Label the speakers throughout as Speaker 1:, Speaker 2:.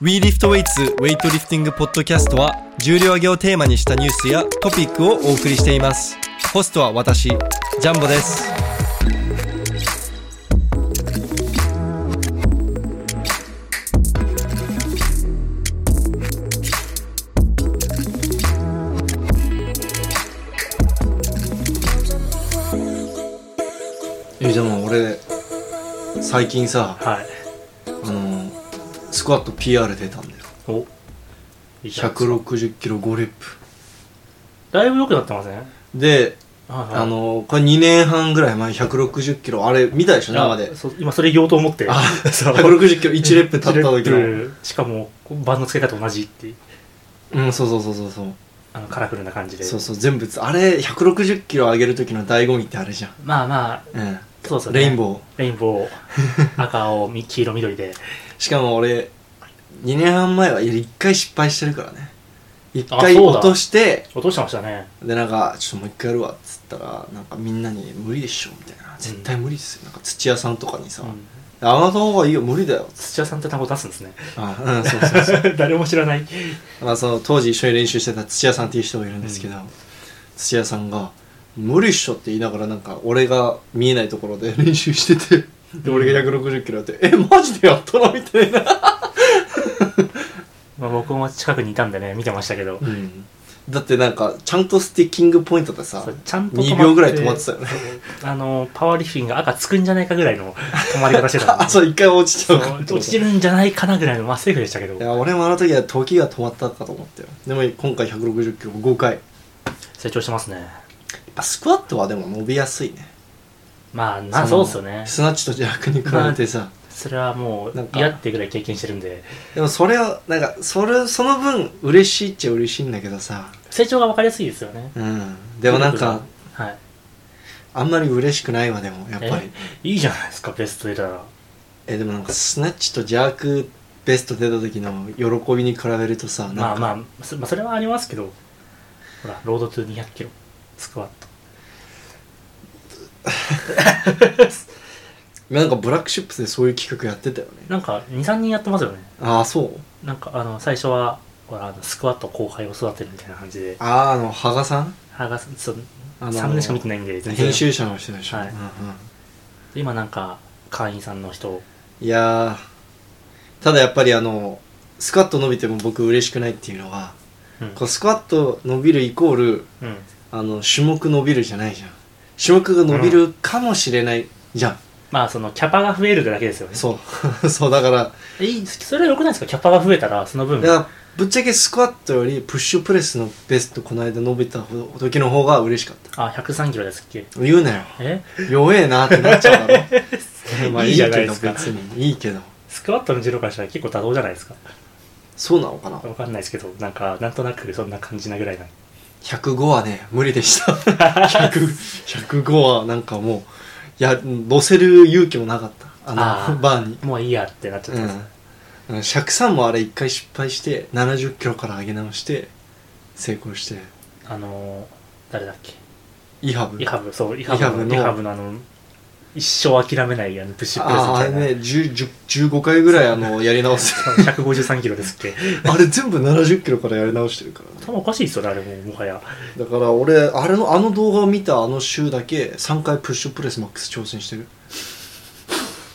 Speaker 1: We Lift Weights ウェイトリフティングポッドキャストは重量挙げをテーマにしたニュースやトピックをお送りしていますホストは私ジャンボですえでも俺最近さ
Speaker 2: はい。
Speaker 1: あのスクワット PR 出たんだよ
Speaker 2: おいいじゃないですか
Speaker 1: 160キロ5レッ
Speaker 2: だいぶ良くなってませんはい
Speaker 1: プで、
Speaker 2: はい
Speaker 1: あのこれ2年半ぐらい前160キロあれ見たでしょ生で
Speaker 2: あそう今それ言おうと思って。
Speaker 1: あ
Speaker 2: そう
Speaker 1: 160キロ1レップ立った時
Speaker 2: ジ
Speaker 1: の
Speaker 2: レップしかも、バンドつけたと同じっていう、
Speaker 1: うんそうそうそうそうそう
Speaker 2: あの、カラフルな感じで。
Speaker 1: そうそう全部つあれ160キロ上げる時の醍醐味ってあれじゃん
Speaker 2: まあまあ、
Speaker 1: うん
Speaker 2: そうですよね。
Speaker 1: レインボー
Speaker 2: ー。レインボー。 赤、青、み黄色、緑で。
Speaker 1: しかも俺2年半前はいや1回失敗してるからね1
Speaker 2: あ
Speaker 1: 回
Speaker 2: そうだ
Speaker 1: 落として
Speaker 2: 落としてましたね。
Speaker 1: でなんかちょっともう一回やるわっつったらなんかみんなに「無理でしょ」みたいな「絶対無理っすよ」なんか土屋さんとかにさ「
Speaker 2: うん
Speaker 1: あなたの方がいいよ無理だよ」
Speaker 2: 土屋さんって単語出すんです ね。
Speaker 1: あうんそうそうそ
Speaker 2: 誰も知らない。
Speaker 1: う、まあ、その当時一緒に練習してた土屋さんっていう人がいるんですけど、土屋さんが「無理っしょ」って言いながらなんか俺が見えないところで練習しててで俺が160キロやって「えマジでやったの?」みたいな、
Speaker 2: まあ僕も近くにいたんでね、見てましたけど。
Speaker 1: だってなんかちゃんとスティッキングポイントでさ
Speaker 2: そうちゃんと止まって
Speaker 1: 2秒ぐらい止まってたよね
Speaker 2: あの、パワーリフティングが赤つくんじゃないかぐらいの止まり方してたん で
Speaker 1: あそう一回落ちちゃうかと思って
Speaker 2: 落ちるんじゃないかなぐらいのまあセーフでしたけど
Speaker 1: いや俺もあの時は時が止まったかと思ったよでも今回160キロ5回やっ
Speaker 2: 成長してますね
Speaker 1: ぱスクワットはでも伸びやすいね
Speaker 2: まあなそ
Speaker 1: の
Speaker 2: うっすよね
Speaker 1: スナッチとジャークに比べてさ、
Speaker 2: それはもう
Speaker 1: なんか
Speaker 2: 嫌っていうぐらい経験してるんで
Speaker 1: でもそれをなんかそれその分嬉しいっちゃ嬉しいんだけどさ
Speaker 2: 成長が分かりやすいですよね
Speaker 1: うんでもなんか
Speaker 2: は
Speaker 1: あんまり嬉しくないわでもやっぱり
Speaker 2: いいいじゃないですかベスト出たら
Speaker 1: えでもなんかスナッチとジャークベスト出た時の喜びに比べるとさなんか、
Speaker 2: まあまあそ,、まあ、それはありますけどほらロードトゥ2 0 0キロスクワット
Speaker 1: なんかブラックシップスでそういう企画やってたよね
Speaker 2: なんか23人やってますよね
Speaker 1: ああそう
Speaker 2: なんかあの最初はほらあのスクワット後輩を育てるみたいな感じで
Speaker 1: あああの羽賀さん
Speaker 2: あがそう
Speaker 1: あの
Speaker 2: 3年しか見てないんで全然
Speaker 1: 編集者の人でしょ、
Speaker 2: はい
Speaker 1: うんうん
Speaker 2: 今なんか会員さんの人
Speaker 1: いやーただやっぱりあのスクワット伸びても僕嬉しくないっていうのは
Speaker 2: うん
Speaker 1: こうスクワット伸びるイコール
Speaker 2: うん
Speaker 1: あの種目伸びるじゃないじゃん種目が伸びるかもしれないじゃん、
Speaker 2: まあそのキャパが増えるだけですよね
Speaker 1: そうそう だから
Speaker 2: いいそれは良くないですかキャパが増えたらその分
Speaker 1: いやぶっちゃけスクワットよりプッシュプレスのベストこの間伸びたほど時の方が嬉しかっ
Speaker 2: あ103キロですっけ
Speaker 1: た言うなよ
Speaker 2: え
Speaker 1: 弱えなってなっちゃうだ ろ
Speaker 2: いいじゃないですか
Speaker 1: いけど別にいいけど
Speaker 2: スクワットの重量からしたら結構妥当じゃないですか
Speaker 1: そうなのかな
Speaker 2: わかんないですけどなんかなんとなくそんな感じなぐらいな
Speaker 1: 105はね無理で した100 105はなんかもういや乗せる勇気もなかったあの
Speaker 2: あー
Speaker 1: バーに
Speaker 2: もういいやってなっちゃってます、
Speaker 1: うん103もあれ一回失敗して70キロから上げ直して成功して
Speaker 2: あのー、誰だっけ
Speaker 1: イハブ
Speaker 2: イハブそうイ
Speaker 1: ハ
Speaker 2: ハ
Speaker 1: ブの
Speaker 2: ブのイハブのあの一生諦めないあのプッシュプレスみ
Speaker 1: あーあ
Speaker 2: た
Speaker 1: れ
Speaker 2: いな、
Speaker 1: ね10 10 15回ぐらいあのやり直す
Speaker 2: 153キロですっけ
Speaker 1: あれ全部70キロからやり直してるからね
Speaker 2: 多分おかしいですよねあれもうもはや
Speaker 1: だから俺あれのあの動画を見たあの週だけ3回プッシュプレスマックス挑戦してる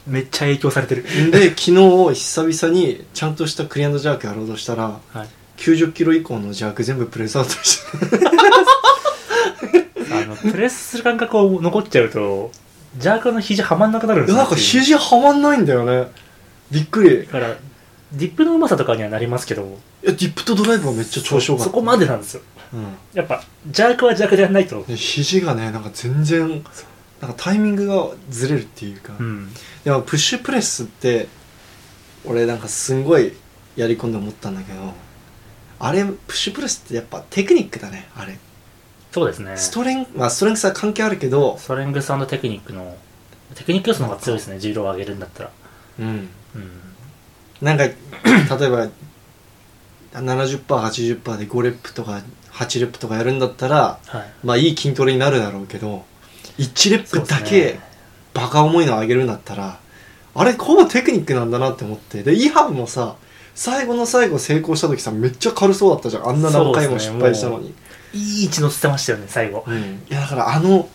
Speaker 2: めっちゃ影響されてる、
Speaker 1: で 昨日久々にちゃんとしたクリアンドジャークやろうとしたら
Speaker 2: はい、
Speaker 1: 90キロ以降のジャーク全部プレスアウトした
Speaker 2: あのプレスする感覚を残っちゃうとジャークの肘はまんなくなるんですよ
Speaker 1: なんか肘はまんないんだよねびっくり
Speaker 2: だからディップのうまさとかにはなりますけど
Speaker 1: いやディップとドライブはめっちゃ調子よかった
Speaker 2: そこまでなんですよ
Speaker 1: うん
Speaker 2: やっぱ邪悪は邪悪でやんないと
Speaker 1: で肘がねなんか全然なんかタイミングがずれるっていうか、
Speaker 2: うん
Speaker 1: でもプッシュプレスって俺なんかすんごいやり込んで思ったんだけどあれプッシュプレスってやっぱテクニックだねあれ
Speaker 2: そうですね
Speaker 1: ストレンまあストレングスは関係あるけど
Speaker 2: ストレングステクニックのテクニック要素の方が強いですね重量を上げるんだったら
Speaker 1: うん
Speaker 2: うん
Speaker 1: なんか 例えば 70%80% で5レップとか8レップとかやるんだったら
Speaker 2: はい
Speaker 1: まあいい筋トレになるだろうけど1レップだ
Speaker 2: そうです
Speaker 1: け
Speaker 2: ね
Speaker 1: バカ重いの上げるんだったら、あれほぼテクニックなんだなって思ってでイハブもさ最後の最後成功した時さめっちゃ軽そうだったじゃんあんな何回も失敗したのに、
Speaker 2: いい位置乗せてましたよね最後
Speaker 1: うんいやだからあの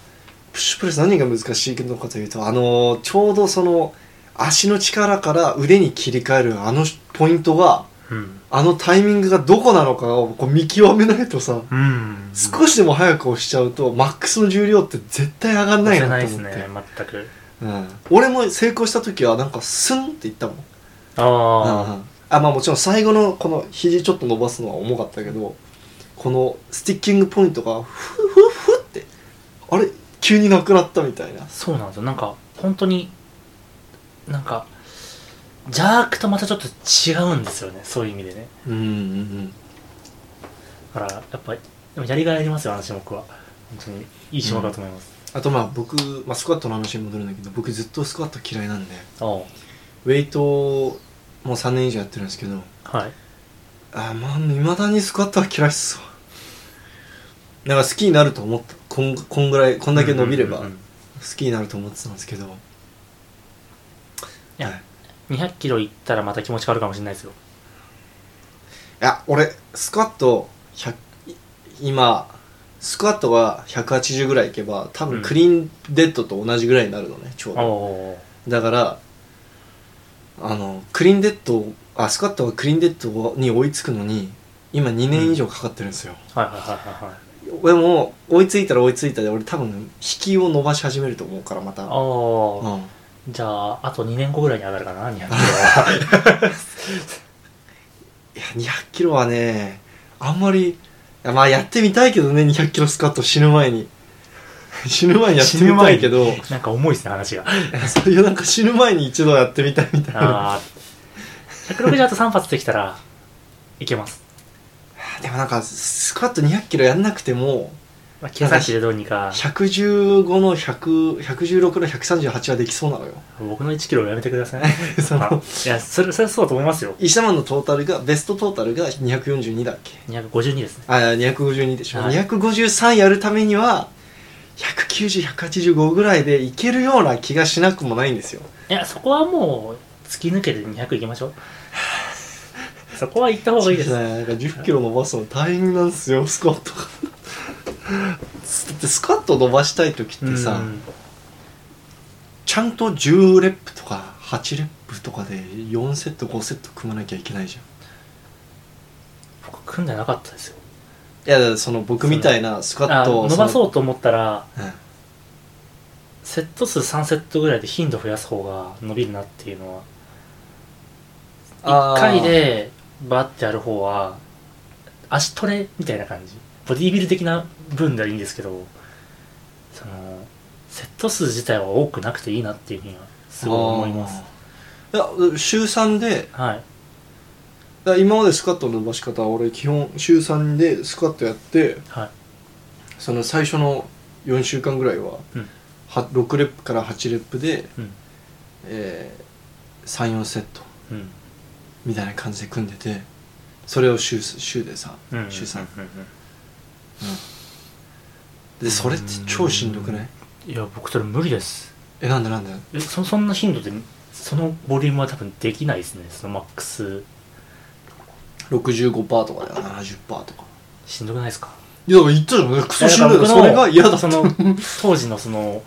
Speaker 1: プッシュプレス何が難しいのかというとあのちょうどその足の力から腕に切り替えるあのポイントが
Speaker 2: うん、
Speaker 1: あのタイミングがどこなのかをこう見極めないとさ、
Speaker 2: うん、
Speaker 1: 少しでも早く押しちゃうとマックスの重量って絶対上がんない
Speaker 2: じゃ
Speaker 1: な
Speaker 2: ない
Speaker 1: と
Speaker 2: で
Speaker 1: 思
Speaker 2: す
Speaker 1: って、
Speaker 2: ね全く
Speaker 1: うん、俺も成功した時はなんかスンっていったもんうんう
Speaker 2: あ
Speaker 1: んあまあもちろん最後のこの肘ちょっと伸ばすのは重かったけどこのスティッキングポイントがフフフってあれ急になくなったみたいな
Speaker 2: あそうなんですよなんか本当になんかジャークとまたちょっと違うんですよねそういう意味でね
Speaker 1: うんうん
Speaker 2: だからやっぱりでもやりがいありますよあの種目は本当にいい種目だと思います、
Speaker 1: あとまあ僕、まあ、スクワットの話に戻るんだけど僕ずっとスクワット嫌いなんで
Speaker 2: おう
Speaker 1: ウェイトをもう3年以上やってるんですけど
Speaker 2: はい
Speaker 1: あまあいまだにスクワットは嫌いっすわなんか好きになると思ったこんこんぐらいこんだけ伸びれば
Speaker 2: うんうん
Speaker 1: 好
Speaker 2: うん
Speaker 1: きになると思ってたんですけど、
Speaker 2: い
Speaker 1: は
Speaker 2: や
Speaker 1: い
Speaker 2: 200キロいったらまた気持ち変わるかもしれないですよ
Speaker 1: いや俺スクワット100い今スクワットが180ぐらいいけば多
Speaker 2: う
Speaker 1: 分
Speaker 2: ん
Speaker 1: クリーンデッドと同じぐらいになるのねちょう
Speaker 2: お
Speaker 1: ど
Speaker 2: お
Speaker 1: だからあのクリーンデッドあスクワットがクリーンデッドに追いつくのに今2年以上かかってるんですよ、
Speaker 2: はいはいはいはいはい
Speaker 1: 俺も追いついたら追いついたで俺多分引きを伸ばし始めると思うからまた
Speaker 2: ああ、
Speaker 1: うん
Speaker 2: じゃああと2年後ぐらいに上がるかな200キロは
Speaker 1: いや200キロはねあんまりいやまあやってみたいけどね200キロスカット死ぬ前に 死ぬ前にやってみたいけど
Speaker 2: なんか重いですね話が
Speaker 1: そういうなんか死ぬ前に一度やってみたいみたいな
Speaker 2: ああ160あと3発できたらいけます、
Speaker 1: でもなんかスクワット200キロやんなくても
Speaker 2: まあ、計算機でどうにか
Speaker 1: 115の100 116の138はできそうなのよ
Speaker 2: 僕の1キロをやめてください
Speaker 1: そ
Speaker 2: あ
Speaker 1: の
Speaker 2: いやそれそれはそうだと思いますよ
Speaker 1: 石田マンのトータルがベストトータルが242だっけ
Speaker 2: 252ですね
Speaker 1: あ252でしょ、
Speaker 2: はい
Speaker 1: 253やるためには190185ぐらいでいけるような気がしなくもないんですよ
Speaker 2: いやそこはもう突き抜けて200いきま しょうそこは行った方がいいで
Speaker 1: ね
Speaker 2: す
Speaker 1: なんか10キロ伸ばすの大変なんですよスクワット がだってスクワット伸ばしたい時ってさ、
Speaker 2: うん
Speaker 1: ちゃんと10レップとか8レップとかで4セット5セット組まなきゃいけないじゃん
Speaker 2: 僕組んでなかったですよ
Speaker 1: いやだからその僕みたいなスクワッ
Speaker 2: あ
Speaker 1: トを
Speaker 2: 伸ば
Speaker 1: う、
Speaker 2: そうと思ったら
Speaker 1: うん
Speaker 2: セット数3セットぐらいで頻度増やす方が伸びるなっていうの
Speaker 1: あ
Speaker 2: は
Speaker 1: ー
Speaker 2: 1回でバッてやる方は足トレみたいな感じボディービル的な分ではいいんですけどそのセット数自体は多くなくていいなっていうふうにはすごい思います
Speaker 1: あーいや週3で
Speaker 2: は
Speaker 1: だ
Speaker 2: い
Speaker 1: から今までスクワットの伸ばし方は俺基本週3でスクワットやって
Speaker 2: はい
Speaker 1: その最初の4週間ぐらいは,、
Speaker 2: うん
Speaker 1: は6レップから8レップで、
Speaker 2: うん
Speaker 1: え34セット
Speaker 2: うん
Speaker 1: みたいな感じで組んでてそれを週週でさ、
Speaker 2: うん
Speaker 1: 週3、
Speaker 2: うんうん
Speaker 1: でそれって超しんどくない
Speaker 2: うんいや僕それ無理です
Speaker 1: えなんでなんで
Speaker 2: えそそんな頻度でそのボリュームは多分できないですねそのマックス
Speaker 1: 65%とかだよ70%とか
Speaker 2: しんどくないですか
Speaker 1: いやだから言ったじゃんクソしん
Speaker 2: い
Speaker 1: どい
Speaker 2: やだ
Speaker 1: な
Speaker 2: から僕の
Speaker 1: それが嫌だった
Speaker 2: その当時のその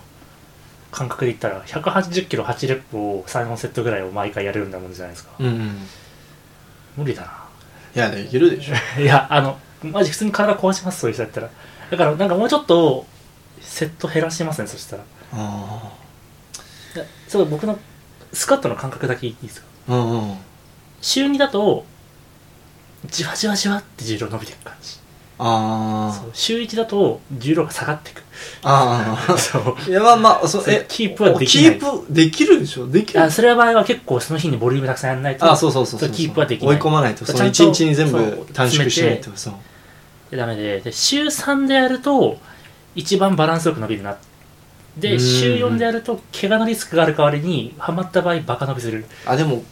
Speaker 2: 感覚で言ったら180キロ8レップを34セットぐらいを毎回やれるんだもんじゃないですか
Speaker 1: うん、うん、い
Speaker 2: 無理だ
Speaker 1: やできるでしょ
Speaker 2: ないやあのマジ普通に体壊しますそういう人やったらだからなんかもうちょっとセット減らしますねそしたら
Speaker 1: あ
Speaker 2: いやちょっと僕のスカットの感覚だけいいですか
Speaker 1: あうんうん
Speaker 2: 週2だとじわじわじわって重量伸びていく感じ
Speaker 1: あ
Speaker 2: そう週1だと重量が下がっていく
Speaker 1: あああ
Speaker 2: そう
Speaker 1: いやまあまあそ
Speaker 2: そう
Speaker 1: え
Speaker 2: キープはできない
Speaker 1: キープできるでしょできる
Speaker 2: あそれは場合は結構その日にボリュームたくさんやらないと
Speaker 1: あそうそうそうそう
Speaker 2: キープはできない
Speaker 1: 追い込まないと
Speaker 2: ちゃ
Speaker 1: そ
Speaker 2: んと
Speaker 1: の一日に全
Speaker 2: そ
Speaker 1: 部
Speaker 2: う
Speaker 1: 短縮しないとそう
Speaker 2: ダメでで週3でやると一番バランスよく伸びるな
Speaker 1: うー
Speaker 2: で
Speaker 1: ん
Speaker 2: 週4でやると怪我のリスクがある代わりにハマった場合バカ伸びする
Speaker 1: あでも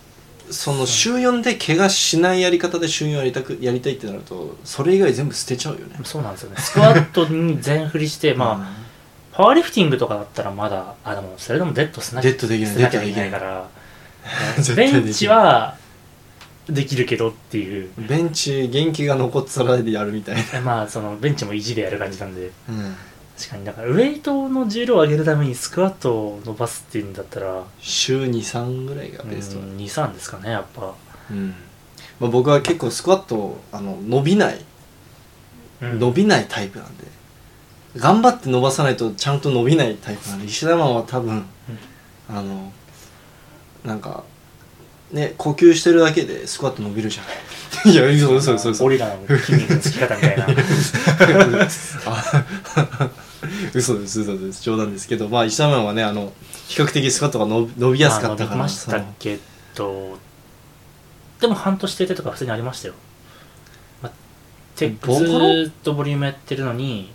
Speaker 1: その週4で怪我しないやり方で週4やりたくやりたいってなるとそれ以外全部捨てちゃうよね
Speaker 2: そうなんで すよねスクワットに全振りしてまあパワーリフティングとかだったらまだあでもそれでもデッドし
Speaker 1: あ
Speaker 2: なきゃ
Speaker 1: デッドできない
Speaker 2: し
Speaker 1: デ
Speaker 2: な
Speaker 1: ッ
Speaker 2: き
Speaker 1: ド
Speaker 2: ゃ
Speaker 1: で
Speaker 2: い
Speaker 1: きな
Speaker 2: けない
Speaker 1: い
Speaker 2: から
Speaker 1: 絶対でき
Speaker 2: ベ
Speaker 1: ない
Speaker 2: ンチはできるけどっていう
Speaker 1: ベンチ元気が残ってたらでやるみたいな、
Speaker 2: えまあそのベンチも意地でやる感じなんで
Speaker 1: うん、
Speaker 2: 確かにだからウェイトの重量を上げるためにスクワットを伸ばすっていうんだったら
Speaker 1: 週23ぐらいがベストだね
Speaker 2: 23ですかねやっぱ、
Speaker 1: うんまあ、僕は結構スクワットあの伸びない
Speaker 2: うん
Speaker 1: 伸びないタイプなんで頑張って伸ばさないとちゃんと伸びないタイプなんで石田マンは多分、あのなんかね呼吸してるだけでスクワット伸びるじゃんいや嘘嘘嘘嘘
Speaker 2: オリラの筋肉のつき方みた いな
Speaker 1: あ 嘘です嘘です冗談ですけどまあ石田マンはねあの比較的スクワットが伸び伸びやすかったか
Speaker 2: ま
Speaker 1: ら、
Speaker 2: あ伸びまし
Speaker 1: そ
Speaker 2: た
Speaker 1: の
Speaker 2: けどでも半年停滞とか普通にありましたよ、まあ、テック
Speaker 1: ボ
Speaker 2: ず
Speaker 1: コロ
Speaker 2: ーっとボリュームやってるのに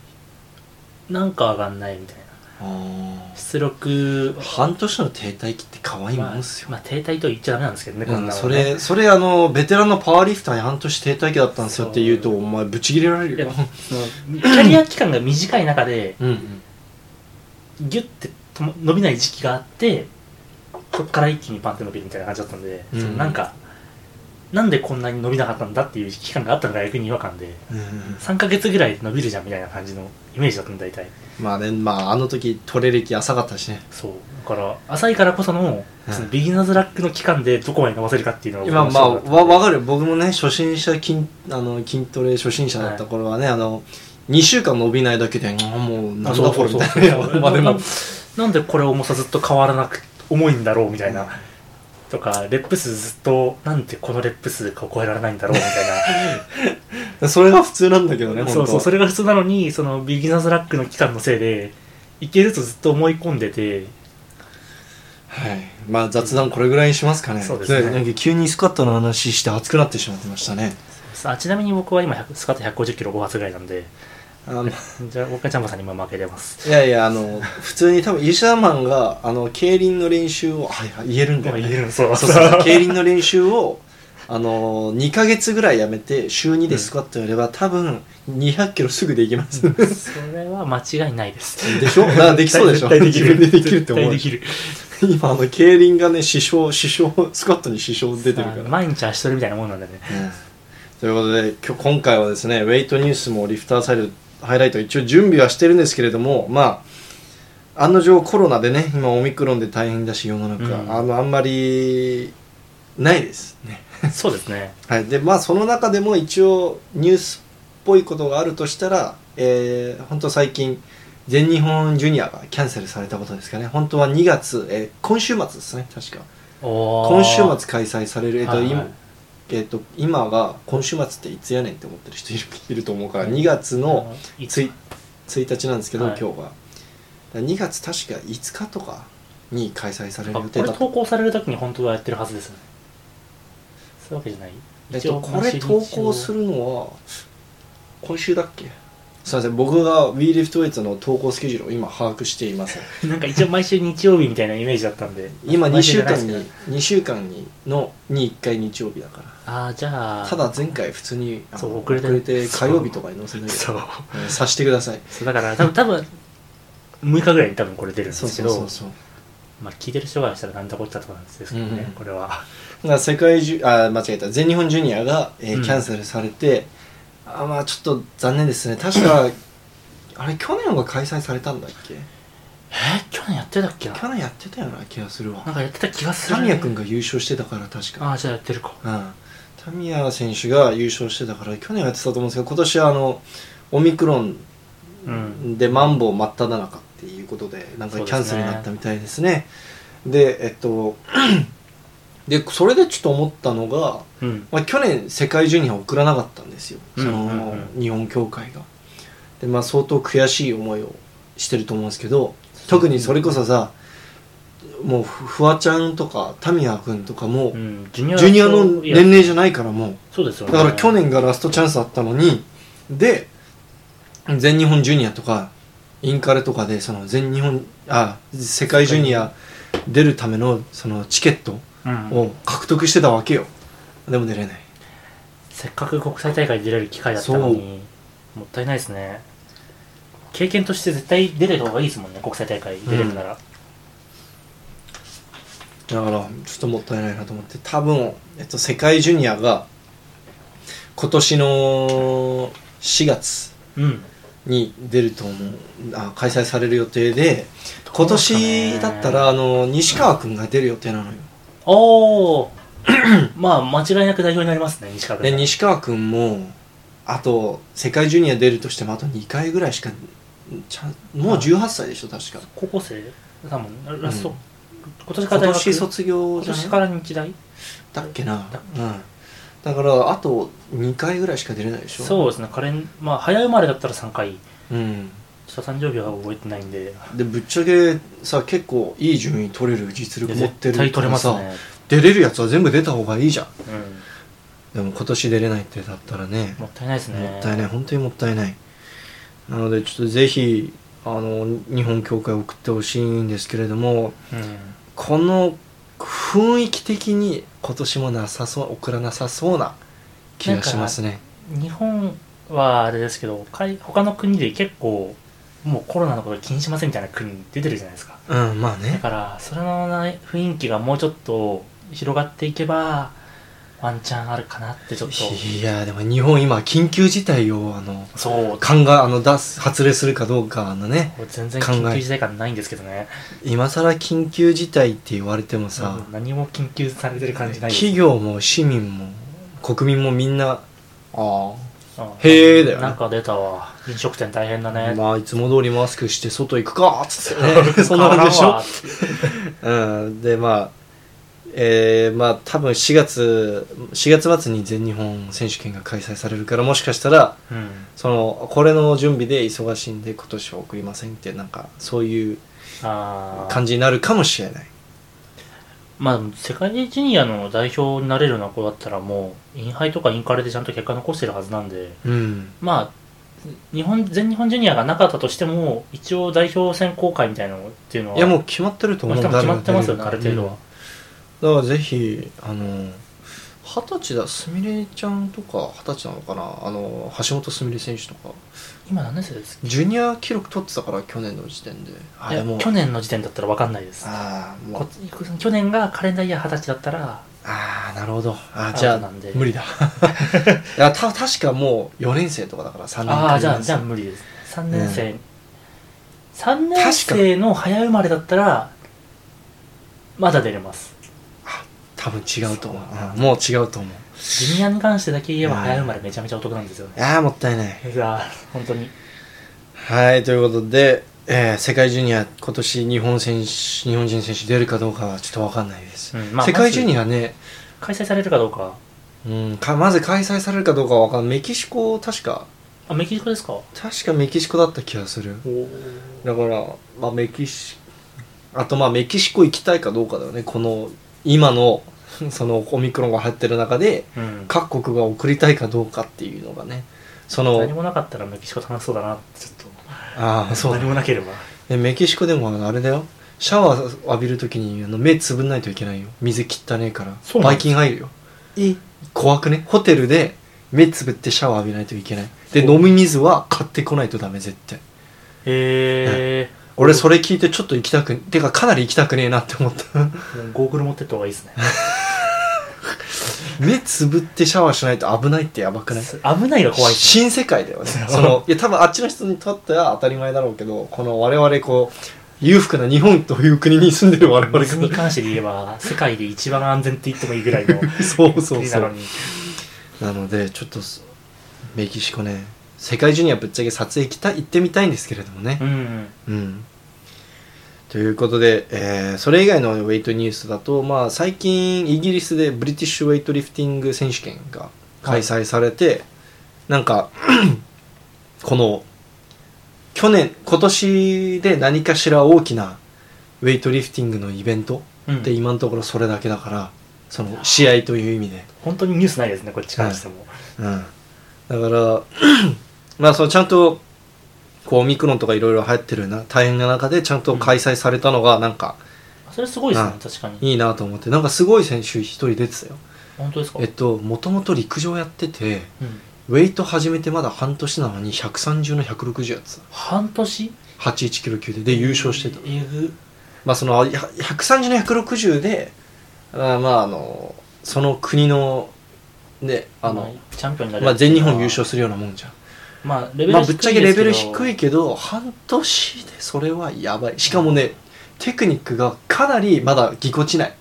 Speaker 2: なんか上がんないみたいな
Speaker 1: あ
Speaker 2: 出力
Speaker 1: ー半年の停滞期って可愛いも
Speaker 2: まあ
Speaker 1: んですよ、
Speaker 2: まあ、停滞と言っちゃダメなんですけどね、こんな
Speaker 1: う
Speaker 2: の、
Speaker 1: ん
Speaker 2: ね、
Speaker 1: それそれあのベテランのパワーリフターに半年停滞期だったんですよって言うと
Speaker 2: そ
Speaker 1: お前ブチ切れられる
Speaker 2: で
Speaker 1: よ
Speaker 2: もそのキャリア期間が短い中で
Speaker 1: うんうん
Speaker 2: ギュッてとも伸びない時期があってそこから一気にパンって伸びるみたいな感じだったんで、
Speaker 1: うん
Speaker 2: そのなんかなんでこんなに伸びなかったんだっていう期間があったのが逆に違和感で
Speaker 1: うんうん
Speaker 2: 3ヶ月ぐらいで伸びるじゃんみたいな感じのイメージだったんだ大体
Speaker 1: まあねまああの時トレ歴浅かったしね
Speaker 2: そうだから浅いからこその
Speaker 1: うん
Speaker 2: そのビギナーズラックの期間でどこまで伸ばせるかっていうのが
Speaker 1: 今まあわ
Speaker 2: 分
Speaker 1: わかる僕もね初心者筋あの筋トレ初心者だった頃はね、あの2週間伸びないだけであもうなんだこれみたいな まあで
Speaker 2: な
Speaker 1: も
Speaker 2: なんでこれ重さずっと変わらなく重いんだろうみたいな、とかレップ数ずっとなんでこのレップ数が超えられないんだろうみたいな
Speaker 1: それが普通なんだけどね本当
Speaker 2: そうそうそれが普通なのにそのビギナーズラックの期間のせいでいけるとずっと思い込んでて
Speaker 1: はいまあ雑談これぐらいにしますかね
Speaker 2: そうですね
Speaker 1: なんか急にスカットの話して熱くなってしまってました ね
Speaker 2: あちなみに僕は今100スカート150キロ5発ぐらいなんで
Speaker 1: あの
Speaker 2: じゃあ僕はジャンボさんに今負けてます
Speaker 1: いやいやあの普通に多分イシャーマンがあの競輪の練習をあいや言えるんだ
Speaker 2: 今
Speaker 1: よ、ね、
Speaker 2: 言えるのそう
Speaker 1: そうそうそう競輪の練習をあの2ヶ月ぐらいやめて週2でスクワットやれば、多分200キロすぐできます、
Speaker 2: それは間違いないです
Speaker 1: でしょだからできそうでしょ
Speaker 2: 絶対できる
Speaker 1: 自分でできるって思う
Speaker 2: 絶対できる
Speaker 1: 今あの競輪がね支障支障スクワットに支障出てるから、
Speaker 2: あ毎日足トレみたいなもんなんだね
Speaker 1: うん ということで今日今回はですねウェイトニュースもリフターサイドハイライト一応準備はしてるんですけれどもまあ案の定コロナでね今オミクロンで大変だし世の中、
Speaker 2: うん
Speaker 1: あのあんまりないですね
Speaker 2: そうですね
Speaker 1: はい、でまあその中でも一応ニュースっぽいことがあるとしたら、えー、本当最近全日本ジュニアがキャンセルされたことですかね本当は2月、えー今週末ですね確か今
Speaker 2: 今
Speaker 1: 週末開催される、えーと
Speaker 2: はいはい
Speaker 1: 今えー、と今が今週末っていつやねんって思ってる人いるいると思うから2月の
Speaker 2: い
Speaker 1: つい1日なんですけど、
Speaker 2: はい
Speaker 1: 今日がだ2月確か5日とかに開催される
Speaker 2: あ
Speaker 1: 予
Speaker 2: こ
Speaker 1: 定
Speaker 2: れ
Speaker 1: だった
Speaker 2: 投稿される時に本当はやってるはずですねそういうわけじゃない
Speaker 1: えっ
Speaker 2: 一応
Speaker 1: と、これ投稿す
Speaker 2: る
Speaker 1: るのは今週だっけすいません僕が WeLiftWeights の投稿スケジュールを今把握していません
Speaker 2: なんか一応毎週日曜日みたいなイメージだったんで
Speaker 1: 今2
Speaker 2: 毎週じ
Speaker 1: 週
Speaker 2: ゃな
Speaker 1: 間
Speaker 2: いですけ
Speaker 1: に
Speaker 2: ど
Speaker 1: 2週間にのに1回日曜日だか
Speaker 2: ああじゃ
Speaker 1: ら
Speaker 2: あ
Speaker 1: ただ前回普通にあの
Speaker 2: そう遅れて
Speaker 1: 火曜日とかに載せないで
Speaker 2: そう
Speaker 1: えー察してください
Speaker 2: そうだから多分多分6日ぐらいに多分これ出るんで
Speaker 1: そう
Speaker 2: すけ
Speaker 1: そう
Speaker 2: ど
Speaker 1: そうそう
Speaker 2: まあ聞いてる人がしたらなんだこっちゃとかなんですけどね、
Speaker 1: うん
Speaker 2: これは
Speaker 1: だから世界中あ間違えた全日本ジュニアが、えー
Speaker 2: うん
Speaker 1: キャンセルされて、あまあちょっと残念ですね確かあれ去年が開催されたんだっけ
Speaker 2: えー、去年やってたっけな
Speaker 1: 去年やってたような気がするわ
Speaker 2: なんかやってた気がする、
Speaker 1: タミヤ君が優勝してたから確か
Speaker 2: ああじゃあやってるか
Speaker 1: うんタミヤ選手が優勝してたから去年はやってたと思うんですけど今年はあのオミクロン
Speaker 2: うん
Speaker 1: でマンボウ真っ只中っていうことでなんか
Speaker 2: そうですね
Speaker 1: キャンセルになったみたいですねでえっと でそれでちょっと思ったのが、
Speaker 2: うん
Speaker 1: まあ、去年世界ジュニア送らなかったんですよその、
Speaker 2: うんうんう
Speaker 1: 日本協会がでまあ相当悔しい思いをしてると思うんですけど特にそれこそさもうフフワちゃんとかタミヤ君とかも、
Speaker 2: うんジュニア
Speaker 1: ジュニアの
Speaker 2: いや
Speaker 1: 年齢じゃないからも
Speaker 2: そうですよ
Speaker 1: う
Speaker 2: ね
Speaker 1: だから去年がラストチャンスあったのにで全日本ジュニアとかインカレとかでその全日本あ世界ジュニア出るためのそのチケット
Speaker 2: うん
Speaker 1: を獲得してたわけよでも出れない
Speaker 2: せっかく国際大会に出れる機会だったのにもったいないですね経験として絶対出れた方がいいですもんね国際大会出れるなら、
Speaker 1: だからちょっともったいないなと思って多分、えっと、世界ジュニアが今年の4月
Speaker 2: うん
Speaker 1: に出ると思うあ開催される予定で今年だったらあの西川君が出る予定なのよ
Speaker 2: おお まあ間違いなく代表になりますね西川君
Speaker 1: で西川君もあと世界ジュニア出るとしてもあと2回ぐらいしかちゃんもう18歳でしょ確か
Speaker 2: 高校生多分ラスト、
Speaker 1: うん
Speaker 2: 今年か
Speaker 1: 今
Speaker 2: ら大学
Speaker 1: 年卒業
Speaker 2: 今
Speaker 1: じゃ
Speaker 2: 年
Speaker 1: な
Speaker 2: か
Speaker 1: い
Speaker 2: ら日大
Speaker 1: だっけな
Speaker 2: だっ
Speaker 1: うんだからあと2回ぐらいしか出れないでしょ
Speaker 2: そうですねカレンまあ早生まれだったら3回
Speaker 1: う、うん、
Speaker 2: ちょっと誕生日は覚えてないんで
Speaker 1: でぶっちゃけさ結構いい順位取れる実力持ってる
Speaker 2: 絶対取れます
Speaker 1: からさ
Speaker 2: ね、
Speaker 1: 出れるやつは全部出た方がいいじゃん
Speaker 2: う
Speaker 1: でも今年出れないってだったらね
Speaker 2: ん、もったいないですね
Speaker 1: もったいない本当にもったいないなのでちょっとぜひあの日本協会送ってほしいんですけれども
Speaker 2: うん
Speaker 1: この雰囲気的に今年もなさそう送らなさそうな気がしますね
Speaker 2: 日本はあれですけど海他の国で結構もうコロナのこと気にしませんみたいな国出てるじゃないですか
Speaker 1: うんまあ
Speaker 2: だ
Speaker 1: ね
Speaker 2: からそれのない雰囲気がもうちょっと広がっていけばワンチャンあるかなってちょっと
Speaker 1: いやでも日本今緊急事態をあの
Speaker 2: そう
Speaker 1: 勘があの出す発令するかどうかのね
Speaker 2: 全然
Speaker 1: 考え
Speaker 2: 緊急事態感ないんですけどね
Speaker 1: 今更緊急事態って言われてもさ、
Speaker 2: うん何も緊急されてる感じないです
Speaker 1: 企業も市民も国民もみんなああ
Speaker 2: うん
Speaker 1: へーだよね
Speaker 2: なんか出たわ飲食店大変だね、
Speaker 1: まあいつも通りマスクして外行くかっつってね そんな
Speaker 2: 変
Speaker 1: ん
Speaker 2: わ
Speaker 1: でし
Speaker 2: らん
Speaker 1: ょ
Speaker 2: わ、
Speaker 1: うん、でまあえー、まあ多分4月4月末に全日本選手権が開催されるからもしかしたら
Speaker 2: うん
Speaker 1: そのこれの準備で忙しいんで今年は送りませんってなんかそういう
Speaker 2: あー
Speaker 1: 感じになるかもしれない
Speaker 2: まあ世界ジュニアの代表になれるような子だったらもうインハイとかインカレでちゃんと結果残してるはずなんで
Speaker 1: うん
Speaker 2: まあ日本全日本ジュニアがなかったとしても一応代表選考会みたいなのっていうのはい
Speaker 1: やもう決まってると思う
Speaker 2: まあ多分決まってますよね
Speaker 1: 誰が
Speaker 2: ある程度は
Speaker 1: うんだからぜひあの二十歳だすみれちゃんとか二十歳なのかなあの橋本すみれ選手とか
Speaker 2: 今何年生です
Speaker 1: ジュニア記録取ってたから去年の時点であ
Speaker 2: いや
Speaker 1: もう
Speaker 2: 去年の時点だったら分かんないです
Speaker 1: ああも
Speaker 2: こ
Speaker 1: う
Speaker 2: 去年がカレンダーイヤー二十歳だったら
Speaker 1: ああなるほどあ
Speaker 2: アウ
Speaker 1: ー
Speaker 2: ト
Speaker 1: じゃ
Speaker 2: な
Speaker 1: あ
Speaker 2: んで
Speaker 1: 無理 だいやた確かもう4年生とかだから3年
Speaker 2: ああじゃあ
Speaker 1: 四年生
Speaker 2: じゃあ無理です3年生、三3年
Speaker 1: 確
Speaker 2: 生の早生まれだったらまだ出れます
Speaker 1: 多分違うと思ううんもう違うと思う
Speaker 2: ジュニアに関してだけ言えば
Speaker 1: うん
Speaker 2: 早生まれめちゃめちゃお得なんですよね、
Speaker 1: ああもったいない
Speaker 2: じゃあ本当に
Speaker 1: はい、ということで、えー世界ジュニア、今年日本選手、日本人選手出るかどうかはちょっとわかんないです。
Speaker 2: うんまあ
Speaker 1: 世界ジュニ
Speaker 2: ア
Speaker 1: アね、
Speaker 2: 開催されるかどうか
Speaker 1: うんか、まず開催されるかどうかはわかんない。メキシコ、確か、
Speaker 2: あメキシコですか
Speaker 1: 確かメキシコだった気がする。だから、まあ、メキシ、あとまあ、メキシコ行きたいかどうかだよね。この、今の、そのオミクロンが入ってる中で、
Speaker 2: うん
Speaker 1: 各国が送りたいかどうかっていうのがね、そ
Speaker 2: 何
Speaker 1: の、
Speaker 2: もなかったらメキシコ楽しそうだなってちょっと
Speaker 1: ああ、そうだ
Speaker 2: 何もなければ
Speaker 1: えメキシコでもあのあれだよシャワー浴びるときにあの目つぶんないといけないよ水汚ねえから
Speaker 2: そうなん
Speaker 1: ば
Speaker 2: で
Speaker 1: い
Speaker 2: す
Speaker 1: 菌入るよ
Speaker 2: え
Speaker 1: 怖くねホテルで目つぶってシャワー浴びないといけないで飲み水は買ってこないとダメ絶対
Speaker 2: え
Speaker 1: 俺それ聞いてちょっと行きたくてかかなり行きたくねえなって思った
Speaker 2: ー、もうゴーグル持ってった方がい いですね
Speaker 1: 目つぶってシャワーしないと危ないってやばくない
Speaker 2: 危ないが怖いっすね
Speaker 1: 新世界 だよねそのいや多分あっちの人にとっては当たり前だろうけどこの我々こう裕福な日本という国に住んでる我々
Speaker 2: 水に
Speaker 1: が
Speaker 2: 関して言えば世界で一番安全って言ってもいいぐらいの
Speaker 1: そうそう
Speaker 2: 国な
Speaker 1: そ
Speaker 2: の
Speaker 1: う
Speaker 2: に
Speaker 1: なのでちょっとすメキシコね世界ジュニアぶっちゃけ撮影行きたい行ってみたいんですけれどもね
Speaker 2: うんうん
Speaker 1: うんということで、えーそれ以外のウェイトニュースだと、まあ、最近イギリスでブリティッシュウェイトリフティング選手権が開催されて、なんか この去年今年で何かしら大きなウェイトリフティングのイベント
Speaker 2: うん
Speaker 1: って今のところそれだけだから、その試合という意味で
Speaker 2: 本当にニュースないですねこっちからしても、
Speaker 1: うんだから まあそのちゃんとこうオミクロンとかいろいろ流行ってるな大変な中でちゃんと開催されたのがなんか
Speaker 2: それすごいですね
Speaker 1: うん
Speaker 2: 確かに
Speaker 1: いいなと思ってなんかすごい選手一人出てたよ
Speaker 2: 本当ですか
Speaker 1: えっともともと陸上やってて
Speaker 2: うん
Speaker 1: ウェイト始めてまだ半年なのに130の160やつ
Speaker 2: 半年
Speaker 1: 81キロ級でで優勝してた
Speaker 2: えぐ
Speaker 1: まあその130の160であまああのその国のねあの、
Speaker 2: チャンピオンになる
Speaker 1: まあ、全日本優勝するようなもんじゃん
Speaker 2: まあレベル低いですけど、
Speaker 1: まあぶっちゃけレベル低いけど半年でそれはやばいしかもねテクニックがかなりまだぎこちない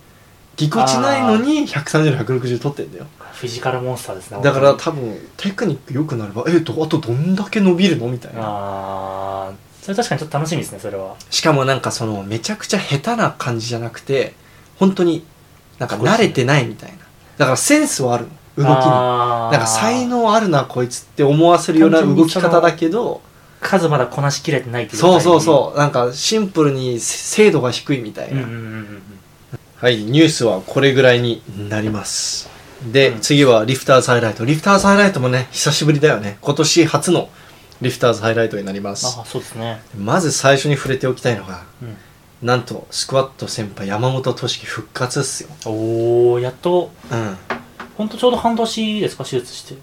Speaker 1: ぎこちないのに130160取ってんだよ
Speaker 2: フィジカルモンスターですね
Speaker 1: だから
Speaker 2: 本
Speaker 1: 多分テクニック良くなればえっとあとどんだけ伸びるのみたい
Speaker 2: 当に
Speaker 1: な
Speaker 2: ああそれ確かにちょっと楽しみですねそれは
Speaker 1: しかもなんかそのめちゃくちゃ下手な感じじゃなくて本当になんか慣れてないみたいなだからセンスはあるの動きに
Speaker 2: あー
Speaker 1: なんか才能あるなこいつって思わせるような動き方だけど
Speaker 2: 数まだこなしきれてないっていう
Speaker 1: そうそうそうなんかシンプルに精度が低いみたい
Speaker 2: うん
Speaker 1: な、
Speaker 2: うんうんうん
Speaker 1: はいニュースはこれぐらいになりますで、
Speaker 2: うん
Speaker 1: 次はリフターズハイライトリフターズハイライトもね久しぶりだよね今年初のリフターズハイライトになります
Speaker 2: あそうですね、
Speaker 1: まず最初に触れておきたいのが
Speaker 2: うん、
Speaker 1: なんとスクワット先輩山本俊樹復活っすよ
Speaker 2: おおやっと
Speaker 1: うん
Speaker 2: 本当ちょうど半年ですか手術して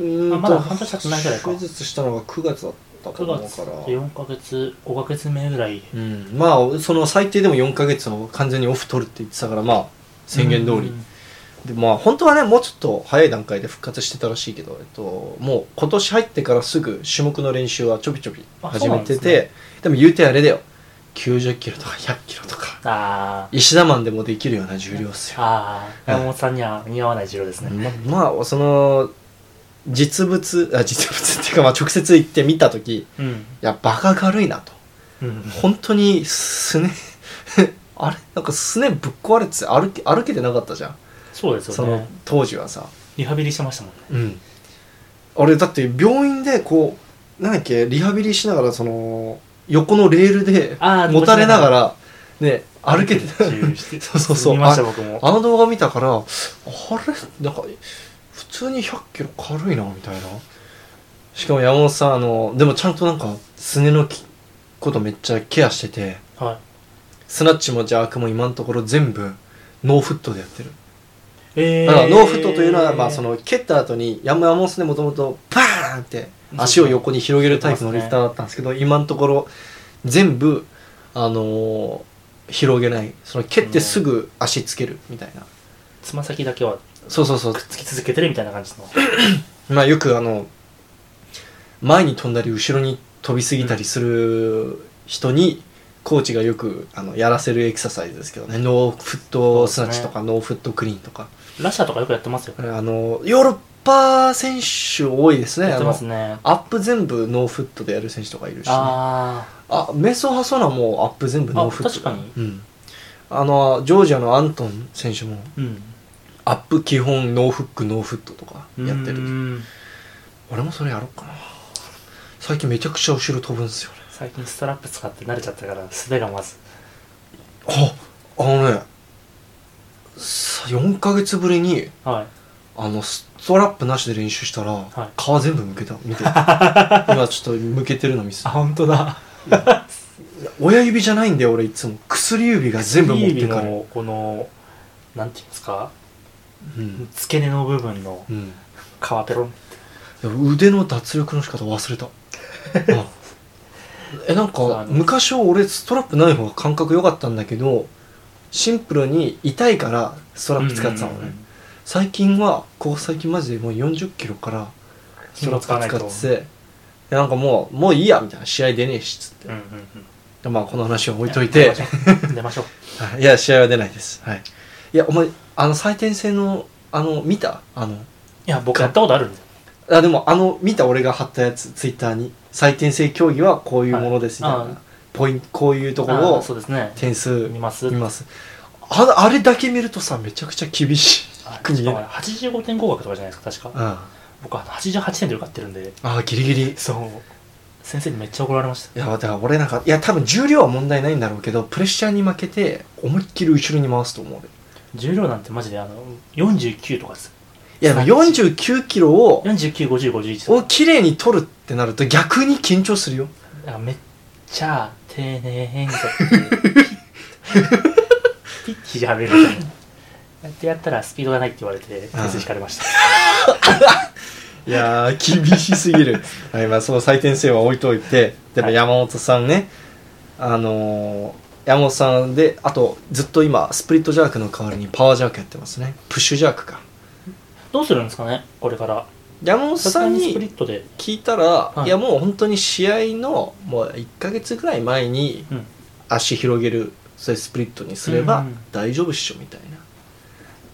Speaker 1: う
Speaker 2: あまだ半年経ってないぐらいか
Speaker 1: 手術したのが9月だったと
Speaker 2: 9
Speaker 1: 思うから
Speaker 2: 月4ヶ月5ヶ月目ぐらい
Speaker 1: うん、まあその最低でも4ヶ月を完全にオフ取るって言ってたからまあ宣言通り、
Speaker 2: うん
Speaker 1: でまあ本当はねもうちょっと早い段階で復活してたらしいけど、えっと、もう今年入ってからすぐ種目の練習はちょびちょび始めて
Speaker 2: あそうなんで
Speaker 1: てで,、も言うてあれだよ90キロとか100キロとか
Speaker 2: あー
Speaker 1: 石田マンでもできるような重量っすよ、
Speaker 2: あー山本さんには似合わない治療ですね、
Speaker 1: ままあその実物あ実物っていうかまあ直接行って見た時
Speaker 2: うん
Speaker 1: いやバカ軽いなと
Speaker 2: うん
Speaker 1: 本当にすね あれなんかすねぶっ壊れてて歩け歩けてなかったじゃん
Speaker 2: そうです
Speaker 1: そ
Speaker 2: よ
Speaker 1: の
Speaker 2: ね
Speaker 1: 当時はさ、
Speaker 2: リハビリしてましたもんね
Speaker 1: うん、俺だって病院でこうなんだっけリハビリしながらその横のレールで
Speaker 2: あー
Speaker 1: もたれながらね歩けてた
Speaker 2: 自由し て
Speaker 1: そうそうそう
Speaker 2: 見ました僕も
Speaker 1: あの動画見たからあれなんか普通に1 0 0キロ軽いなみたいなしかも山本さんあのでもちゃんとなんかすねのきことめっちゃケアしてて
Speaker 2: はい
Speaker 1: スナッチもジャークも今のところ全部ノーフットでやってる、
Speaker 2: え
Speaker 1: だからノーフットというのはまあその蹴った後にやむやもすねもともとバーンって足を横に広げるタイプのリフターだったんですけど今のところ全部あのー広げないその蹴ってすぐ足つけるみたいな、
Speaker 2: つま先だけは
Speaker 1: そうそうそう
Speaker 2: くっつき続けてるみたいな感じの
Speaker 1: まあよくあの前に飛んだり後ろに飛びすぎたりする人にコーチがよくあのやらせるエクササイズですけどねノーフットスナッチとかノーフットクリーンとか
Speaker 2: ラシャとかよくやってますよ
Speaker 1: あのヨーロッパ選手多いですね
Speaker 2: や
Speaker 1: あ
Speaker 2: って
Speaker 1: の
Speaker 2: ますね
Speaker 1: アップ全部ノーフットでやる選手とかいるし、ね、あ
Speaker 2: ああ
Speaker 1: メソハソナもアップ全部ノーフット
Speaker 2: あ確かに
Speaker 1: うん、あのジョージアのアントン選手も
Speaker 2: うん
Speaker 1: アップ基本ノーフックノーフットとかやってる
Speaker 2: る
Speaker 1: 俺もそれやろうかな最近めちゃくちゃ後ろ飛ぶんですよね
Speaker 2: 最近ストラップ使って慣れちゃったから素手がまず
Speaker 1: ああのねさ4ヶ月ぶりに
Speaker 2: はい
Speaker 1: あのストラップなしで練習したら、皮全部むけた 見て今ちょっとむけてるの見せて
Speaker 2: 本当だ
Speaker 1: 親指じゃないんだよ俺いつも薬指が全部持ってかれる
Speaker 2: のこのなんていうんですか
Speaker 1: うん
Speaker 2: 付け根の部分の
Speaker 1: うん
Speaker 2: 皮ペロン
Speaker 1: でも腕の脱力の仕方忘れたあえなん
Speaker 2: そう
Speaker 1: か
Speaker 2: あの
Speaker 1: 昔は俺ストラップない方が感覚良かったんだけどシンプルに痛いからストラップ使ってたのね、
Speaker 2: うんうんうん
Speaker 1: 最近はここ最近マジでもう40キロからストラップ使っててでなんかもうもういいやみたいな試合出ねえしっつって
Speaker 2: うんうんうん
Speaker 1: でまあこの話は置いといて
Speaker 2: 出ましょう
Speaker 1: はいいや試合は出ないですはいいやお前あの採点制のあの見たあの
Speaker 2: いや僕やったことあるんです
Speaker 1: あでもあの見た俺が貼ったやつツイッターに採点制競技はこういうものですみたいな、
Speaker 2: はいああ
Speaker 1: ポイントこういうところ
Speaker 2: あー
Speaker 1: を
Speaker 2: そうですね
Speaker 1: 点数
Speaker 2: 見ます
Speaker 1: 見ますああれだけ見るとさめちゃくちゃ厳しい、
Speaker 2: あ
Speaker 1: 見えない
Speaker 2: だから85点合格とかじゃないですか確
Speaker 1: う
Speaker 2: か
Speaker 1: ん、あ
Speaker 2: 僕は88点で受かってるんで
Speaker 1: あギリギリい
Speaker 2: そう先生にめっちゃ怒られました
Speaker 1: やだから俺なんかいや多分重量は問題ないんだろうけどプレッシャーに負けて思いっきり後ろに回すと思う俺
Speaker 2: 重量なんてマジであの49とかです
Speaker 1: いやでも49キロを
Speaker 2: 495051と
Speaker 1: を
Speaker 2: か
Speaker 1: 綺麗に取るってなると逆に緊張するよ
Speaker 2: あめっちゃ丁寧にとって ピッて肘はめるみたいなやってやったらスピードがないって言われて先生引かれました
Speaker 1: いやー厳しすぎ る、はいまあ、その採点性は置いといてでも
Speaker 2: はい
Speaker 1: 山本さんね、あのー山本さんであとずっと今スプリットジャークの代わりにパワージャークやってますねプッシュジャークか
Speaker 2: どうするんですかねこれから
Speaker 1: 山本
Speaker 2: さす
Speaker 1: さ
Speaker 2: が
Speaker 1: ん
Speaker 2: にス
Speaker 1: に
Speaker 2: プリットで
Speaker 1: 聞いたら、
Speaker 2: はい
Speaker 1: い、やもう本当に試合のもう1ヶ月ぐらい前に
Speaker 2: うん
Speaker 1: 足広げるそれスプリットにすれば
Speaker 2: うん
Speaker 1: 大丈夫っしょみたい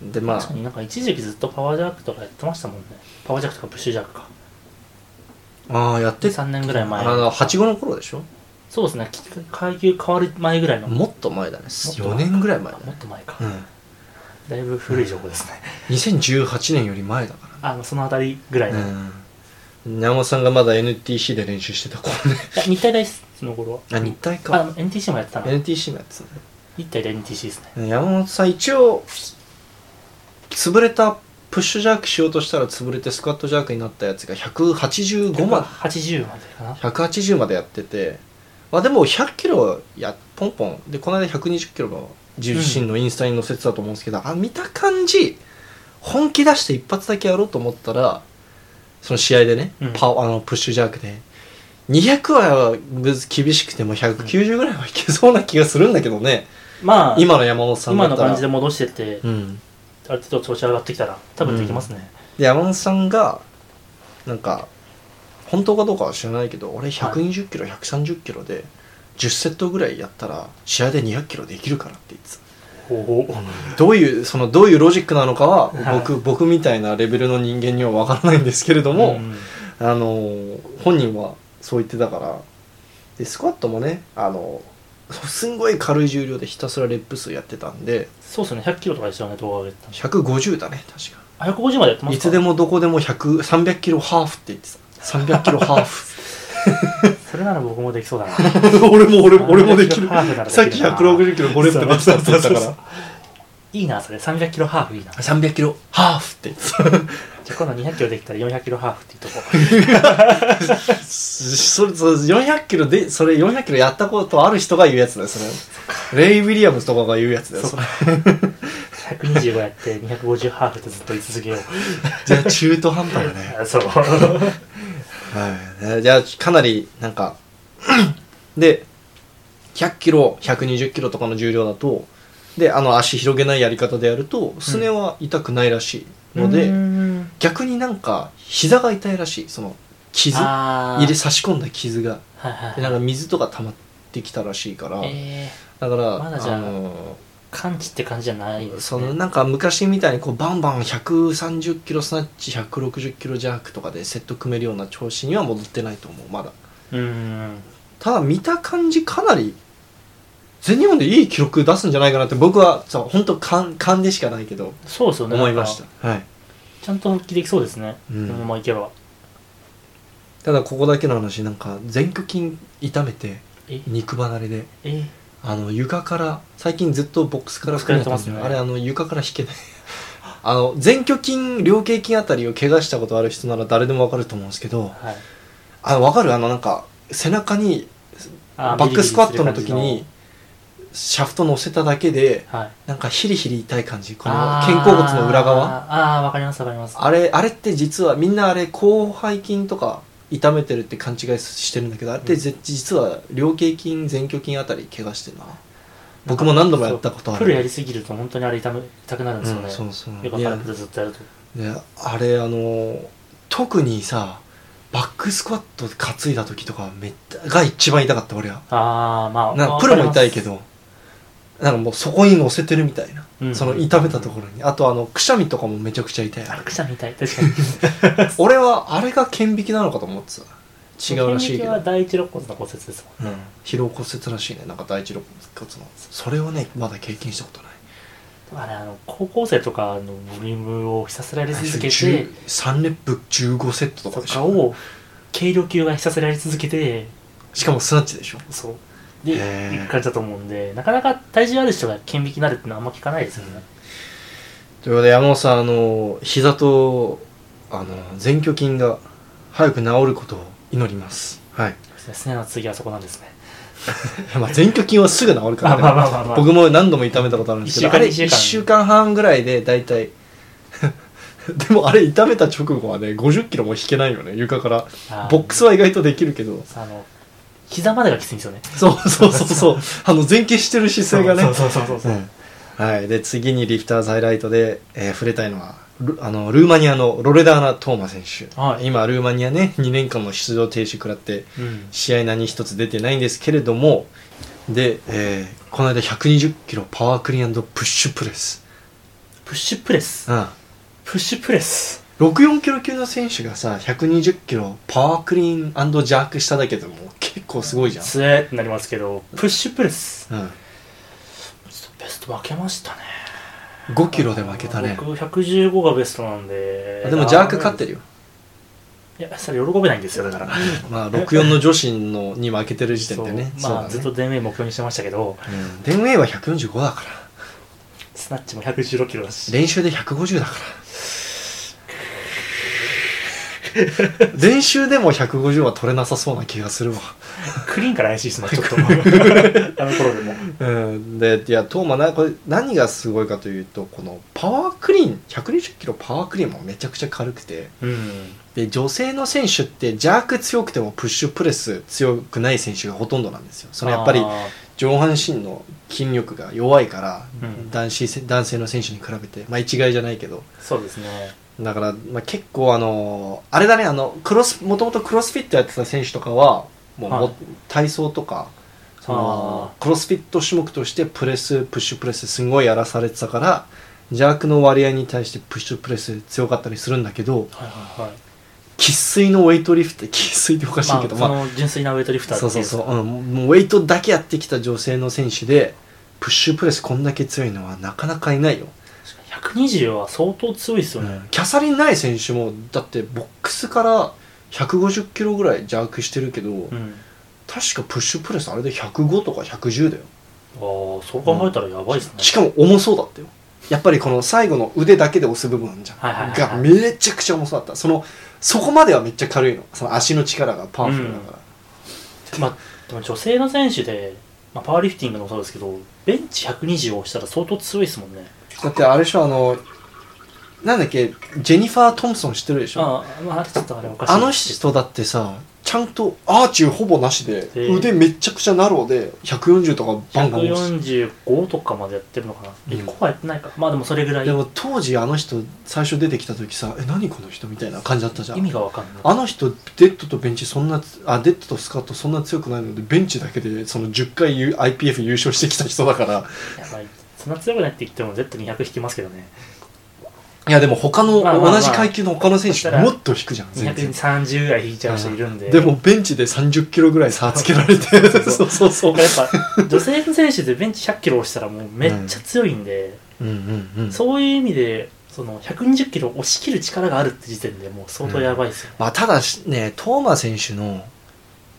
Speaker 1: なでま
Speaker 2: 確か
Speaker 1: あ
Speaker 2: になんか一時期ずっとパワージャークとかやってましたもんねパワージャークとかプッシュジャークか
Speaker 1: ああやって
Speaker 2: で
Speaker 1: た
Speaker 2: 3年ぐらい
Speaker 1: あ
Speaker 2: 前
Speaker 1: の8号の頃でしょ
Speaker 2: そうですねき階級変わる前ぐらいの
Speaker 1: もっと前だね
Speaker 2: もっと前
Speaker 1: 4年ぐらい前だ
Speaker 2: あもっ
Speaker 1: ね、
Speaker 2: と前か、
Speaker 1: うん、
Speaker 2: だいぶ古い情報ですね、
Speaker 1: 2018年より前だから
Speaker 2: あのその辺りぐらいの、い
Speaker 1: うん、山本さんがまだ NTC で練習してた頃ね
Speaker 2: や日体大ですその頃は
Speaker 1: あ日体
Speaker 2: あ
Speaker 1: か
Speaker 2: の NTC もやってたな
Speaker 1: NTC もやってた
Speaker 2: 日体大 NTC ですね
Speaker 1: ね山本さん一応潰れたプッシュジャークしようとしたら潰れてスクワットジャークになったやつが185ま
Speaker 2: 80までかな
Speaker 1: 180までやっててまあでも100キロやポンポンでこの間120キロの自身のインスタに載せてたと思うんですけど、あ見た感じ本気出して一発だけやろうと思ったらその試合でね、
Speaker 2: うん
Speaker 1: パワーあのプッシュジャークで200はむず厳しくても190ぐらいはいけそうな気がするんだけどね、
Speaker 2: まあ今
Speaker 1: 今の山本さんだ
Speaker 2: の
Speaker 1: ったら
Speaker 2: 感じで戻してって、
Speaker 1: うん、
Speaker 2: ある程度調子上がってきたら多分できますね、
Speaker 1: で山本さんがなんか本当かどうかは知らないけど俺120キロ、130キロで10セットぐらいやったら試合で200キロできるからって言って
Speaker 2: ほうほう
Speaker 1: たどういうそのどういうロジックなのかは
Speaker 2: はい
Speaker 1: 僕,、僕みたいなレベルの人間には分からないんですけれども、
Speaker 2: ん
Speaker 1: あのー本人はそう言ってたからでスクワットもねあのすんごい軽い重量でひたすらレップ数やってたんで
Speaker 2: そうですね100キロとかでしたよね動画上げてたの
Speaker 1: 150だね確か。
Speaker 2: あ150までやってます
Speaker 1: い
Speaker 2: か
Speaker 1: つでもどこでも100 300キロハーフって言ってた300キロハーフ
Speaker 2: それなら僕もできそうだな
Speaker 1: 俺も俺
Speaker 2: ハーフならできるな
Speaker 1: さっき160キロ5レップ出したって言ってた
Speaker 2: そうそうそう
Speaker 1: か
Speaker 2: いいなそれ300キロハーフいいな
Speaker 1: ら300キロハーフって
Speaker 2: じゃあ今度200キロできたら400キロハーフっていうとこ
Speaker 1: それそれ400キロでそれ400キロやったことある人が言うやつだよそれレイ・ウィリアムズとかが言うやつだよ
Speaker 2: そう
Speaker 1: それ
Speaker 2: 125やって250ハーフってずっと言い続けよう
Speaker 1: じゃあ中途半端だね
Speaker 2: そう
Speaker 1: はいえーじゃあかなりなんか で100キロ120キロとかの重量だとであの足広げないやり方でやるとすねは痛くないらしいので、
Speaker 2: で
Speaker 1: 逆になんか膝が痛いらしいその傷入
Speaker 2: あー
Speaker 1: れ差し込んだ傷が
Speaker 2: はいはい
Speaker 1: でなんか水とか溜まってきたらしいから、
Speaker 2: えー、
Speaker 1: だから、
Speaker 2: まだじゃあ
Speaker 1: の
Speaker 2: 完治って感じじゃないです、ね、
Speaker 1: そのなんか昔みたいにこうバンバン130キロスナッチ160キロジャークとかでセット組めるような調子には戻ってないと思うまだ
Speaker 2: うーん
Speaker 1: ただ見た感じかなり全日本でいい記録出すんじゃないかなって僕はさ本当勘勘でしかないけど
Speaker 2: そうですよね
Speaker 1: 思いまし
Speaker 2: なんか
Speaker 1: た、はい、
Speaker 2: ちゃんと復帰できそうですね、
Speaker 1: うん
Speaker 2: このままいけば
Speaker 1: ただここだけの話なんか前屈筋痛めて
Speaker 2: え
Speaker 1: 肉離れで
Speaker 2: えー
Speaker 1: あの床から最近ずっとボックスから含めてます
Speaker 2: ボ
Speaker 1: ね
Speaker 2: ックス
Speaker 1: あ
Speaker 2: から
Speaker 1: れ
Speaker 2: や
Speaker 1: あの床から引けない あの前鋸筋両頸筋あたりを怪我したことある人なら誰でもわかると思うんですけど
Speaker 2: はい
Speaker 1: あわかるあのなんか背中に
Speaker 2: あ
Speaker 1: バックスクワットの時
Speaker 2: ビリビリ
Speaker 1: にシャフト乗せただけで
Speaker 2: してる感じのはい
Speaker 1: なんかヒリヒリ痛い感じこの肩甲骨の裏側
Speaker 2: あーあーわかりますわかります
Speaker 1: あれあれって実はみんなあれ広背筋とか痛めてるって勘違いしてるんだけどあれってぜ実は両頸筋前鋸筋あたり怪我してるな僕も何度もやったことある
Speaker 2: そうプルやりすぎると本当にあれ痛め痛くなるんですよ
Speaker 1: う
Speaker 2: ね、
Speaker 1: ん、そうそう
Speaker 2: よかっ
Speaker 1: い
Speaker 2: た
Speaker 1: や
Speaker 2: らずっとやると
Speaker 1: であれあの特にさバックスクワット担いだ時とかめっちゃが一番痛かった俺は
Speaker 2: ああまあ
Speaker 1: なんかプロも痛いけ、どなんかもうそこに乗せてるみたいな、
Speaker 2: うん
Speaker 1: その痛めたところにあとあのくしゃみとかもめちゃくちゃ痛い
Speaker 2: あくしゃみ痛い確かに
Speaker 1: 俺はあれが顕微鏡なのかと思ってた違うらしいけ
Speaker 2: 筋肉
Speaker 1: ど、
Speaker 2: は第一肋骨の骨折ですもん
Speaker 1: うん、疲労骨折らしいねなんか第一肋骨のそれをねまだ経験したことない
Speaker 2: あれあの高校生とかのボリュームをひたすらやり続けて
Speaker 1: 3レップ15セットとか
Speaker 2: と
Speaker 1: でし
Speaker 2: か
Speaker 1: ょ
Speaker 2: を軽量級がひたすらやり続けて
Speaker 1: しかもスナッチでしょ
Speaker 2: そう
Speaker 1: へ
Speaker 2: で
Speaker 1: ー
Speaker 2: いく感じだと思うんでなかなか体重ある人が顕微鏡になるってのはあんま聞かないですよね、
Speaker 1: ということで山本さんあの膝とあの前鋸筋が早く治ることを祈りますはい
Speaker 2: すねの次はそこなんですね
Speaker 1: まあ前鋸筋はすぐ治る から、ね
Speaker 2: あまあまあまあまあ
Speaker 1: 僕も何度も痛めたことあるんですけどあ
Speaker 2: 一週間
Speaker 1: れ
Speaker 2: 二週間
Speaker 1: 1週間半ぐらいで大体 でもあれ痛めた直後はね5 0キロも引けないよね床から
Speaker 2: あー
Speaker 1: ボックスは意外とできるけど
Speaker 2: あの膝までがきついんですよね
Speaker 1: そうそうそう そう。あの、前傾してる姿勢がね。
Speaker 2: そうそうそうそうそう、
Speaker 1: うんはい。で、次にリフターズハイライトで、えー触れたいのは、ルあの、ルーマニアのロレダーナ・トーマ選手。
Speaker 2: はい
Speaker 1: 今、ルーマニアね、2年間の出場停止食らって、
Speaker 2: うん
Speaker 1: 試合何一つ出てないんですけれども、で、えーこの間120キロパワークリーンプッシュプレス。
Speaker 2: プッシュプレス
Speaker 1: うん。
Speaker 2: プッシュプレス
Speaker 1: 64キロ級の選手がさ、120キロパワークリーンジャークしただけでも結構すごいじゃん。
Speaker 2: つえってなりますけどプッシュプレス
Speaker 1: うん。
Speaker 2: ちょっとベスト分けましたね
Speaker 1: 5キロで負けたね。
Speaker 2: 僕115がベストなんで
Speaker 1: でもジャーク勝ってるよ。
Speaker 2: いやそれ喜べないんですよだから
Speaker 1: まあ、64の女子のに負けてる時点でね。
Speaker 2: そうま
Speaker 1: そ
Speaker 2: あず
Speaker 1: うだ
Speaker 2: っと
Speaker 1: ね。
Speaker 2: デン目標にしてましたけど
Speaker 1: うん。デンウェイは145だから。
Speaker 2: スナッチも116キロだし
Speaker 1: 練習で150だから。練習でも150は取れなさそうな気がするわ。
Speaker 2: クリーンから怪しいですねちょ っとあの頃でも
Speaker 1: うん。で、いや、トーマな、これ何がすごいかというと、このパワークリーン、120キロパワークリーンもめちゃくちゃ軽くて、
Speaker 2: うん
Speaker 1: で、女性の選手ってジャーク強くてもプッシュプレス強くない選手がほとんどなんですよ。そのやっぱり
Speaker 2: あー
Speaker 1: 上半身の筋力が弱いから、
Speaker 2: うん
Speaker 1: 男子せ男性の選手に比べて、まあ、一概じゃないけど
Speaker 2: そうですね
Speaker 1: だから、まあ、結構あのあれだねあのクロスもともとクロスフィットやってた選手とかはもうも
Speaker 2: はい
Speaker 1: 体操とかそのクロスフィット種目としてプレスプッシュプレスすごいやらされてたから邪悪の割合に対してプッシュプレス強かったりするんだけど
Speaker 2: はいはいはい
Speaker 1: 生粋のウェイトリフト生粋っておかしい
Speaker 2: まあ、
Speaker 1: けど、
Speaker 2: その純粋なウェイトリフター
Speaker 1: そう
Speaker 2: って
Speaker 1: そ
Speaker 2: いうう
Speaker 1: そうう、うん、もうウェイトだけやってきた女性の選手でプッシュプレスこんだけ強いのはなかなかいないよ、
Speaker 2: 120は相当強いですよね、
Speaker 1: キャサリン・ナイ選手もだってボックスから150キロぐらいジャークしてるけど、
Speaker 2: うん
Speaker 1: 確かプッシュプレスあれで105とか110だよ
Speaker 2: ああそう考えたらやばいですね、
Speaker 1: しかも重そうだったよやっぱりこの最後の腕だけで押す部分じゃん、
Speaker 2: はいはいはいはい
Speaker 1: がめちゃくちゃ重そうだったそのそこまではめっちゃ軽いのその足の力がパワフルだから、
Speaker 2: まあ、でも女性の選手で、まあ、パワーリフティングもそうですけどベンチ120をしたら相当強いですもんね
Speaker 1: だってあれでしょあのなんだっけジェニファー・トンプソン知ってるでしょ
Speaker 2: ああまああれちょっとあれおかしい
Speaker 1: あの人だってさちゃんとアーチューほぼなしで
Speaker 2: えー
Speaker 1: 腕めちゃくちゃナローで140とかバンバン押す
Speaker 2: 145とかまでやってるのかな、
Speaker 1: うん
Speaker 2: 一個はやってないかまあでもそれぐらい
Speaker 1: でも当時あの人最初出てきた時さ「え何この人?」みたいな感じだったじゃ
Speaker 2: 意
Speaker 1: ん
Speaker 2: 味がわかんない
Speaker 1: あの人デッドとベンチそんなあデッドとスカートそんな強くないのでベンチだけでその10回 U- IPF 優勝してきた人だから
Speaker 2: やばいそんな強くないって言っても Z200 引きますけどね
Speaker 1: いやでも他の、
Speaker 2: まあまあまあ
Speaker 1: 同じ階級の他の選手もっと引くじゃん全然
Speaker 2: 230ぐらい引いちゃう人いるんで、
Speaker 1: でもベンチで30キロぐらい差つけられて そうそうそう
Speaker 2: 僕はやっぱ女性の選手でベンチ100キロ押したらもうめっちゃ強いんで、
Speaker 1: うんうんうん
Speaker 2: そういう意味でその120キロ押し切る力があるって時点でもう相当やばいですよ、
Speaker 1: まあ、ただしね、トーマ選手の、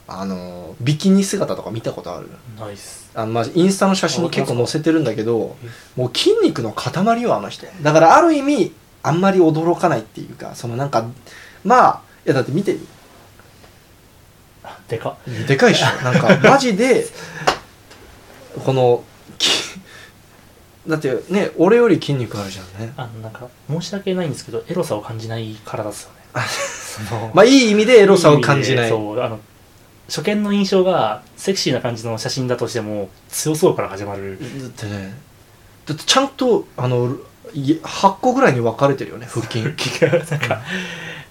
Speaker 1: あの、ビキニ姿とか見たことある
Speaker 2: ナイス
Speaker 1: あの、まあ、インスタの写真に結構載せてるんだけど
Speaker 2: え、
Speaker 1: もう筋肉の塊よ、あの人。だから、ある意味、あんまり驚かないっていうか、そのなんか、まあ、いや、だって見てる。
Speaker 2: あでかっ
Speaker 1: でかいっしょ。なんか、マジで、この、きだってね、俺より筋肉あるじゃんね。
Speaker 2: あのなんか申し訳ないんですけどエロさを感じない体ですよねその
Speaker 1: まあ、いい意味でエロさを感じない。
Speaker 2: いい意味でそうあの初見の印象がセクシーな感じの写真だとしても強そうから始まる
Speaker 1: だってねだってちゃんとあのい8個ぐらいに分かれてるよね腹筋、
Speaker 2: 腹筋がなんか、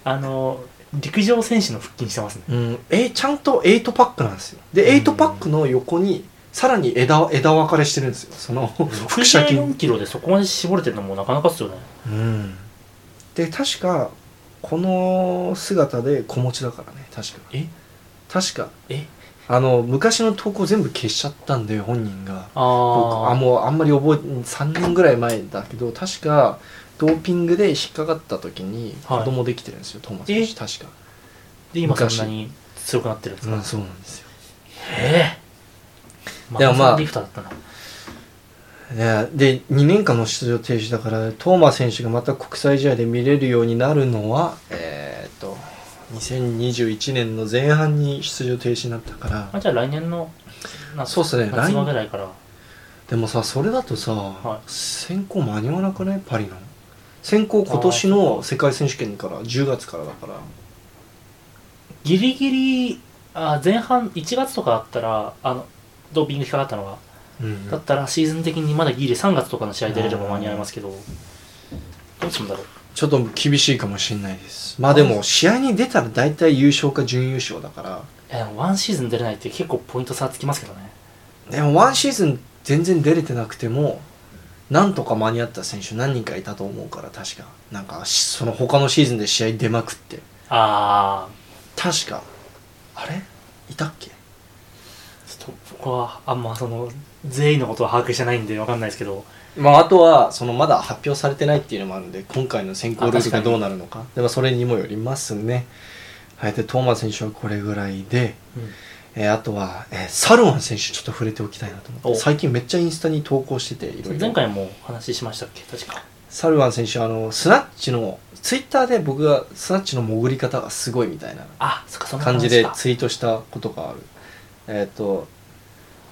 Speaker 2: あの陸上選手の腹筋してますね
Speaker 1: うん、えちゃんと8パックなんですよで
Speaker 2: うん
Speaker 1: 8パックの横にさらに枝枝分かれしてるんですよその腹斜筋、
Speaker 2: 64キロでそこまで絞れてるのもなかなかっすよね
Speaker 1: うん、 で確かこの姿で子持ちだからね確か
Speaker 2: え
Speaker 1: 確か
Speaker 2: え
Speaker 1: あの昔の投稿全部消しちゃったんで本人が僕
Speaker 2: あー
Speaker 1: あもうあんまり覚え3年ぐらい前だけど確かドーピングで引っかかった時に
Speaker 2: はい
Speaker 1: 子供できてるんですよ、トーマス選手確か
Speaker 2: で今そ
Speaker 1: 昔
Speaker 2: んなに強くなってるんですか、
Speaker 1: うんそうなんですよ
Speaker 2: ええ
Speaker 1: でもまあ
Speaker 2: マラソンリフターだったな
Speaker 1: ねで2年間の出場停止だからトーマス選手がまた国際試合で見れるようになるのはえー、っと2021年の前半に出場停止になったから
Speaker 2: あじゃあ来年の夏
Speaker 1: そうっすね来
Speaker 2: 夏場
Speaker 1: 年
Speaker 2: ぐらいから
Speaker 1: でもさそれだとさ、
Speaker 2: い
Speaker 1: 選考間に合わなくないパリの選考今年の世界選手権から10月からだから
Speaker 2: ギリギリあ前半1月とかだったらあのドーピング引っかかったのが、
Speaker 1: うん
Speaker 2: だったらシーズン的にまだギリ3月とかの試合出れれば間に合いますけどどうするんだろう
Speaker 1: ちょっと厳しいかもしれないですまあでも試合に出たら大体優勝か準優勝だから
Speaker 2: えでもワンシーズン出れないって結構ポイント差つきますけどね
Speaker 1: でもワンシーズン全然出れてなくてもなんとか間に合った選手何人かいたと思うから確かなんかしその他のシーズンで試合出まくって
Speaker 2: ああ
Speaker 1: 確かあれいたっけ
Speaker 2: ちょっと僕はあんまその全員のことは把握してないんでわかんないですけど
Speaker 1: まああとはそのまだ発表されてないっていうのもあるんで今回の選考ルールが
Speaker 2: あ確かに
Speaker 1: どうなるのかでもそれにもよりますねはいでトーマス選手はこれぐらいでえーあとは、えーサルワン選手ちょっと触れておきたいなと思っ
Speaker 2: お
Speaker 1: て最近めっちゃインスタに投稿してていろいろ
Speaker 2: 前回もお話ししましたっけ確か
Speaker 1: サルワン選手はあのスナッチのツイッターで僕がスナッチの潜り方がすごいみたいな
Speaker 2: あそっかそんな
Speaker 1: 感じ
Speaker 2: 話
Speaker 1: で
Speaker 2: か
Speaker 1: ツイートしたことがあるえーっ、と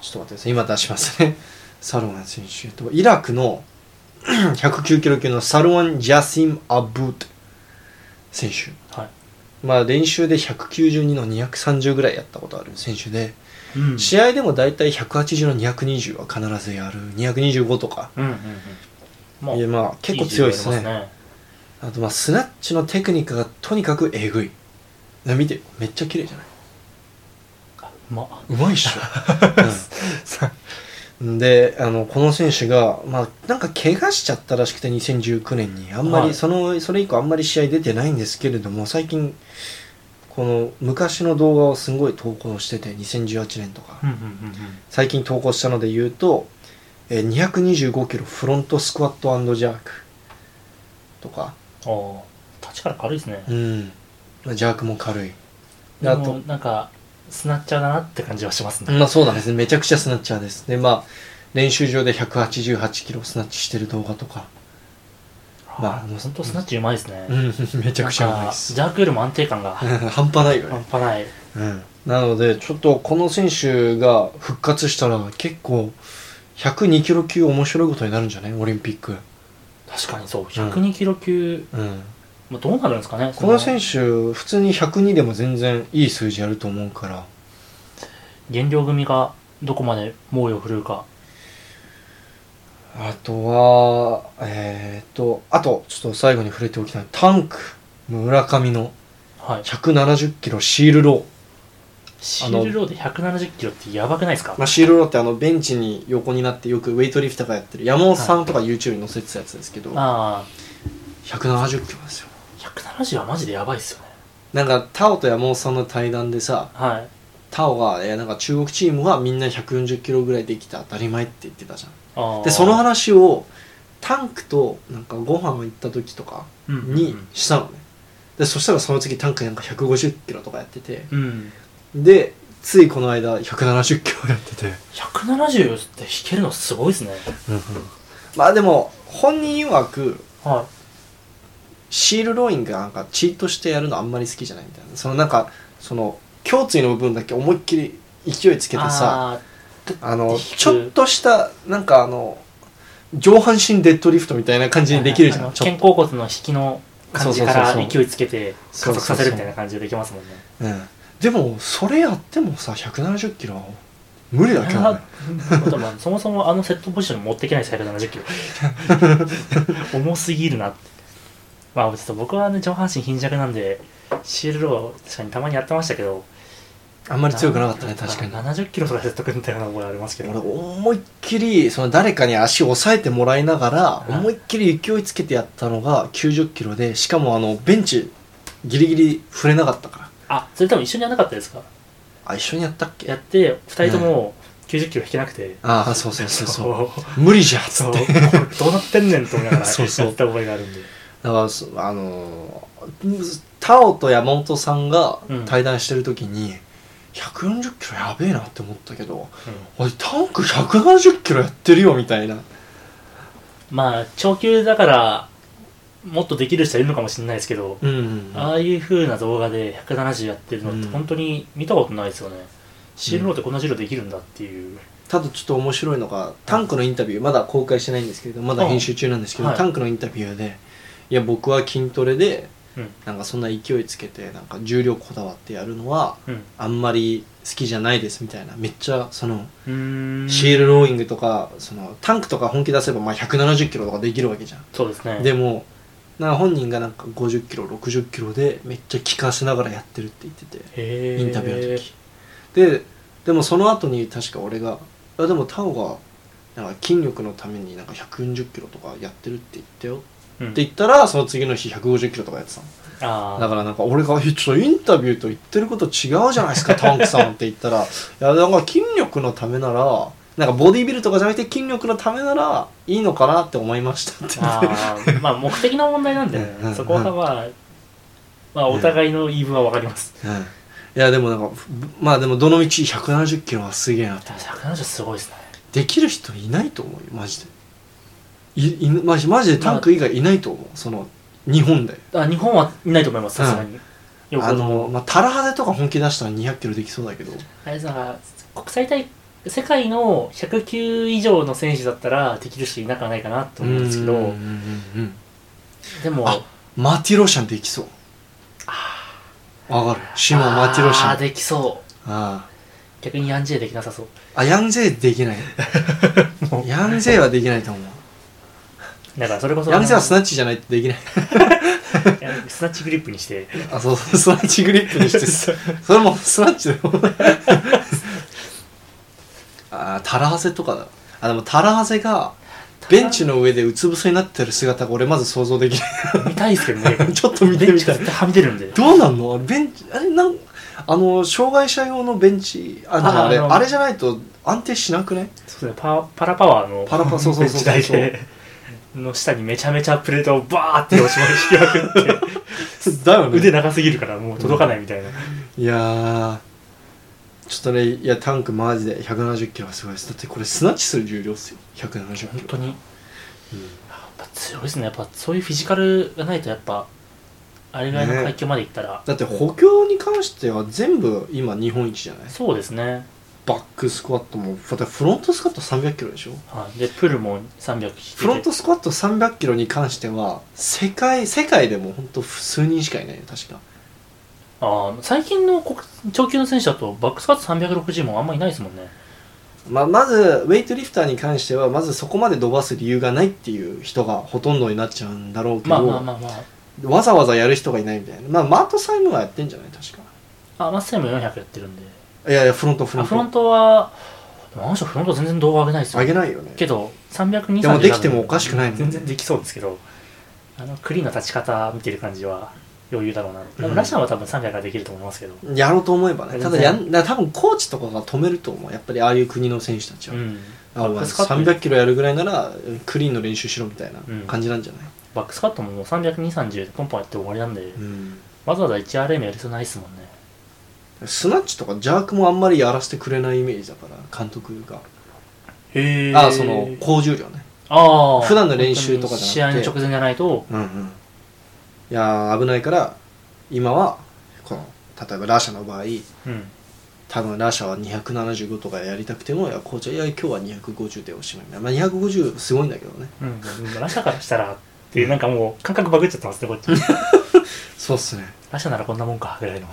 Speaker 1: ちょっと待ってください今出しますね サルワン選手とイラクの 109キロ級のサルワン・ジャシム・アブート選手
Speaker 2: はい
Speaker 1: まあ練習で192の230ぐらいやったことある選手で
Speaker 2: うん
Speaker 1: 試合でも大体180の220は必ずやる225とか、
Speaker 2: うんうんうんま
Speaker 1: いやまあ結構強いですね
Speaker 2: いい試合あります
Speaker 1: あとまあスナッチのテクニックがとにかくえぐいな見てめっちゃ綺麗じゃない
Speaker 2: ねまあ
Speaker 1: うまいっしょ、うん、であのこの選手がまあなんか怪我しちゃったらしくて2019年にあんまり、
Speaker 2: はい
Speaker 1: そのそれ以降あんまり試合出てないんですけれども最近この昔の動画をすごい投稿してて2018年とか、
Speaker 2: うんうんうん
Speaker 1: 最近投稿したので言うと、えー225キロフロントスクワットジャークとか、
Speaker 2: うんああ立ちから軽いですね
Speaker 1: うん、まあジャークも軽い。で
Speaker 2: で
Speaker 1: あ
Speaker 2: も
Speaker 1: と、
Speaker 2: なんかスナッチャーだなって感じはしますね、
Speaker 1: まあそうなんですね、めちゃくちゃスナッチャーです。で、まあ、練習場で188キロスナッチしてる動画とか、まあ
Speaker 2: あー、本当スナッチうまいですね、
Speaker 1: う
Speaker 2: め
Speaker 1: ん、めちゃくちゃうまいです。
Speaker 2: ジャークよりも安定感が
Speaker 1: 半端ないよ
Speaker 2: 半
Speaker 1: ね。
Speaker 2: 端ない
Speaker 1: うん、なので、ちょっとこの選手が復活したら結構、102キロ級面白いことになるんじゃないオリンピック。
Speaker 2: 確かにそう102キロ級、
Speaker 1: うん。
Speaker 2: まあ、どうなるんですかね
Speaker 1: この選
Speaker 2: 手
Speaker 1: 手普通に102でも全然いい数字やると思うから
Speaker 2: 減量組がどこまで猛威を振るうか
Speaker 1: あとはえっ、とあとちょっと最後に触れておきたいタンク村上の
Speaker 2: はい
Speaker 1: 170キロシールロ
Speaker 2: シールローで170キロってやばくないですか
Speaker 1: ー、まあ、シールローってあのベンチに横になってよくウェイトリフターがやってる山本さんとか YouTube に載せてたやつですけど、
Speaker 2: ああ
Speaker 1: 170キロですよ
Speaker 2: 170はマジでやばいっすよね
Speaker 1: なんかタオと山本さんの対談でさ
Speaker 2: はい
Speaker 1: タオが、えーなんか中国チームはみんな140キロぐらいできて当たり前って言ってたじゃん
Speaker 2: あー
Speaker 1: でその話をタンクとなんかご飯を行った時とか
Speaker 2: うんうんうん
Speaker 1: にしたのね、でそしたらその次タンクなんか150キロとかやってて
Speaker 2: うん
Speaker 1: でついこの間170キロやってて、
Speaker 2: 170って弾けるのすごいですね
Speaker 1: まあでも本人曰く
Speaker 2: は
Speaker 1: シールローインがなんかチートしてやるのあんまり好きじゃないみたいなそのなんかその胸椎の部分だけ思いっきり勢いつ
Speaker 2: い
Speaker 1: けてさ
Speaker 2: あ
Speaker 1: あの
Speaker 2: 引く
Speaker 1: ちょっとしたなんかあの上半身デッドリフトみたいな感じ
Speaker 2: ー
Speaker 1: にできるじ
Speaker 2: あ
Speaker 1: ゃ
Speaker 2: の
Speaker 1: んちょっ
Speaker 2: 肩甲骨の引きの感じか
Speaker 1: そうそう
Speaker 2: ら
Speaker 1: そうそう
Speaker 2: 勢いつけて加速さ
Speaker 1: そ
Speaker 2: せ
Speaker 1: うそうそ
Speaker 2: る
Speaker 1: う
Speaker 2: みたいな感じでできますもんね
Speaker 1: うんでもそれやってもさ170キロは無理だけどね
Speaker 2: あとまあそもそもあのセットポジションに持っていけないです170キロ 重すぎるなってまあちょっと僕はね上半身貧弱なんでシールロー確かにたまにやってましたけど
Speaker 1: あんまり強くなかったね確かに
Speaker 2: 70キロとかでセット組んだような覚えありますけど
Speaker 1: 俺思いっきりその誰かに足を押さえてもらいながら
Speaker 2: い
Speaker 1: 思いっきり勢いつけてやったのが90キロでしかもあのベンチギリギリ触れなかったから
Speaker 2: あそれ多分一緒にやらなかったですか
Speaker 1: あ一緒にやったっけ
Speaker 2: やって2人とも90キロ引けなくて、
Speaker 1: ああそうそうそうそう
Speaker 2: そう
Speaker 1: 無理じゃんっつ
Speaker 2: そう
Speaker 1: っ
Speaker 2: こ
Speaker 1: て
Speaker 2: れどうなってんねんと思い ながらやっ
Speaker 1: そうそう
Speaker 2: た覚えがあるんで
Speaker 1: だからそあのータオと山本さんが対談してる時に、140キロやべえなって思ったけどおいタンク170キロやってるよみたいな
Speaker 2: まあ長級だからもっとできる人はいるのかもしれないですけど、
Speaker 1: うん
Speaker 2: ああいう風な動画で170やってるのっ
Speaker 1: う
Speaker 2: て
Speaker 1: ん
Speaker 2: 本当に見たことないですよね、シールローってこんな授業できるんだっていう、
Speaker 1: ただちょっと面白いのがタンクのインタビューまだ公開してないんですけれどまだ編集中なんですけど、
Speaker 2: はい
Speaker 1: タンクのインタビューでいや僕は筋トレで
Speaker 2: うん
Speaker 1: なんかそんな勢いつけてなんか重量こだわってやるのは
Speaker 2: うん
Speaker 1: あんまり好きじゃないですみたいなめっちゃその
Speaker 2: うーん
Speaker 1: シールローイングとかそのタンクとか本気出せばまあ170キロとかできるわけじゃん
Speaker 2: そうですね
Speaker 1: でもなんか本人がなんか50キロ60キロでめっちゃ効かせながらやってるって言ってて
Speaker 2: へー
Speaker 1: インタビューの時ででもその後に確か俺が「あでもタオがなんか筋力のためになんか140キロとかやってるって言ったよ」
Speaker 2: うん
Speaker 1: って言ったらその次の日150キロとかやってたの
Speaker 2: あ
Speaker 1: だ
Speaker 2: あ
Speaker 1: からなんか俺が「えちょっとインタビューと言ってること違うじゃないです かタンクさん」って言ったら「いやなんか筋力のためならなんかボディビルとかじゃなくて筋力のためならいいのかなって思いました」って言って
Speaker 2: あーまあ目的の問題なんで
Speaker 1: うんうんうん
Speaker 2: そこはまあまあお互いの言い分は分かります
Speaker 1: うんいやでもなんかぶまあでもどの道170キロはすげえな
Speaker 2: でも170すごいですね
Speaker 1: できる人いないと思うよマジでいいマジマジでタンク以外いないと思うその日本で
Speaker 2: あ日本はいないと思いますさすがによ
Speaker 1: あ
Speaker 2: ほど
Speaker 1: の、まあ、タラハゼとか本気出したら200キロできそうだけど
Speaker 2: あれなんか国際大世界の100球以上の選手だったらできる人いなくはないかなと思うんです
Speaker 1: うんう
Speaker 2: け
Speaker 1: ん
Speaker 2: ど
Speaker 1: うんうん
Speaker 2: でも
Speaker 1: あマティロシャンできそうあわかるシモンマティロシャン
Speaker 2: あ
Speaker 1: あ
Speaker 2: ーできそう
Speaker 1: あ
Speaker 2: 逆にヤンジェできなさそう
Speaker 1: あヤンゼーでき ない
Speaker 2: もう
Speaker 1: ヤンゼーはできないと思う
Speaker 2: だからそれこそ
Speaker 1: ヤンゼーはス
Speaker 2: ス
Speaker 1: ナッチじゃないとできない
Speaker 2: スナッチグリップにして
Speaker 1: あそうスナッチグリップにして そそれもスナッチでもあータラハゼとかだあでもタラハゼがベンチの上でうつ伏せになってる姿が俺まず想像できな
Speaker 2: 見たいですけどね
Speaker 1: い ちょっと見て
Speaker 2: ベン
Speaker 1: み
Speaker 2: チか
Speaker 1: た
Speaker 2: ら
Speaker 1: い
Speaker 2: 絶対はみ出るんで
Speaker 1: どうなんのあれベンチあれなんあの障害者用のベンチあ
Speaker 2: あ
Speaker 1: あれ
Speaker 2: あ
Speaker 1: あ
Speaker 2: の
Speaker 1: れじゃないと安定しなくね
Speaker 2: そうですねパパラパワーの
Speaker 1: パラパそうそうそうそう
Speaker 2: ベンチ台での下にめちゃめちゃプレートをバーって押し引きまくって
Speaker 1: だよ
Speaker 2: 腕長すぎるからもう届かないみたいな、
Speaker 1: いやーちょっとねいやタンクマジで170キロはすごいですだってこれスナッチする重量っすよ170
Speaker 2: 本
Speaker 1: キ
Speaker 2: 当
Speaker 1: ロ
Speaker 2: に、やっぱ強いですねやっぱそういうフィジカルがないとやっぱあれぐらいの階級までいったら、
Speaker 1: だって補強に関しては全部今日本一じゃない
Speaker 2: そうですね、
Speaker 1: バックスクワットもだってフロントスクワット300キロでしょ
Speaker 2: はい、でプルも300引いて
Speaker 1: フロントスクワット300キロに関しては世界世界でも本当数人しかいないよ確か
Speaker 2: あー最近の国長級の選手だとバックスカット360もあんまいないですもんね
Speaker 1: まあ、まずウェイトリフターに関してはまずそこまで伸ばす理由がないっていう人がほとんどになっちゃうんだろうけど、
Speaker 2: まあまあまあまあ
Speaker 1: わざわざやる人がいないみたいなまあマート・サイムはやってんじゃない確か
Speaker 2: あマッセイも400やってるんで
Speaker 1: いやいやフロントフロ
Speaker 2: あ
Speaker 1: ン
Speaker 2: フ
Speaker 1: ト
Speaker 2: ロントはでもあの人フロント全然動画上げないですよ
Speaker 1: 上げないよね
Speaker 2: けど302
Speaker 1: でもできてもおかしくないもん
Speaker 2: 全然できそうですけどあのクリーンの立ち方見てる感じは余裕だろうなで
Speaker 1: う
Speaker 2: も
Speaker 1: ん
Speaker 2: ラシャンは多分300からできると思いますけど
Speaker 1: やろうと思えばねただ
Speaker 2: 全然
Speaker 1: やんだから多分コーチとかが止めると思うやっぱりああいう国の選手たち
Speaker 2: う
Speaker 1: は、
Speaker 2: ん
Speaker 1: あお前
Speaker 2: バックスカット
Speaker 1: 300キロやるぐらいならクリーンの練習しろみたいな感じなんじゃない、
Speaker 2: バックスカットももう32030でポンポンやって終わりなんで、
Speaker 1: うん
Speaker 2: わざわざ 1RM やる必要ないですもんね
Speaker 1: スナッチとかジャークもあんまりやらせてくれないイメージだから監督が、
Speaker 2: へ
Speaker 1: ああその高重量ね
Speaker 2: ああ
Speaker 1: 普段の練習とかじ
Speaker 2: 試
Speaker 1: ゃな
Speaker 2: 合
Speaker 1: く
Speaker 2: の
Speaker 1: て
Speaker 2: 直前じゃないと
Speaker 1: うんうんいやー危ないから今はこの例えばラシャの場合
Speaker 2: うん
Speaker 1: 多分ラシャは275とかやりたくてもいやコーチはいや今日は250でおしまい、まあ、250すごいんだけどね
Speaker 2: うんラシャからしたらっていうなんかもう感覚バグっちゃってますねこ っち
Speaker 1: そうっすね
Speaker 2: ラシャならこんなもんかぐらいの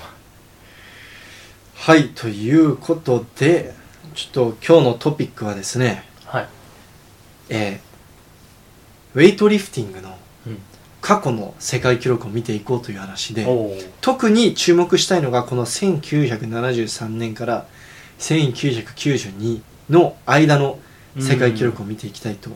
Speaker 1: はいということでちょっと今日のトピックはですね
Speaker 2: はい、
Speaker 1: えーウェイトリフティングの
Speaker 2: うん、
Speaker 1: 過去の世界記録を見ていこうという話で
Speaker 2: おおー
Speaker 1: 特に注目したいのがこの1973年から1992の間の世界記録を見ていきたいと、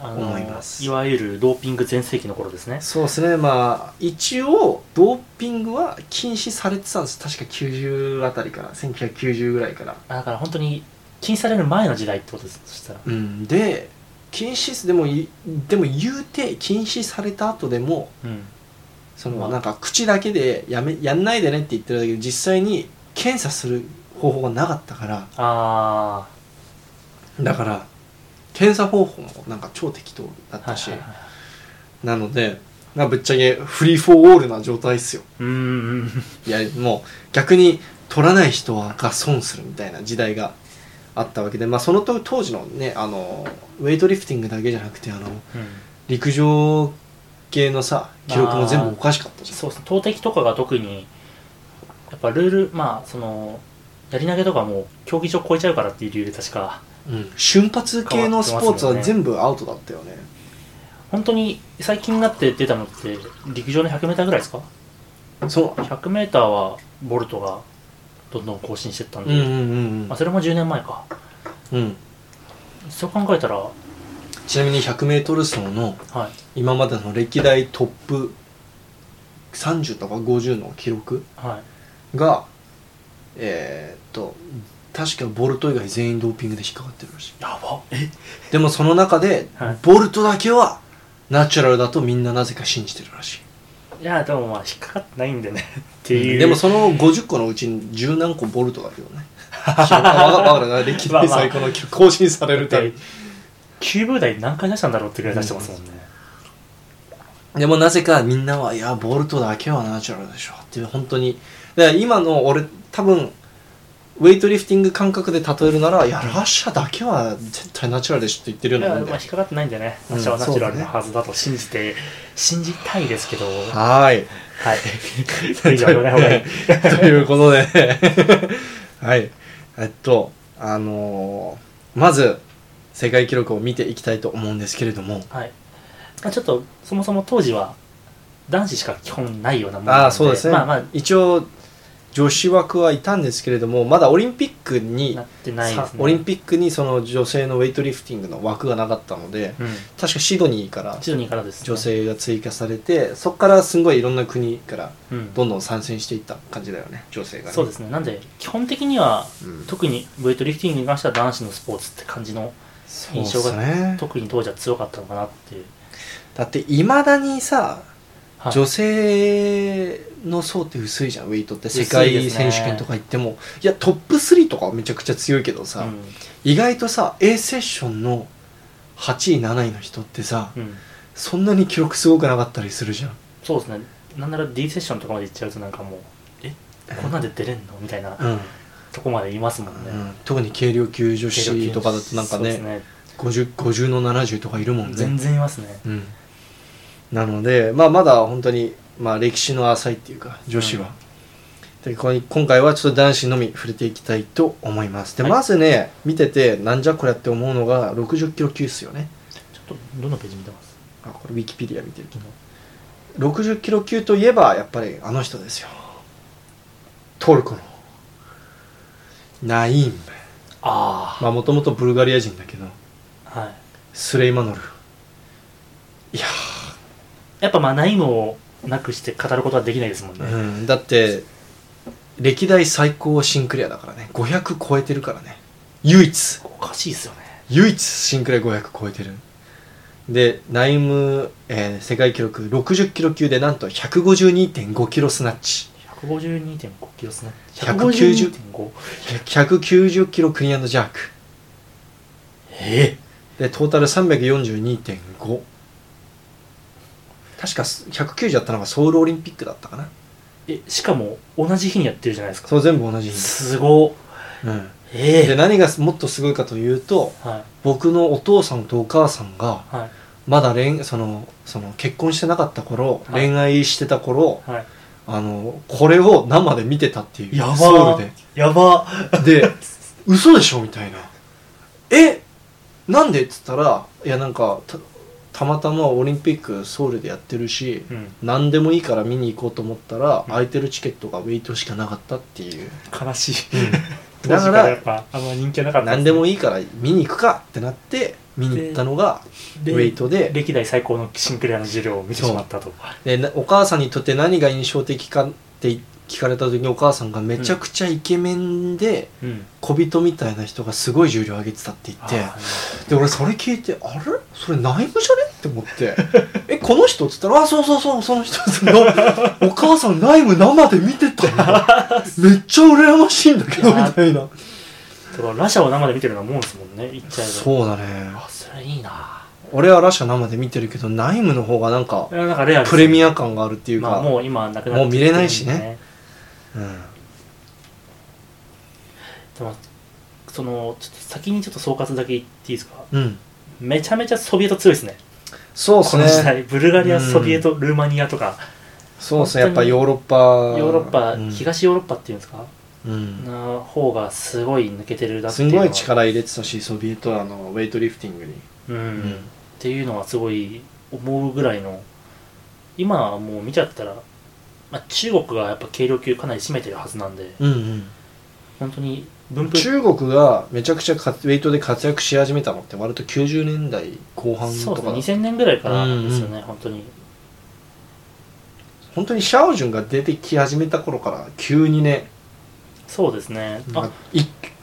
Speaker 2: あの
Speaker 1: 思います
Speaker 2: いわゆるドーピング全盛期の頃ですね
Speaker 1: そうですねまあ一応ドーピングは禁止されてたんです確か90あたりから1990ぐらいから
Speaker 2: あだから本当に禁止される前の時代ってことですそしたら
Speaker 1: うんで禁止でもいでも言うて禁止された後でも
Speaker 2: うん
Speaker 1: そ
Speaker 2: ま
Speaker 1: の
Speaker 2: あ
Speaker 1: なんか口だけでやめやんないでねって言ってるだけで実際に検査する方法がなかったから
Speaker 2: あ
Speaker 1: だから検査方法もなんか超適当だっ
Speaker 2: あ
Speaker 1: たし、
Speaker 2: はいはいはい
Speaker 1: なのでまあぶっちゃけフリーフォーオールな状態っすよ
Speaker 2: うーん
Speaker 1: いやもう逆に取らない人はが損するみたいな時代があったわけで、まあ、そのと当時のねあのウェイトリフティングだけじゃなくてあの
Speaker 2: うん
Speaker 1: 陸上系のさ記録も全部おかしかったじゃん
Speaker 2: そうですね投擲とかが特にやっぱルールまあそのやり投げとかも競技場超えちゃうからっていう理由で確か
Speaker 1: うん、瞬発系のスポーツは全部アウトだったよね
Speaker 2: 本当に最近になって出たのって陸上の 100m ぐらいですか
Speaker 1: そう
Speaker 2: 100m はボルトがどんどん更新してったん
Speaker 1: う
Speaker 2: で、
Speaker 1: んうんうん
Speaker 2: まあ、それも10年前か
Speaker 1: うん、うん、
Speaker 2: そう考えたらは
Speaker 1: ちなみに 100m 走の
Speaker 2: い
Speaker 1: 今までの歴代トップ30とか50の記録
Speaker 2: はい
Speaker 1: がえーっと確かボルト以外全員ドーピングで引っかかってるらしい
Speaker 2: やばえ
Speaker 1: でもその中で
Speaker 2: はい
Speaker 1: ボルトだけはナチュラルだとみんななぜか信じてるらし
Speaker 2: いやでもまあ引っかかってないんでねって
Speaker 1: い、
Speaker 2: いう
Speaker 1: でもその50個のうちに10何個ボルトだけどね 記録わかわかるな歴代最高の記録更新されるたび
Speaker 2: 9秒台何回出したんだろうってぐらい出してますもんね、
Speaker 1: でもなぜかみんなは、いや、ボルトだけはナチュラルでしょっていう、本当に。だから今の俺、多分、ウェイトリフティング感覚で例えるなら、いや、ラッシャーだけは絶対ナチュラルでしょって言ってるよう
Speaker 2: い
Speaker 1: な
Speaker 2: や
Speaker 1: もんで。
Speaker 2: まあ
Speaker 1: は
Speaker 2: 引っかかってないんでね、
Speaker 1: うん
Speaker 2: 私はナチュラルなはずだと信じて、信じたいですけど、は
Speaker 1: ーい。
Speaker 2: い。それ以上は言わない方が いい。
Speaker 1: ということで、 はい。えっと、あのーまず、世界記録を見ていきたいと思うんですけれども、
Speaker 2: はい。まあ、ちょっと、そもそも当時は、男子しか基本ないようなものなので、
Speaker 1: ああ、そうですね。
Speaker 2: まあまあ、
Speaker 1: 一応、女子枠はいたんですけれども、まだオリンピックに
Speaker 2: なってないです
Speaker 1: さ
Speaker 2: ね。
Speaker 1: オリンピックにその女性のウェイトリフティングの枠がなかったので
Speaker 2: うん。
Speaker 1: 確かシドニーから
Speaker 2: シドニーからです、ね。
Speaker 1: 女。性が追加されてそこからすごいいろんな国から
Speaker 2: うん。
Speaker 1: どんどん参戦していった感じだよね女性がね、
Speaker 2: そうですね。なんで、基本的には、
Speaker 1: うん
Speaker 2: 特にウェイトリフティングに関しては男子のスポーツって感じの、
Speaker 1: そうですね
Speaker 2: 特に当時は強かったのかなっていう。
Speaker 1: だっていまだにさ、
Speaker 2: はい
Speaker 1: 女性の層って薄いじゃんウェイトって
Speaker 2: 薄い
Speaker 1: 世
Speaker 2: ですね
Speaker 1: 界選手権とか行ってもい,、やトップ3とかはめちゃくちゃ強いけどさ、
Speaker 2: う
Speaker 1: 意外とさ A セッションの8位7位の人ってさ、
Speaker 2: ん。うん。
Speaker 1: そんなに記録すごくなかったりするじゃん
Speaker 2: そうですね。なんなら D セッションとかまで行っちゃうとなんかもう、えこんなんで出れんのみたいな
Speaker 1: うん
Speaker 2: とこまでいますもんね。
Speaker 1: うん特に軽量級女子とかだとなんか
Speaker 2: そうで
Speaker 1: ね
Speaker 2: すね
Speaker 1: 50, 50の70とかいるもん
Speaker 2: 全
Speaker 1: ね、
Speaker 2: 然いますね。
Speaker 1: うん、なので、まあ、まだ本当にまあ、歴史の浅いっていうか女子は、でここに今回はちょっと男子のみ触れていきたいと思いますで、
Speaker 2: はい
Speaker 1: まずね見ててなんじゃこりゃって思うのが60キロ級っすよね
Speaker 2: ちょっとどのページ見てます
Speaker 1: あこれウィキペディア見てるけど60キロ級といえばやっぱりあの人ですよトルコのナイーム
Speaker 2: あ
Speaker 1: まあもともとブルガリア人だけど
Speaker 2: あ。はい。
Speaker 1: スレイマノルいや
Speaker 2: やっぱまあナイムをなくして語ることはできないですもんね。
Speaker 1: ー、うん、だって歴代最高はシンクレアだからね500超えてるからね唯一
Speaker 2: おかしいですよね。
Speaker 1: 唯一シンクレア500超えてるでナイム、えー世界記録60キロ級でなんと152.5キロスナッチ
Speaker 2: 152.5キロですね。
Speaker 1: 190
Speaker 2: 152.5?
Speaker 1: 190キロクリアンドジャーク
Speaker 2: え
Speaker 1: でトータル342.5確か190だったのがソウルオリンピックだったかな
Speaker 2: ええ、しかも同じ日にやってるじゃないですか。
Speaker 1: そう全部同じ日、
Speaker 2: すごっ
Speaker 1: うん、
Speaker 2: え
Speaker 1: で
Speaker 2: え
Speaker 1: 何がもっとすごいかというと
Speaker 2: はい。
Speaker 1: 僕のお父さんとお母さんが
Speaker 2: は
Speaker 1: まだ恋そのその結婚してなかった頃、
Speaker 2: はい
Speaker 1: 恋愛してた頃
Speaker 2: い。は
Speaker 1: あのこれを生で見てたっていう
Speaker 2: い。やば
Speaker 1: ソウ
Speaker 2: ー
Speaker 1: ル
Speaker 2: やばー
Speaker 1: で で嘘でしょみたいなえなんでっつったらいやなんかたたまたまオリンピックソウルでやってるし
Speaker 2: うん。
Speaker 1: 何でもいいから見に行こうと思ったら、
Speaker 2: うん
Speaker 1: 空いてるチケットがウェイトしかなかったっていう
Speaker 2: 悲しい。当
Speaker 1: だ
Speaker 2: 時
Speaker 1: か
Speaker 2: からやっ
Speaker 1: ら
Speaker 2: ぱあんま人気はなかった
Speaker 1: 何でも
Speaker 2: い
Speaker 1: いいから見に行くかってなって見に行ったのがウ
Speaker 2: で
Speaker 1: ェイトで
Speaker 2: 歴代最高のシンクレアの授業を見てしまったと。
Speaker 1: でなお母さんにとって何が印象的かって聞かれた時にお母さんがめちゃくちゃイケメンで
Speaker 2: うん。
Speaker 1: 小人みたいな人がすごい重量上げてたって言って
Speaker 2: あー
Speaker 1: で俺それ聞いてあれそれナイムじゃねって思って えこの人っつったらあそうそうそうその人その お母さんナイム生で見てたのめっちゃ羨ましいんだけどみたいな
Speaker 2: だからラシャを生で見てるのはもんですもんね言っちゃえばう
Speaker 1: そうだね
Speaker 2: あそれいいな
Speaker 1: 俺はラシャ生で見てるけどナイムの方がなんか
Speaker 2: いやなんかレアです
Speaker 1: プレミア感があるっていうか、
Speaker 2: まあもう今はなくなっ
Speaker 1: もう見れないしねうん
Speaker 2: でもそのちょっと先にちょっと総括だけ言っていいですか
Speaker 1: うん
Speaker 2: めちゃめちゃソビエト強いですね
Speaker 1: そうです
Speaker 2: この時
Speaker 1: ね
Speaker 2: 代ブルガリア、
Speaker 1: うん
Speaker 2: ソビエトルーマニアとか
Speaker 1: そうですねやっぱヨーロッパ
Speaker 2: ヨーロッパ、
Speaker 1: うん
Speaker 2: 東ヨーロッパっていうんですか
Speaker 1: うん
Speaker 2: な方がすごい抜けてるだって
Speaker 1: す
Speaker 2: いうの
Speaker 1: ご
Speaker 2: はい
Speaker 1: 力入れてたしソビエトはあのウェイトリフティングに、
Speaker 2: うん、
Speaker 1: うん
Speaker 2: っていうのはすごい思うぐらいの今はもう見ちゃったら、まあ、中国がやっぱ軽量級かなり占めてるはずなんで本当に分布
Speaker 1: 中国がめちゃくちゃかウェイトで活躍し始めたのって割と90年代後半
Speaker 2: そう
Speaker 1: と
Speaker 2: で
Speaker 1: か
Speaker 2: すね
Speaker 1: だ
Speaker 2: 2000年ぐらいからですよね、本当に
Speaker 1: 本当にシャオジュンが出てき始めた頃から急にね
Speaker 2: そうですねあ、
Speaker 1: あ い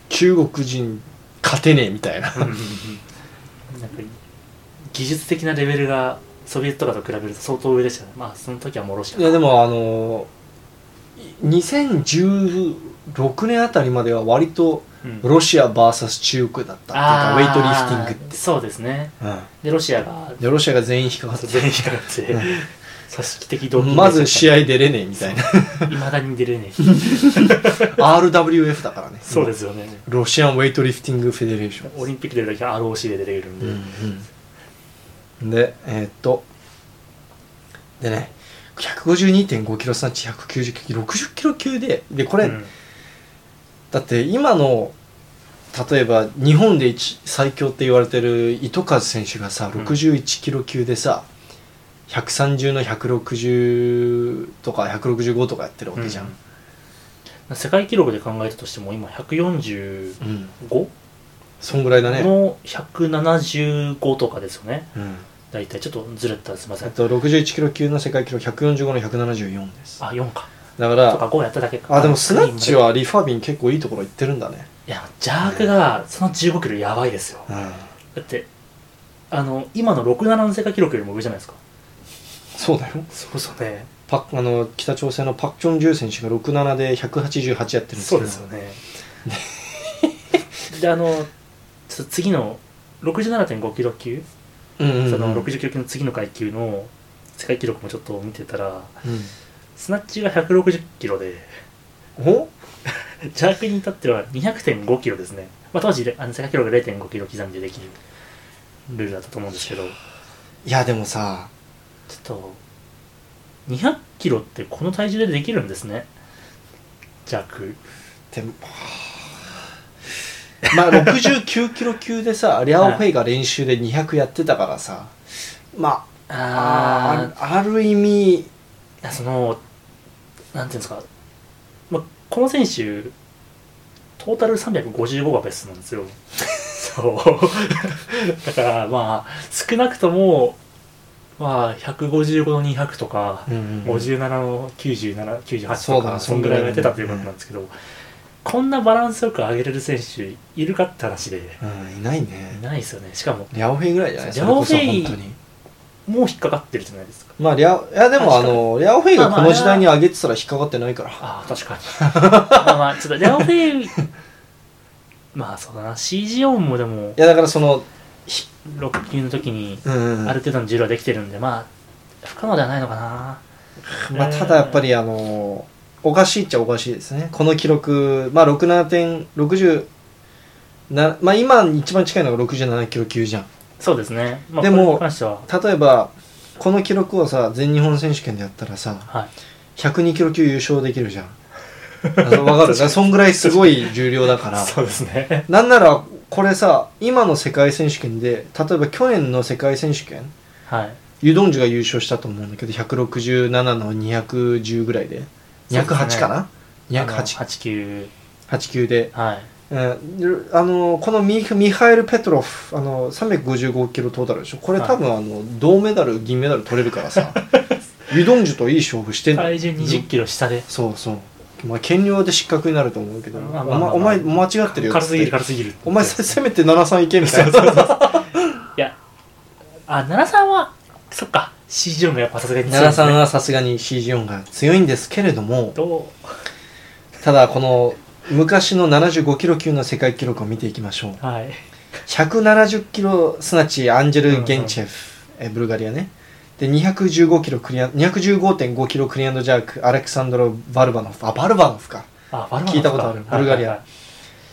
Speaker 1: 中国人勝てねえみたい な
Speaker 2: うんうんうんなんか技術的なレベルがソビエトとかと比べると相当上でしたねまあその時はもろしか
Speaker 1: いやでもあの2016年あたりまでは割と
Speaker 2: うん
Speaker 1: ロシア VS 中国だったっていうかウェイトリフティングって、
Speaker 2: そうですねでロシアが
Speaker 1: でロシアが全員引っかかって
Speaker 2: 全員引っかかって
Speaker 1: うん
Speaker 2: 組織的動機
Speaker 1: まず試
Speaker 2: 合
Speaker 1: 合出れねえみたいな
Speaker 2: いまだに出れ ねえ
Speaker 1: RWF だからね
Speaker 2: そうですよね
Speaker 1: ロシアンウェイトリフティングフェデレーション
Speaker 2: オリンピック出るだけ ROC で出てくるんで、
Speaker 1: でえーっとでね152.5キロすなわち190キロ60キロ級ででこれ、
Speaker 2: うん
Speaker 1: だって今の例えば日本で一最強って言われてる糸数選手がさ
Speaker 2: うん
Speaker 1: 61キロ級でさ、130の160とか165とかやってるわけじゃん、
Speaker 2: うん世界記録で考えたとしても今145
Speaker 1: うんそんぐらいだね、
Speaker 2: の175とかですよね
Speaker 1: うん
Speaker 2: 大体ちょっとずれてたらすいませ
Speaker 1: えっ
Speaker 2: ん
Speaker 1: と、61キロ級の世界記録145の174です
Speaker 2: あ4か
Speaker 1: だか
Speaker 2: とから5やっただけか
Speaker 1: あでもスナッチ
Speaker 2: い
Speaker 1: はリファビン結構いいところ行ってるんだね
Speaker 2: やジャークがその15キロやばいですよ
Speaker 1: うん
Speaker 2: だってあの今の67の世界記録よりも上じゃないですか
Speaker 1: そうだよ
Speaker 2: そうそうね
Speaker 1: パあの北朝鮮のパク・チョンジュ選手が67で188やってるんですけ
Speaker 2: そう
Speaker 1: ど
Speaker 2: ですよねであのちょっと次の67.5キロ級、
Speaker 1: うんうんうん、
Speaker 2: その60キロ級の次の階級の世界記録もちょっと見てたら
Speaker 1: う
Speaker 2: スナッチが160キロで
Speaker 1: ん、お
Speaker 2: ジャークに至っては200.5キロですね、まあ、当時あの世界記録が0.5キロ刻みでできるルールだったと思うんですけど
Speaker 1: いやでもさ
Speaker 2: ちょっと200キロってこの体重でできるんですね弱
Speaker 1: でもまあ69キロ級で さリャオ・フェイが練習で200やってたからさまあ
Speaker 2: あ
Speaker 1: あある意味
Speaker 2: あそのなんていうんですか、まあ、この選手トータル355がベストなんで すよそうだ からまあ少なくともまあ155の200とか、57の9798
Speaker 1: そ
Speaker 2: と
Speaker 1: うだ
Speaker 2: か
Speaker 1: ね
Speaker 2: そんぐらいがやってたということなんですけど、こんなバランスよく上げれる選手いるかって話で
Speaker 1: うんいない
Speaker 2: い
Speaker 1: ね
Speaker 2: ないですよねしかも
Speaker 1: リャオ・フェイぐらいじゃない
Speaker 2: リャオフェイ
Speaker 1: それこそ本当に
Speaker 2: もう引っかかってるじゃないですか
Speaker 1: まあリャオいやでもあのリャオ・フェイがこの時代に上げてたら引っかかってないから
Speaker 2: ああ確かに まあまあちょっとレオフェイまあそうだな CG 音もでも
Speaker 1: いやだからその
Speaker 2: 6級の時に
Speaker 1: うんうんうん
Speaker 2: ある程度の重量はできてるんでまあ不可能ではないのかな
Speaker 1: まあ、ただやっぱりあのおかしいっちゃおかしいですねこの記録まあ67点60なまあ今一番近いのが67キロ級じゃん
Speaker 2: そうですね、まあ、
Speaker 1: でも
Speaker 2: これに関しては
Speaker 1: 例えばこの記録をさ全日本選手権でやったらさ
Speaker 2: はい
Speaker 1: 102キロ級優勝できるじゃんあのわか るだからそんぐらいすごい重量だから
Speaker 2: そうですね
Speaker 1: なんならこれさ今の世界選手権で例えば去年の世界選手権
Speaker 2: はい
Speaker 1: ユドンジュが優勝したと思うんだけど167の210ぐらいで208かな、208
Speaker 2: 8級
Speaker 1: 8級で、
Speaker 2: はい
Speaker 1: うん、あのこのミミハイル・ペトロフあの355キロトータルでしょこれ
Speaker 2: はい
Speaker 1: 多分あの銅メダル銀メダル取れるから さユドンジュといい勝負してん
Speaker 2: 体重2 0キロ下で
Speaker 1: そうそう、まあ、減量で失格になると思うけど、
Speaker 2: まあ
Speaker 1: お
Speaker 2: まあまあ
Speaker 1: 前お前間違ってるよっ
Speaker 2: 軽
Speaker 1: つ
Speaker 2: す
Speaker 1: っ
Speaker 2: ぎる
Speaker 1: て
Speaker 2: 軽すぎる
Speaker 1: お前せせめて73いけみたいな
Speaker 2: いやあ奈良さんはそっか CG 音がやっぱさすがに強いで
Speaker 1: 奈良
Speaker 2: すね
Speaker 1: さんはさすがに CG4 が強いんですけれども
Speaker 2: ど
Speaker 1: ただこの昔の75キロ級の世界記録を見ていきましょう
Speaker 2: うはい
Speaker 1: 170キロすなわちアンジェル・ゲンチェフ、えブルガリアねで215キロクリア215.5キロクリアンドジャークアレクサンドロ・バルバノフあバルバノフか
Speaker 2: あバルバノフか
Speaker 1: 聞いたことあるブルガリア
Speaker 2: はいはいはい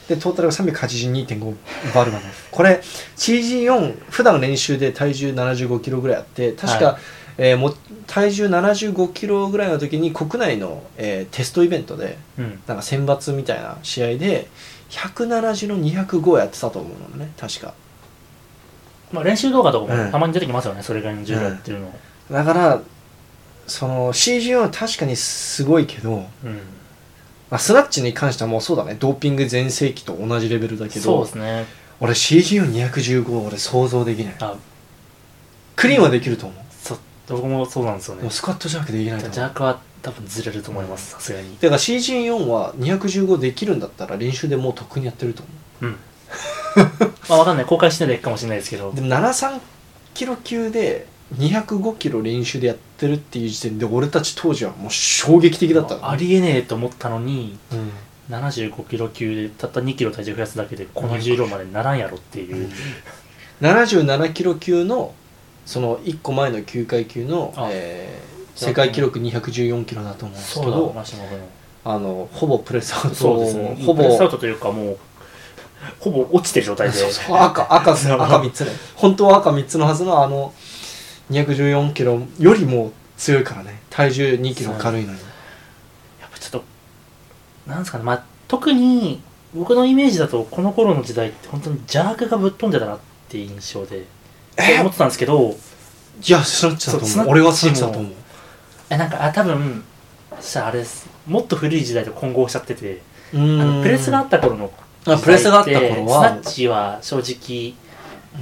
Speaker 1: ででトータルが382.5バルまでこれ CG4 普段練習で体重75キロぐらいあって確か、
Speaker 2: は
Speaker 1: えーも体重75キロぐらいの時に国内の、えーテストイベントで
Speaker 2: うん
Speaker 1: なんか選抜みたいな試合で170の205やってたと思うのね確か
Speaker 2: まあ、練習動画とか
Speaker 1: うん
Speaker 2: もたまに出てきますよね、それぐらいの重量っていうのを、
Speaker 1: だからその CG4 は確かにすごいけど、
Speaker 2: うん
Speaker 1: まあ、スナッチに関してはもうそうだねドーピング全盛期と同じレベルだけど
Speaker 2: そうですね
Speaker 1: 俺 CG4215 俺想像できない
Speaker 2: あ
Speaker 1: クリーンはできると思う、
Speaker 2: そ僕もそうなんですよ
Speaker 1: も
Speaker 2: ね
Speaker 1: うスカットジャークできないと
Speaker 2: ジ
Speaker 1: 思う
Speaker 2: ャークは多分ずれると思いますさすがに
Speaker 1: だから CG4 は215できるんだったら練習でもうとっくにやってると思
Speaker 2: うんまあわかんない公開してないかもしれないですけど
Speaker 1: うでも73キロ級で205キロ練習でやってるっていう時点で俺たち当時はもう衝撃的だったから
Speaker 2: ありえねえと思ったのに
Speaker 1: うん
Speaker 2: 75キロ級でたった2キロ体重増やすだけでこの重量までならんやろっていう、
Speaker 1: 77キロ級のその1個前の9階級の
Speaker 2: あ、
Speaker 1: えー世界記録214キロだと思うんですけど
Speaker 2: マシモフの
Speaker 1: あのほぼプレスアウト
Speaker 2: そうですね
Speaker 1: ほぼ
Speaker 2: プレスアウトというかもうほぼ落ちてる状態 で
Speaker 1: そうそう赤 赤す赤3つね本当は赤3つのはずのあの214キロよりも強いからね体重2キロ軽いのに
Speaker 2: やっぱちょっとなんですかねまあ特に僕のイメージだとこの頃の時代って本当に邪悪がぶっ飛んでたなっていう印象でそう思ってたんですけど
Speaker 1: いやスナッチだと
Speaker 2: そうスナ
Speaker 1: 思
Speaker 2: ッ
Speaker 1: う俺
Speaker 2: チ
Speaker 1: はスナッチだと思う
Speaker 2: えなんかあ多分したらあれですもっと古い時代と混合しちゃってて
Speaker 1: うー
Speaker 2: あの
Speaker 1: ん
Speaker 2: プレスがあった頃の
Speaker 1: あプレスがあった
Speaker 2: 時代
Speaker 1: 頃
Speaker 2: て
Speaker 1: は
Speaker 2: スナッチは正直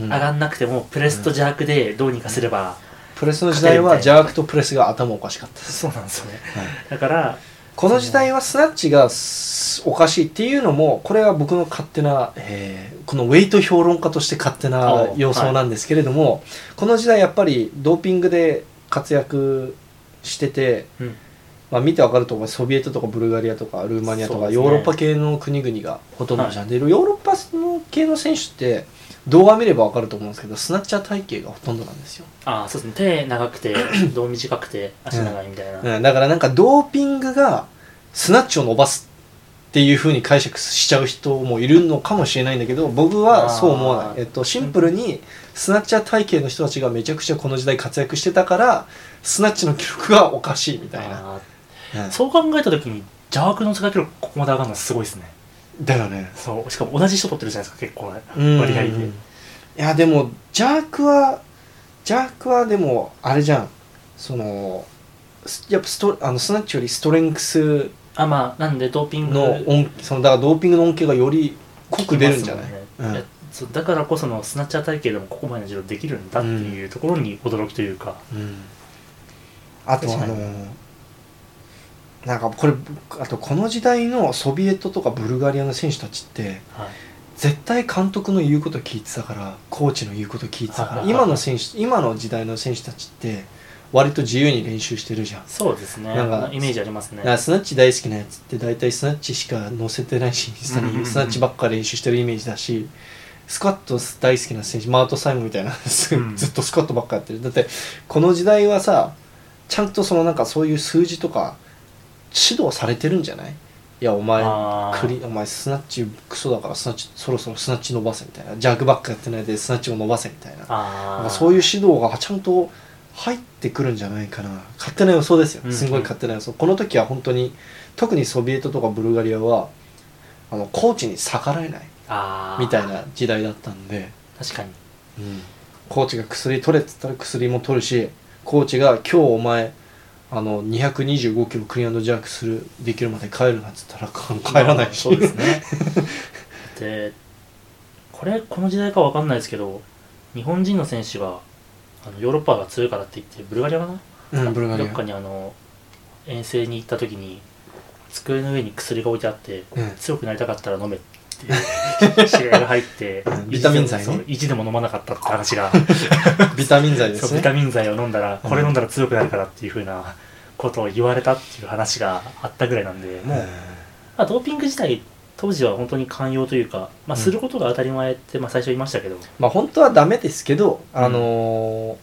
Speaker 1: うん
Speaker 2: 上がんなくてもプレスと邪悪でどうにかすれば、
Speaker 1: プレスの時代は
Speaker 2: 勝てるみたいな
Speaker 1: 邪悪とプレスが頭おかしかったです
Speaker 2: そうなんですよね
Speaker 1: はい
Speaker 2: だから
Speaker 1: この時代はスナッチがすおかしいっていうのもこれは僕の勝手な、えーこのウェイト評論家として勝手な
Speaker 2: お
Speaker 1: 予想なんですけれども、この時代やっぱりドーピングで活躍してて、
Speaker 2: うん
Speaker 1: まあ、見てわかると思うソビエトとかブルガリアとかルーマニアと
Speaker 2: そう
Speaker 1: か
Speaker 2: ですね
Speaker 1: ヨーロッパ系の国々がほとんどじゃん、でヨーロッパ系の選手って動画見ればわかると思うんですけどスナッチャー体型がほとんどなんですよ、
Speaker 2: あそうですね手長 くて胴短くて足長いみたいな、
Speaker 1: うん、だからなんかドーピングがスナッチを伸ばすっていう風に解釈しちゃう人もいるのかもしれないんだけど僕はそう思わ
Speaker 2: あ
Speaker 1: ない、
Speaker 2: ー
Speaker 1: えっと、シンプルにスナッチャー体系の人たちがめちゃくちゃこの時代活躍してたからスナッチの記録がおかしいみたいな、
Speaker 2: あー
Speaker 1: うん
Speaker 2: そう考えた時に邪悪の世界記録ここまで上がるのはすごいですね
Speaker 1: だよね
Speaker 2: そうしかも同じ人取ってるじゃないですか結構ね
Speaker 1: うん
Speaker 2: 割合で
Speaker 1: いやでもジャークはジャークはでもあれじゃんそのすやっぱストあのスナッチよりストレンクス
Speaker 2: あまあなんでドーピング
Speaker 1: の恩そのだからドーピングの恩恵がより濃く出るんじゃない、
Speaker 2: きます
Speaker 1: う
Speaker 2: もん
Speaker 1: ん
Speaker 2: ねえそうだからこそのスナッチャー体系でもここまでの治療できるんだっていうところに驚きというか、
Speaker 1: あと
Speaker 2: 確
Speaker 1: あ
Speaker 2: かに
Speaker 1: のなんかこれあとこの時代のソビエトとかブルガリアの選手たちって
Speaker 2: はい
Speaker 1: 絶対監督の言うこと聞いてたからコーチの言うこと聞いてたか
Speaker 2: はい
Speaker 1: ら今
Speaker 2: はいはい
Speaker 1: の選手今の時代の選手たちって割と自由に練習してるじゃん
Speaker 2: そうですね
Speaker 1: なんか
Speaker 2: イメージありますね
Speaker 1: だからスナッチ大好きなやつって大体スナッチしか載せてないしインスタ
Speaker 2: うんうんうん
Speaker 1: にスナッチばっか練習してるイメージだしスクワット大好きな選手マウト・サイモンみ たいなず
Speaker 2: うん
Speaker 1: っとスクワットばっかやってるだってこの時代はさちゃんとそのなんかそういう数字とか指導されてるんじゃないいやお前
Speaker 2: あー
Speaker 1: クリお前スナッチクソだからスナッチそろそろスナッチ伸ばせみたいなジャグばっかやってないでスナッチも伸ばせみたいななん
Speaker 2: あ
Speaker 1: かそう
Speaker 2: い
Speaker 1: いう指導がちゃんと入ってくるんじゃないかな勝手な予想です
Speaker 2: うん
Speaker 1: よ
Speaker 2: うん
Speaker 1: すごい勝手な予想、この時は本当に特にソビエトとかブルガリアはあのコーチに逆らえない
Speaker 2: あー
Speaker 1: みたいな時代だったんで、
Speaker 2: 確かに
Speaker 1: コーチが薬取れっつったら薬も取るしコーチが「今日お前あの225キロクリアンドジャークするできるまで帰るな」っつったら か帰らないし、
Speaker 2: そうですね でこれこの時代かわかんないですけど日本人の選手があのヨーロッパが強いからって言ってブルガリアかな
Speaker 1: うんブルガリ
Speaker 2: ど
Speaker 1: ア
Speaker 2: っかにあの遠征に行った時に机の上に薬が置いてあって、
Speaker 1: うん
Speaker 2: 強くなりたかったら飲 めっていう指令が入って
Speaker 1: うんビタミン剤ね
Speaker 2: そう意地でも飲まなかったって話が
Speaker 1: ビタミン剤で
Speaker 2: そ
Speaker 1: す
Speaker 2: う
Speaker 1: ね
Speaker 2: ビタミン剤を飲んだら
Speaker 1: うん
Speaker 2: これ飲んだら強くなるからっていうふうなことを言われたっていう話があったぐらいなんでもう、まあ、ドーピング自体当時は本当に寛容というか、まあ、することが当たり前って、まあ、最初言いましたけど、
Speaker 1: まあ本当はダメですけど、あのー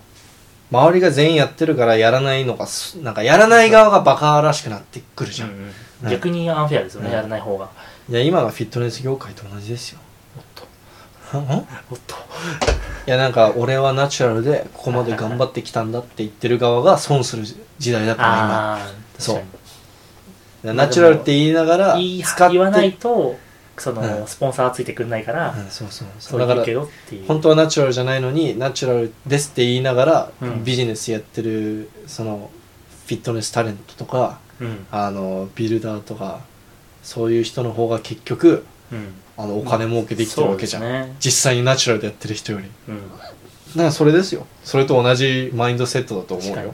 Speaker 1: 周りが全員やってるからやらないのがすなんかやらない側がバカらしくなってくるじゃん、うん
Speaker 2: 逆にアンフェアですよね、
Speaker 1: うん
Speaker 2: やらない方が
Speaker 1: いや今がフィットネス業界と同じですよ
Speaker 2: おっと
Speaker 1: んんい
Speaker 2: おっと
Speaker 1: やなんか俺はナチュラルでここまで頑張ってきたんだって言ってる側が損する時代だから今
Speaker 2: ああ
Speaker 1: そう
Speaker 2: 確か
Speaker 1: いやナチュラルって言いながら
Speaker 2: に言い
Speaker 1: 使って
Speaker 2: 言わないとその、
Speaker 1: うん
Speaker 2: スポンサーついてくんないか
Speaker 1: う
Speaker 2: ら、
Speaker 1: ん、そうそう
Speaker 2: そ
Speaker 1: そうだ
Speaker 2: う
Speaker 1: か
Speaker 2: 言う
Speaker 1: ら
Speaker 2: けどっていう
Speaker 1: 本当はナチュラルじゃないのにナチュラルですって言いながら、
Speaker 2: うん
Speaker 1: ビジネスやってるそのフィットネスタレントとか
Speaker 2: うん
Speaker 1: あのビルダーとかそういう人の方が結局
Speaker 2: うん
Speaker 1: あのお金儲けできてるわけじゃん、
Speaker 2: そうですね
Speaker 1: 実際にナチュラルでやってる人より
Speaker 2: うん
Speaker 1: だからそれですよそれと同じマインドセットだと思
Speaker 2: 確
Speaker 1: う
Speaker 2: かに
Speaker 1: よ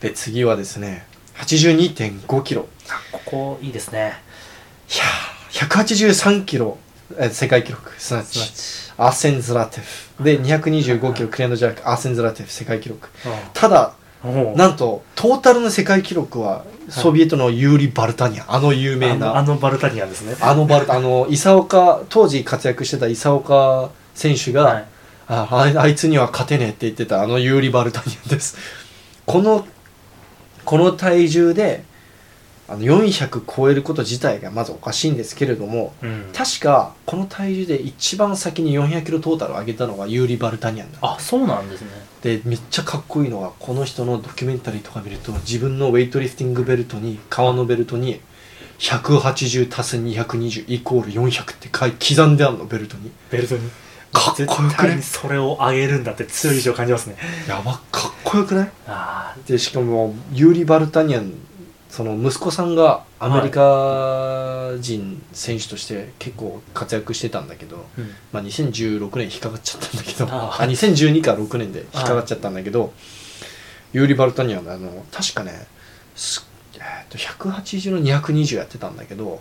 Speaker 1: で次はですね8 2 5キロ
Speaker 2: あここいいですね
Speaker 1: いやー183キロえ世界記録すなわ
Speaker 2: すなわ
Speaker 1: ち
Speaker 2: ち
Speaker 1: アーセンズラテフで225キロクレアンドジャークアーセンズラテフ世界記録
Speaker 2: うん
Speaker 1: ただ
Speaker 2: おう
Speaker 1: なんとトータルの世界記録はソビエトのユーリ・バルタニアンあの有名な
Speaker 2: あのあのバルタニアンですね
Speaker 1: あのバルタあの伊佐岡当時活躍してた伊佐岡選手が、
Speaker 2: はい
Speaker 1: あああいつには勝てねえって言ってたあのユーリ・バルタニアンですこのこの体重であの400超えること自体がまずおかしいんですけれども
Speaker 2: うん
Speaker 1: 確かこの体重で一番先に400キロトータルを上げたのがユーリ・バルタニアンだ
Speaker 2: あそうなんですね
Speaker 1: でめっちゃかっこいいのがこの人のドキュメンタリーとか見ると自分のウェイトリフティングベルトに革のベルトに180足す220イコール400って書い刻んであるのベルトに
Speaker 2: ベルトに
Speaker 1: かっこよくね
Speaker 2: 絶対にそれを上げるんだって強い意志を感じますね
Speaker 1: やばかっこよくない
Speaker 2: あ
Speaker 1: でしかもユーリ・バルタニアンその息子さんがアメリカ人選手として結構活躍してたんだけど、
Speaker 2: ー、うん、
Speaker 1: まあ、2016年引っかかっちゃったんだけど
Speaker 2: あ
Speaker 1: あ
Speaker 2: はい
Speaker 1: 2012か6年で引っかかっちゃったんだけど、ユーリ・バルタニアンあの確かねすえーっと180の220やってたんだけど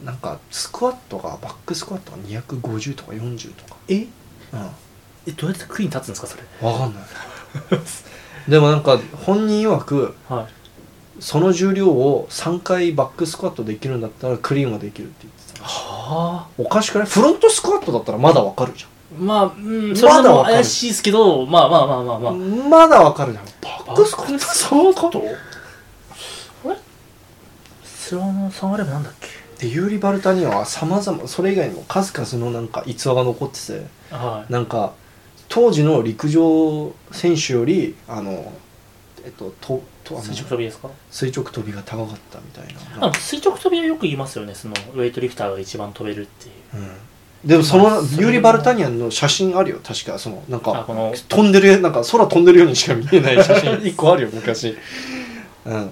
Speaker 2: うん
Speaker 1: なんかスクワットがバックスクワットが250とか40とか
Speaker 2: え
Speaker 1: う
Speaker 2: えどうやってクリーン立つんですかそれ
Speaker 1: ん分かん ないでもなんか本人曰く
Speaker 2: はい
Speaker 1: その重量を3回バックスクワットできるんだったらクリーンはできるって言ってた
Speaker 2: はあ
Speaker 1: おかしくないフロントスクワットだったらまだわかるじ
Speaker 2: まあうん
Speaker 1: まだ
Speaker 2: それでも
Speaker 1: わかる
Speaker 2: 怪しいですけどまあまあまあまあま
Speaker 1: ゃ
Speaker 2: あ、
Speaker 1: ん、まだわかるじゃんバックスクワット
Speaker 2: バック
Speaker 1: そうこと
Speaker 2: スローの3割目なんだっけ
Speaker 1: でユーリ・バルタニアはさまざまそれ以外にも数々のなんか逸話が残ってて
Speaker 2: はい
Speaker 1: なんか当時の陸上選手よりあのえっとととあの
Speaker 2: 垂直跳びですか
Speaker 1: 垂直跳びが高かったみたい
Speaker 2: あ
Speaker 1: な
Speaker 2: の、垂直跳びはよく言いますよねそのウェイトリフターが一番飛べるっていう
Speaker 1: うん、でもその
Speaker 2: まあそれ
Speaker 1: ユ
Speaker 2: は
Speaker 1: ーリ・バルタニアンの写真あるよ確かそのなん
Speaker 2: あ
Speaker 1: か
Speaker 2: この
Speaker 1: 飛んでるなんか空飛んでるようにしか見えない写真 一個あるよ昔うん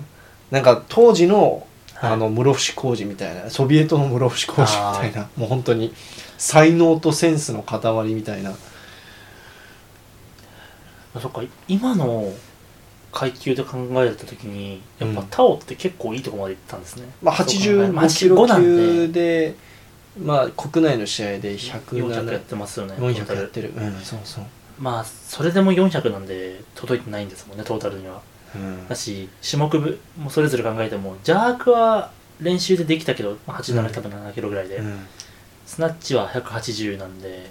Speaker 1: なんか当時の
Speaker 2: はい
Speaker 1: あの室伏工事みたいなソビエトの室伏工事みたいなもう本当に才能とセンスの塊みたいな
Speaker 2: あそっか今の階級で考えた時にやっぱ
Speaker 1: うん
Speaker 2: タオって結構いいとこまで行ったんですね、
Speaker 1: まあ、
Speaker 2: そう考え
Speaker 1: 85キ
Speaker 2: ま
Speaker 1: ロ
Speaker 2: あ85なん
Speaker 1: 級で、まあ、国内の試合で
Speaker 2: 400やっ
Speaker 1: 107、
Speaker 2: てますよねトータ
Speaker 1: 400
Speaker 2: ル
Speaker 1: やってる、うん、そうそう、
Speaker 2: まあそれでも400なんで届いてないんですもんねトータルには
Speaker 1: うん
Speaker 2: だし種目部もそれぞれ考えてもジャークは練習でできたけどまあ87多分7キロぐらいで、
Speaker 1: うん
Speaker 2: スナッチは180なんで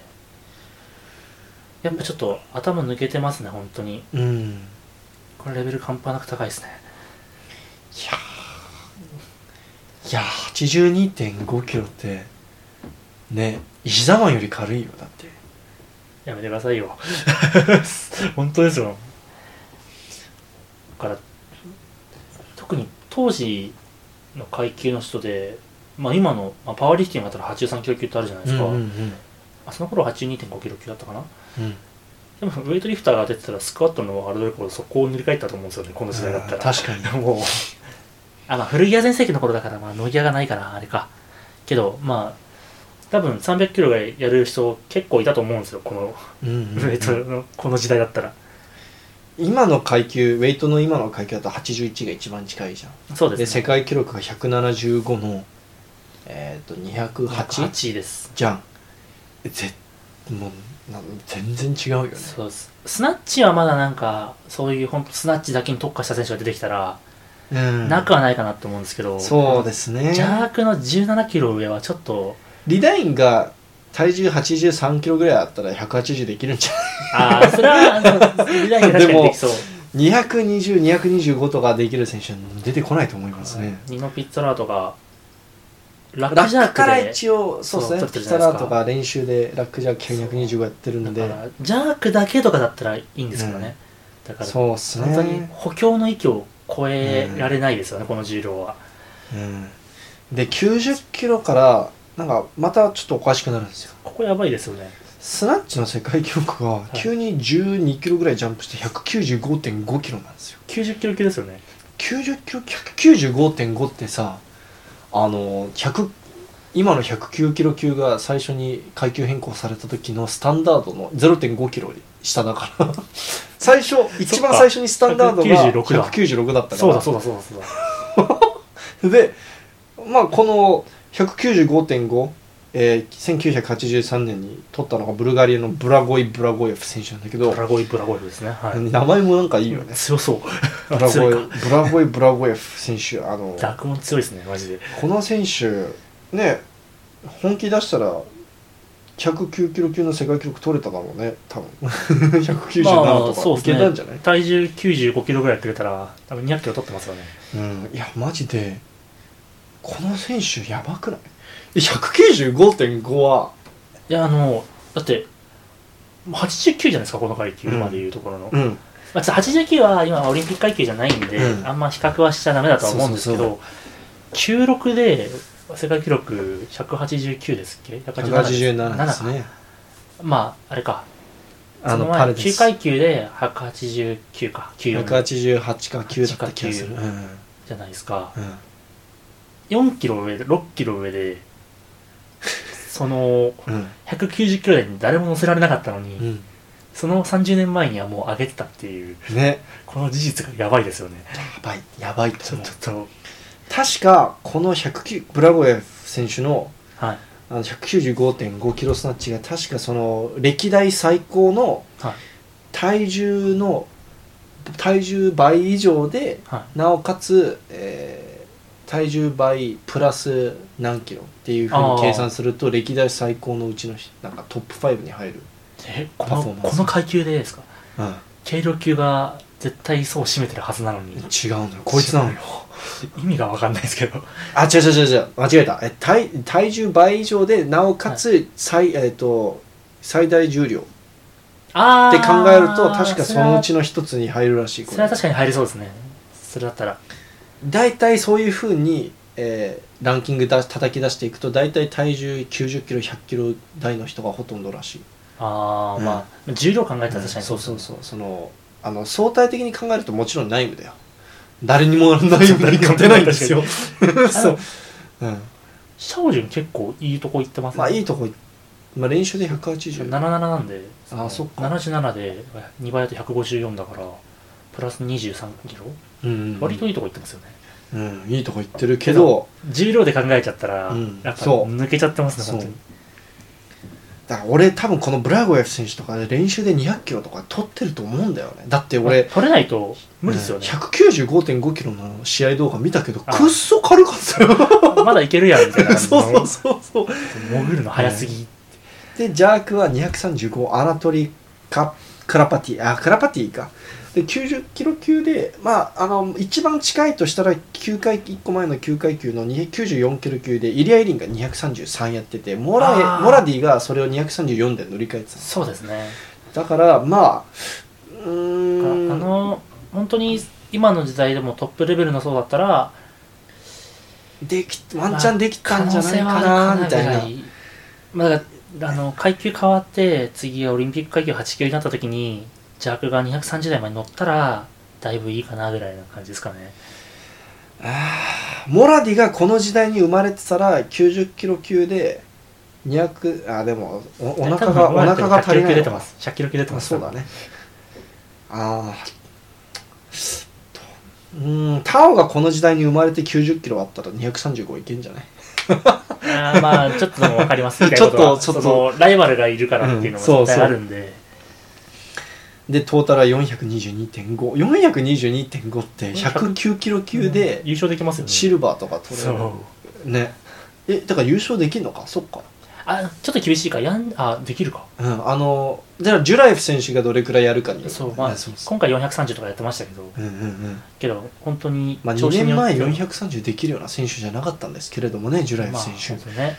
Speaker 2: やっぱちょっと頭抜けてますね本当に
Speaker 1: うん、いや
Speaker 2: これレベル半端なく高いですね
Speaker 1: ーいやー82.5キロってね石田マンより軽いよだって
Speaker 2: やめてくださ いよ本当ですよだから特に当時の階級の人で、まあ、今の、まあ、パワーリフティングだったら83キロ級ってあるじゃないですか、
Speaker 1: うんうん
Speaker 2: あその頃82.5キロ級だったかな
Speaker 1: うん
Speaker 2: でもウェイトリフターが出てたらスクワットのワールドレコードそこを塗り替えたと思うんですよねこの時代だったら
Speaker 1: 確 かに
Speaker 2: もうあまあ古着屋全盛期の頃だからまあノギアがないからあれかけどまあ多分300キロがやる人結構いたと思うんですよこの
Speaker 1: うんうん
Speaker 2: ウ ェイトのこの時代だったら
Speaker 1: 今の階級ウェイトの今の階級だと81が一番近いじゃん
Speaker 2: そう
Speaker 1: で,、
Speaker 2: です、ね、
Speaker 1: 世界記録が175のえっ、と 208?
Speaker 2: 8位です
Speaker 1: じゃんぜもうな全然違うよね
Speaker 2: そうですスナッチはまだなんかそういう本当スナッチだけに特化した選手が出てきたら、
Speaker 1: うん
Speaker 2: なくはないかなと思うんですけど
Speaker 1: そうです
Speaker 2: ジャ
Speaker 1: ね
Speaker 2: ークの17キロ上はちょっと
Speaker 1: リダインが体重83キロぐらいあったら180できるんじゃ
Speaker 2: ああそれはあ の未来に確かにできそう
Speaker 1: ない220225とかできる選手は出てこないと思いますね、
Speaker 2: ニノ・ピッツォラーとかラ
Speaker 1: ラ
Speaker 2: ックジャー
Speaker 1: ック
Speaker 2: ク
Speaker 1: から
Speaker 2: で
Speaker 1: 一応そうですね
Speaker 2: そう
Speaker 1: ピ
Speaker 2: 取ってる
Speaker 1: ッ
Speaker 2: じゃ
Speaker 1: タ
Speaker 2: ない
Speaker 1: ラ
Speaker 2: ですか
Speaker 1: ーとか練習でラックジャーク125やってるん
Speaker 2: だ
Speaker 1: で
Speaker 2: からジャークだけとかだったらいいんですけどね、だから
Speaker 1: そうっすね
Speaker 2: 本当に補強の域を超えられないですよね、この重量は
Speaker 1: うんで90キロからなんかまたちょっとおかしくなるんですよ
Speaker 2: ここやばいですよね
Speaker 1: スナッチの世界記録が
Speaker 2: い
Speaker 1: 急に12キロぐらいジャンプして195.5キロなんですよ
Speaker 2: 90キロ級ですよね
Speaker 1: 90キロ195.5ってさあの100今の109キロ級が最初に階級変更された時のスタンダードの0.5キロ下だから 最初一番最初にスタンダードが
Speaker 2: 196だ
Speaker 1: 196だったから
Speaker 2: そうだそうだそうだそうだ
Speaker 1: でまあこの195.5えー、1983年に取ったのがブルガリアのブラゴイ・ブラゴエフ選手なんだけど
Speaker 2: ブラゴイブラゴイフですねはい
Speaker 1: 名前もなんかいいよね
Speaker 2: 強そう
Speaker 1: ブラゴ
Speaker 2: 強
Speaker 1: イ
Speaker 2: い
Speaker 1: ブラゴイ・ブラゴエフ選手あの
Speaker 2: か濁音強いですねマジで
Speaker 1: この選手ね本気出したら109キロ級の世界記録取れただろうね多分 197と
Speaker 2: そう
Speaker 1: かいけ
Speaker 2: ですね
Speaker 1: たんじゃない、
Speaker 2: 体重95キロぐらいくれたら多分200キロ取ってますよね
Speaker 1: うんいやマジでこの選手やばくないえ195.5はい
Speaker 2: やあのだってもう89じゃないですかこの階級今でいうところの、
Speaker 1: うん
Speaker 2: まあ、ちょっと89は今オリンピック階級じゃないんで、
Speaker 1: うん
Speaker 2: あんま比較はしちゃダメだとは思うんですけど96で世界記録189ですっけ
Speaker 1: 187ですね
Speaker 2: まああれか
Speaker 1: あ
Speaker 2: そ
Speaker 1: の
Speaker 2: の
Speaker 1: パ
Speaker 2: 前
Speaker 1: レデ
Speaker 2: 9
Speaker 1: ス
Speaker 2: 階級で189か94
Speaker 1: 188か9だった気がする
Speaker 2: 89
Speaker 1: うんうん
Speaker 2: じゃないですか4キロ上で6キロ上で その
Speaker 1: うん
Speaker 2: 190キロ台に誰も乗せられなかったのに、
Speaker 1: うん
Speaker 2: その30年前にはもう上げてたっていう
Speaker 1: ね
Speaker 2: この事実がやばいですよね
Speaker 1: やばいやばい
Speaker 2: ち
Speaker 1: と
Speaker 2: ょっ
Speaker 1: 思う
Speaker 2: と
Speaker 1: 確かこの109ブラボエフ選手の
Speaker 2: はい
Speaker 1: あの195.5キロスナッチが確かその歴代最高の
Speaker 2: はい
Speaker 1: 体重の体重倍以上で
Speaker 2: はい
Speaker 1: なおかつ、えー体重倍プラス何キロっていうふうに計算すると歴代最高のうちのなんかトップ5に入る、
Speaker 2: えこ
Speaker 1: パ
Speaker 2: の
Speaker 1: フォーマンス
Speaker 2: この階級でですか軽量級が絶対そう占めてるはずなのに
Speaker 1: 違うのよこいつなのよ
Speaker 2: 意味が分かんないです けど
Speaker 1: あ違う違う違う違う間違えたえ体体重倍以上でなおかつ最,、えー、と最大重量って
Speaker 2: あ
Speaker 1: 考えると確かそのうち
Speaker 2: の
Speaker 1: の一つに入るらしい
Speaker 2: それは確かに入りそうですねそれだったら
Speaker 1: 大体そういうふうに、えーランキングだ叩き出していくと大体体重9 0キロ1 0 0キロ台の人がほとんどらしい、
Speaker 2: ああ、
Speaker 1: うん
Speaker 2: まあ重量考えたら確かに、
Speaker 1: そうそうそうそのあの相対的に考えるともちろん内部だよ誰にも内部に勝てないんですよそう、うん、
Speaker 2: 少女結構いいとこ行ってますね
Speaker 1: まあいいとこ、まあ、練習で180
Speaker 2: 77なんで
Speaker 1: あそっか
Speaker 2: 77で2倍だと154だからプラス23キロ、
Speaker 1: うんうん
Speaker 2: 割といいとこ行ってますよね
Speaker 1: うん、いいとこ行ってるけど
Speaker 2: 重量で考えちゃったら、
Speaker 1: うん
Speaker 2: やっぱ
Speaker 1: そう
Speaker 2: 抜けちゃってますね
Speaker 1: そう
Speaker 2: 本当に
Speaker 1: だから俺多分このブラゴエフ選手とかで練習で2 0 0キロとか取ってると思うんだよねだって俺、
Speaker 2: 取れないと無理ですよね、
Speaker 1: 195.5キロの試合動画見たけど
Speaker 2: あ
Speaker 1: くっそ軽かったよ
Speaker 2: まだいけるやんみたいな感じ
Speaker 1: そ
Speaker 2: の
Speaker 1: うそうそうそう
Speaker 2: 潜るの早すぎ、
Speaker 1: でジャークは235アナトリカクラパティあクラパティかで90キロ級でまああの一番近いとしたら9回1個前の9階級の2 94キロ級でイリア・イリンが233やっててモラ
Speaker 2: あ
Speaker 1: エ
Speaker 2: ー
Speaker 1: モラディがそれを234で乗り換えてた
Speaker 2: そうですね
Speaker 1: だからまあう
Speaker 2: あ
Speaker 1: ーん
Speaker 2: の本当に今の時代でもトップレベルの層だったら
Speaker 1: できワンチャンできたんじゃないかなみたいな
Speaker 2: なまあだからあの階級変わって次はオリンピック階級8級になった時にジャークが230台まで乗ったらだいぶいいかなぐらいな感じですかね
Speaker 1: モラディがこの時代に生まれてたら90キロ級で200あでもおお腹が
Speaker 2: 多
Speaker 1: お
Speaker 2: 分
Speaker 1: 腹が足りな
Speaker 2: 100キロ
Speaker 1: い
Speaker 2: 級
Speaker 1: の
Speaker 2: 出て
Speaker 1: か
Speaker 2: ます100キロ級出て
Speaker 1: あ
Speaker 2: ます
Speaker 1: そうだねああうーんタオがこの時代に生まれて90キロあったら235いけんじゃない
Speaker 2: あーまあちょっとでも分かります
Speaker 1: ちょっと
Speaker 2: 言いたいは
Speaker 1: ちょっと
Speaker 2: そのライバルがいるからっていうのも
Speaker 1: うんそう
Speaker 2: 絶対あるんで、
Speaker 1: でトータルは422422.5って109キロ級で
Speaker 2: 優勝できますよね
Speaker 1: シルバーとか取れ
Speaker 2: そう
Speaker 1: るねえだから優勝できんのかそっか
Speaker 2: あちょっと厳しいかやんあできるか
Speaker 1: うん、あのじゃあジュラエフ選手がどれくらいやるかによる
Speaker 2: そうまあ
Speaker 1: そうそう
Speaker 2: 今回430とかやってましたけど
Speaker 1: うんうんうん
Speaker 2: けど本当に
Speaker 1: まあ、2年前
Speaker 2: は
Speaker 1: 430できるような選手じゃなかったんですけれどもね、ジュラエフ
Speaker 2: まあ
Speaker 1: 選手、
Speaker 2: 本当にね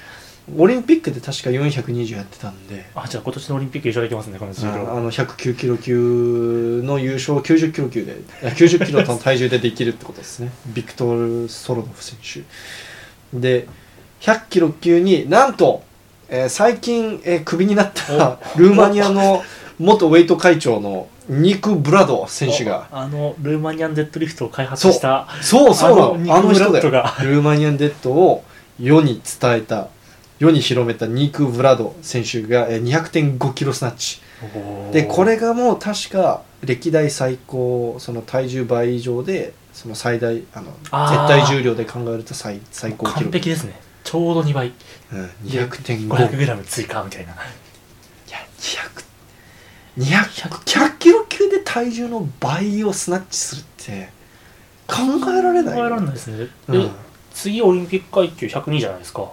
Speaker 1: オリンピックで確か420やってたんで、
Speaker 2: あじゃあ今年のオリンピック優勝できますねこの
Speaker 1: あ
Speaker 2: 重量
Speaker 1: の109キロ級の優勝を90キロ級で、いや90キロの体重でできるってことです ね、ビクトル・ソロノフ選手。で、100キロ級になんと、えー最近、えークビになったルーマニアの元ウェイト会長のニク・ブラド選手が。
Speaker 2: あのルーマニアンデッドリフトを開発した
Speaker 1: そうそうなの
Speaker 2: あ
Speaker 1: あ
Speaker 2: の
Speaker 1: の
Speaker 2: ニク
Speaker 1: 人
Speaker 2: ブ
Speaker 1: だ
Speaker 2: ラッド
Speaker 1: よ
Speaker 2: が
Speaker 1: ルーマニアンデッドを世に伝えた世に広めたニーク・ブラド選手がえー200.5キロスナッチでこれがもう確か歴代最高その体重倍以上でその最大あの
Speaker 2: あー
Speaker 1: 絶対重量で考えると最最高記
Speaker 2: 完
Speaker 1: 録、
Speaker 2: 璧ですねちょうど2倍
Speaker 1: うん、200.5
Speaker 2: 500g 追加みたいない
Speaker 1: や200 200 100キロ級で体重の倍をスナッチするって考えられない
Speaker 2: 考えられない
Speaker 1: い、
Speaker 2: ですね、
Speaker 1: う
Speaker 2: で
Speaker 1: ん
Speaker 2: 次オリンピック階級102じゃないですか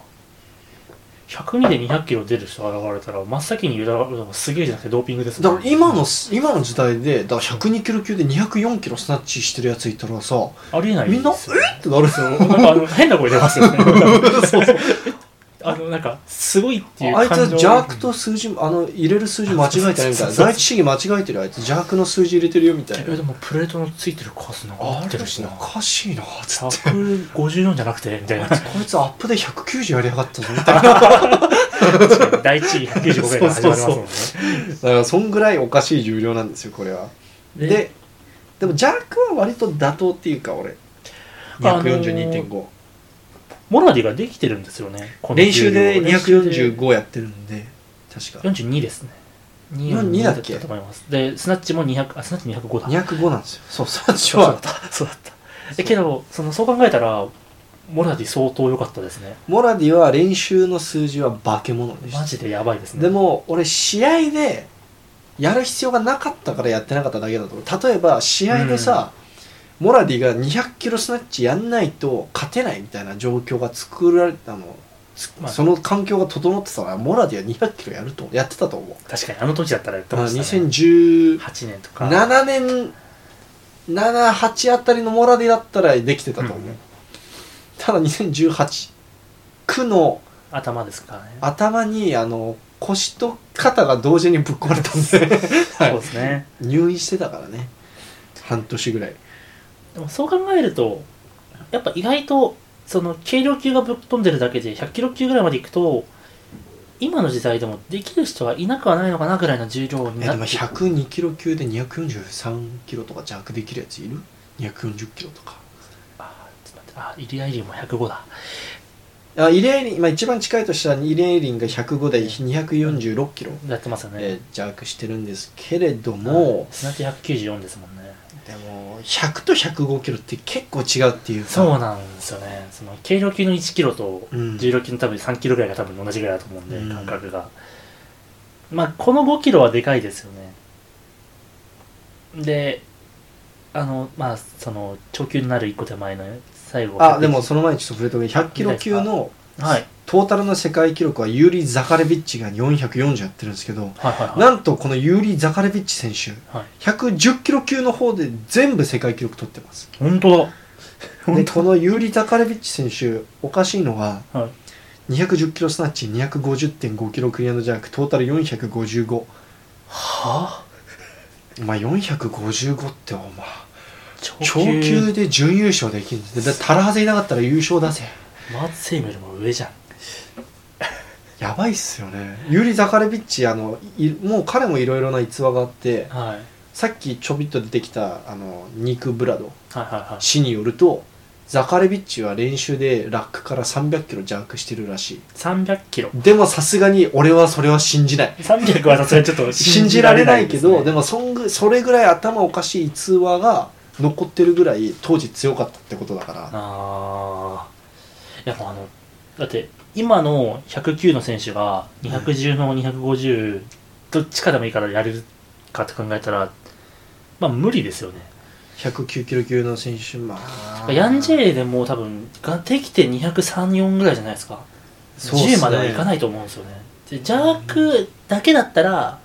Speaker 2: 102で2 0 0キロ出る人が現れたら真っ先にユダがすげえじゃなくてドーピングです
Speaker 1: だ
Speaker 2: もん
Speaker 1: から今の今の時代でだから102キロ級で204キロスナッチしてるやついたらさ
Speaker 2: ありえない
Speaker 1: みんな「え
Speaker 2: ですよね
Speaker 1: っ?」てなるんですよ
Speaker 2: なんかあの変な声出ま すよね
Speaker 1: そうそう
Speaker 2: あのなんかすごいっていう
Speaker 1: あいつ
Speaker 2: 感情
Speaker 1: 邪悪と数字あの入れる数字間違えてないみたい
Speaker 2: そうそう
Speaker 1: な
Speaker 2: そう
Speaker 1: 第一主義間違えてるあいつ邪悪の数字入れてるよみたい
Speaker 2: いや
Speaker 1: な
Speaker 2: でもプレートのついてるコースなんか合
Speaker 1: あ
Speaker 2: ってる
Speaker 1: れ
Speaker 2: し
Speaker 1: し
Speaker 2: な
Speaker 1: おかしいなつって
Speaker 2: 154じゃなくてみたい な
Speaker 1: こいつアップで190やりやがったぞみたいな だか
Speaker 2: 第一位195回から始まりますもんね
Speaker 1: らそんぐらいおかしい重量なんですよこれはででも邪悪は割と妥当っていうか俺
Speaker 2: あの
Speaker 1: 242.5、
Speaker 2: モラディができてるんですよねこの
Speaker 1: 練習で
Speaker 2: 重量練習で
Speaker 1: 245やってるんで確か
Speaker 2: 42ですね
Speaker 1: 42だっけ
Speaker 2: たと思いますでスナッチも200あスナッチ205だ
Speaker 1: 205なんですよそうそう
Speaker 2: そうだっ
Speaker 1: そう
Speaker 2: たそうだったえけどそのそう考えたらモラディ相当良かったですね
Speaker 1: モラディは練習の数字は化け物でし
Speaker 2: マ
Speaker 1: た
Speaker 2: ジでやばいですね
Speaker 1: でも俺試合でやる必要がなかったからやってなかっただけだと思う例えば試合でさ、モラディが200キロスナッチやんないと勝てないみたいな状況が作られたの、つ
Speaker 2: まあ
Speaker 1: その環境が整ってたらモラディは200キロやるとやってたと思う、
Speaker 2: 確かにあの時だったらやって
Speaker 1: まあ
Speaker 2: ましたね
Speaker 1: 2010
Speaker 2: 8年とか
Speaker 1: 7年78あたりのモラディだったらできてたと思う、
Speaker 2: うん
Speaker 1: ただ2018区の
Speaker 2: 頭ですからね
Speaker 1: 頭にあの腰と肩が同時にぶっ壊れたんで、は
Speaker 2: そう
Speaker 1: い
Speaker 2: ですね
Speaker 1: 入院してたからね半年ぐらい
Speaker 2: でもそう考えるとやっぱ意外とその軽量級がぶっ飛んでるだけで100キロ級ぐらいまでいくと今の時代でもできる人はいなくはないのかなぐらいの重量に
Speaker 1: え
Speaker 2: な
Speaker 1: で
Speaker 2: っ
Speaker 1: も
Speaker 2: て
Speaker 1: 102キロ級で243キロとか弱できるやついる240キロとか
Speaker 2: あちょっと待ってあイリア・イリーも105だ
Speaker 1: あイレーリン、まあ、一番近いとしたらイレーリンが105で246キロ、
Speaker 2: やってますよね、
Speaker 1: えー、弱してるんですけれども、
Speaker 2: う砂手194ですもんね
Speaker 1: でも100と105キロって結構違うっていうか
Speaker 2: そうなんですよねその軽量級の1キロと
Speaker 1: うん
Speaker 2: 重量級の多分3キロぐらいが多分同じぐらいだと思うんで、
Speaker 1: うん
Speaker 2: 感覚がまあこの5キロはでかいですよねであのまあその長級になる1個手前の最後
Speaker 1: あでもその前にちょっと触れとけ100キロ級
Speaker 2: いいで
Speaker 1: の
Speaker 2: はい
Speaker 1: トータルの世界記録はユーリー・ザカレビッチが440やってるんですけど
Speaker 2: はいはいはい
Speaker 1: なんとこのユーリー・ザカレビッチ選手
Speaker 2: はい
Speaker 1: 110キロ級の方で全部世界記録取ってます
Speaker 2: 本当だ
Speaker 1: で
Speaker 2: 本
Speaker 1: このユーリー・ザカレビッチ選手おかしいのが
Speaker 2: 当はい
Speaker 1: 210キロスナッチ250.5キロクリアのジャークトータル455
Speaker 2: はあ
Speaker 1: お前455ってお前
Speaker 2: 長
Speaker 1: 超級で準優勝できるんですでタラハゼいなかったら優勝だぜ
Speaker 2: マーツ・セイムよりも上じゃん
Speaker 1: やばいっすよねユーリ・ザカレビッチあのいもう彼もいろいろな逸話があって
Speaker 2: はい
Speaker 1: さっきちょびっと出てきたあのニク・ブラド
Speaker 2: はいはいはい
Speaker 1: 氏によるとザカレビッチは練習でラックから300キロ弱してるらしい
Speaker 2: 300キロ
Speaker 1: でもさすがに俺はそれは信じない
Speaker 2: 300はさすがにちょっと
Speaker 1: 信じられないけどで
Speaker 2: でも
Speaker 1: もそんぐそれぐらい頭おかしい逸話が残ってるぐらい当時強かったってことだから
Speaker 2: ああいやもうあのだって今の109の選手が210の250どっちかでもいいからやれるかって考えたらまあ無理ですよね
Speaker 1: 109キロ級の選手まあ
Speaker 2: ヤンジェイでもう多分ができて2034ぐらいじゃないですか
Speaker 1: そうっすね
Speaker 2: 10まではいかないと思うんですよねでジャークだけだったら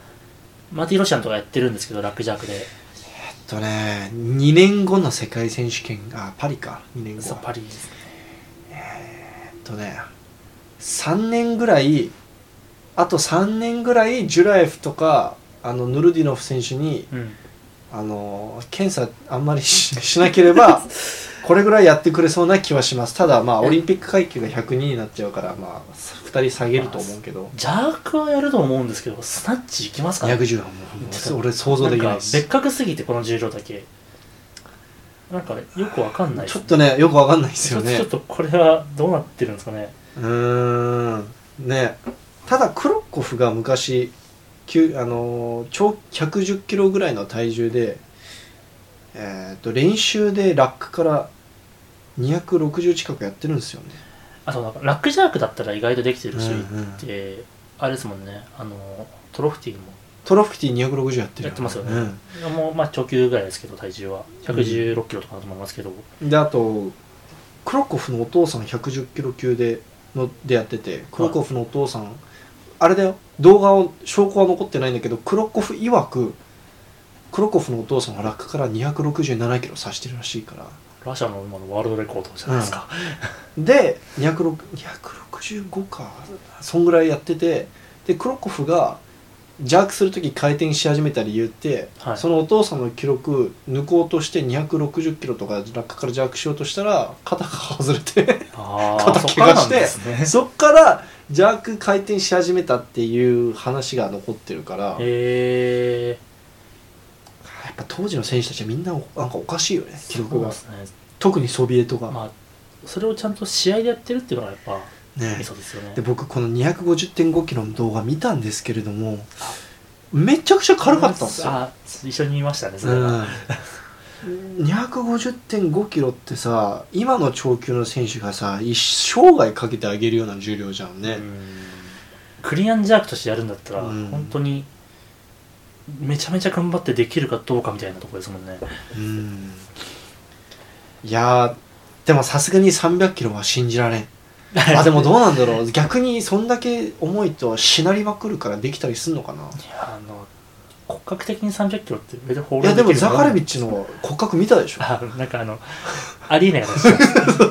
Speaker 2: マティロシャンとかやってるんですけどラックジャークで
Speaker 1: えっとね2年後の世界選手権あパリか2年後
Speaker 2: さっ
Speaker 1: は
Speaker 2: ぱりですね
Speaker 1: えっとね3年ぐらいあと3年ぐらいジュラエフとかあのヌルディノフ選手に
Speaker 2: うん
Speaker 1: あの検査あんまり ししなけれ ばこれぐらいやってくれそうな気はしますただまあオリンピック階級が102になっちゃうからまあ2人下げると思うけど
Speaker 2: ジャークはやると思うんですけどスナッチいきますか
Speaker 1: 210はも
Speaker 2: ち
Speaker 1: う
Speaker 2: ょっと
Speaker 1: 俺想像できない
Speaker 2: ん
Speaker 1: で
Speaker 2: か
Speaker 1: す
Speaker 2: 別格すぎてこの重量だけなんかよくわかんない
Speaker 1: ちょっとねよくわかんないです
Speaker 2: ち
Speaker 1: よ
Speaker 2: ょっと
Speaker 1: ね
Speaker 2: ちょっとこれはどうなってるんですかね
Speaker 1: うーんねただクロッコフが昔きゅあのー超110キロぐらいの体重で、えー、と練習でラックから260近くやってるんですよね、
Speaker 2: あとなんかラックジャークだったら意外とできてる人い
Speaker 1: うんうん
Speaker 2: て、あれですもんねあのトロフティも
Speaker 1: トロフィティ260やってる
Speaker 2: やってますよね
Speaker 1: うん
Speaker 2: もうまあ長級ぐらいですけど体重は116キロとかだと思いますけど、
Speaker 1: であとクロコフのお父さん110キロ級でのでやっててクロコフのお父さん、あれだよ動画を証拠は残ってないんだけどクロコフ曰くクロコフのお父さんはラックから267キロ差してるらしいから
Speaker 2: ラシャの今のワールドレコードじゃないですか、
Speaker 1: で206 265かそんぐらいやっててでクロコフがジャークする時回転し始めた理由って、
Speaker 2: はい
Speaker 1: そのお父さんの記録抜こうとして260キロとかラックからジャークしようとしたら肩が外れて
Speaker 2: ああ
Speaker 1: 肩
Speaker 2: そっ
Speaker 1: 怪我
Speaker 2: からなん
Speaker 1: して
Speaker 2: です ね
Speaker 1: そっからジャーク回転し始めたっていう話が残ってるから、やっ
Speaker 2: へえ
Speaker 1: ぱ当時の選手たちはみんなおなんかおかしいよね記録が
Speaker 2: そうですね
Speaker 1: 特にソビエトが、
Speaker 2: まあそれをちゃんと試合でやってるっていうのがやっぱ
Speaker 1: ね
Speaker 2: ミソですよね
Speaker 1: で僕この250.5キロの動画見たんですけれどもめちゃくちゃ軽かったんですよ、
Speaker 2: あ一緒に見ましたねそれは、
Speaker 1: うん、250.5キロってさ今の超級の選手がさ一生涯かけてあげるような重量じゃんね、
Speaker 2: うんクリアンジャークとしてやるんだったら、
Speaker 1: うん
Speaker 2: 本当にめちゃめちゃ頑張ってできるかどうかみたいなところですもんね
Speaker 1: うんいやーでもさすがに300キロは信じられん あでもどうなんだろう逆にそんだけ重いとしなりまくるからできたりすんのかない
Speaker 2: やあの骨格的に3 0キロって別に放
Speaker 1: いやでも
Speaker 2: きる
Speaker 1: ザ
Speaker 2: もの
Speaker 1: カレビッチの骨格見たでしょ、
Speaker 2: あなんかあのアリーナが出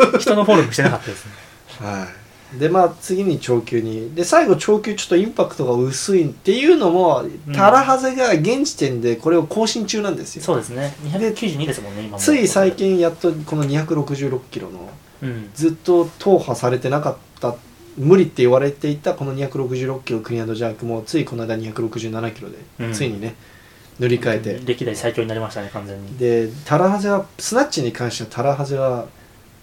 Speaker 2: し た人のフォローしてなかったですね
Speaker 1: はい、でまあ次に長球にで最後長球ちょっとインパクトが薄いっていうのも
Speaker 2: うん
Speaker 1: タラハゼが現時点でこれを更新中なんですよ、
Speaker 2: そうですね292ですもんね今も
Speaker 1: つい最、近やっとこの266キロの
Speaker 2: うん、
Speaker 1: ずっと踏破されてなかった無理って言われていたこの266キロクリアンドジャークもついこの間267キロで、
Speaker 2: うん
Speaker 1: ついにね塗り替えて
Speaker 2: 歴代最強になりましたね完全に
Speaker 1: でタラハゼはスナッチに関してはタラハゼは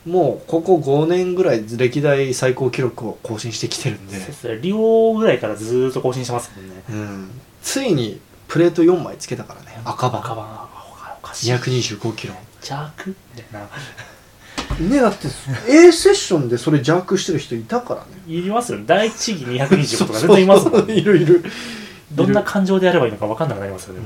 Speaker 1: もうここ5年ぐらい歴代最高記録を更新してきてるんで
Speaker 2: そう、ですねリオぐらいからずーっと更新してますもんね
Speaker 1: うん、ついにプレート4枚つけたからね赤
Speaker 2: 赤
Speaker 1: 羽
Speaker 2: 番がおかしい
Speaker 1: 225キロ
Speaker 2: 邪悪みたいな
Speaker 1: ねだって A セッションでそれジャークしてる人いたからね
Speaker 2: いますよね第一義225とか 絶対いますもん、
Speaker 1: い
Speaker 2: ね、
Speaker 1: るいる
Speaker 2: どんな感情でやればいいのか分かんなくなりますよね、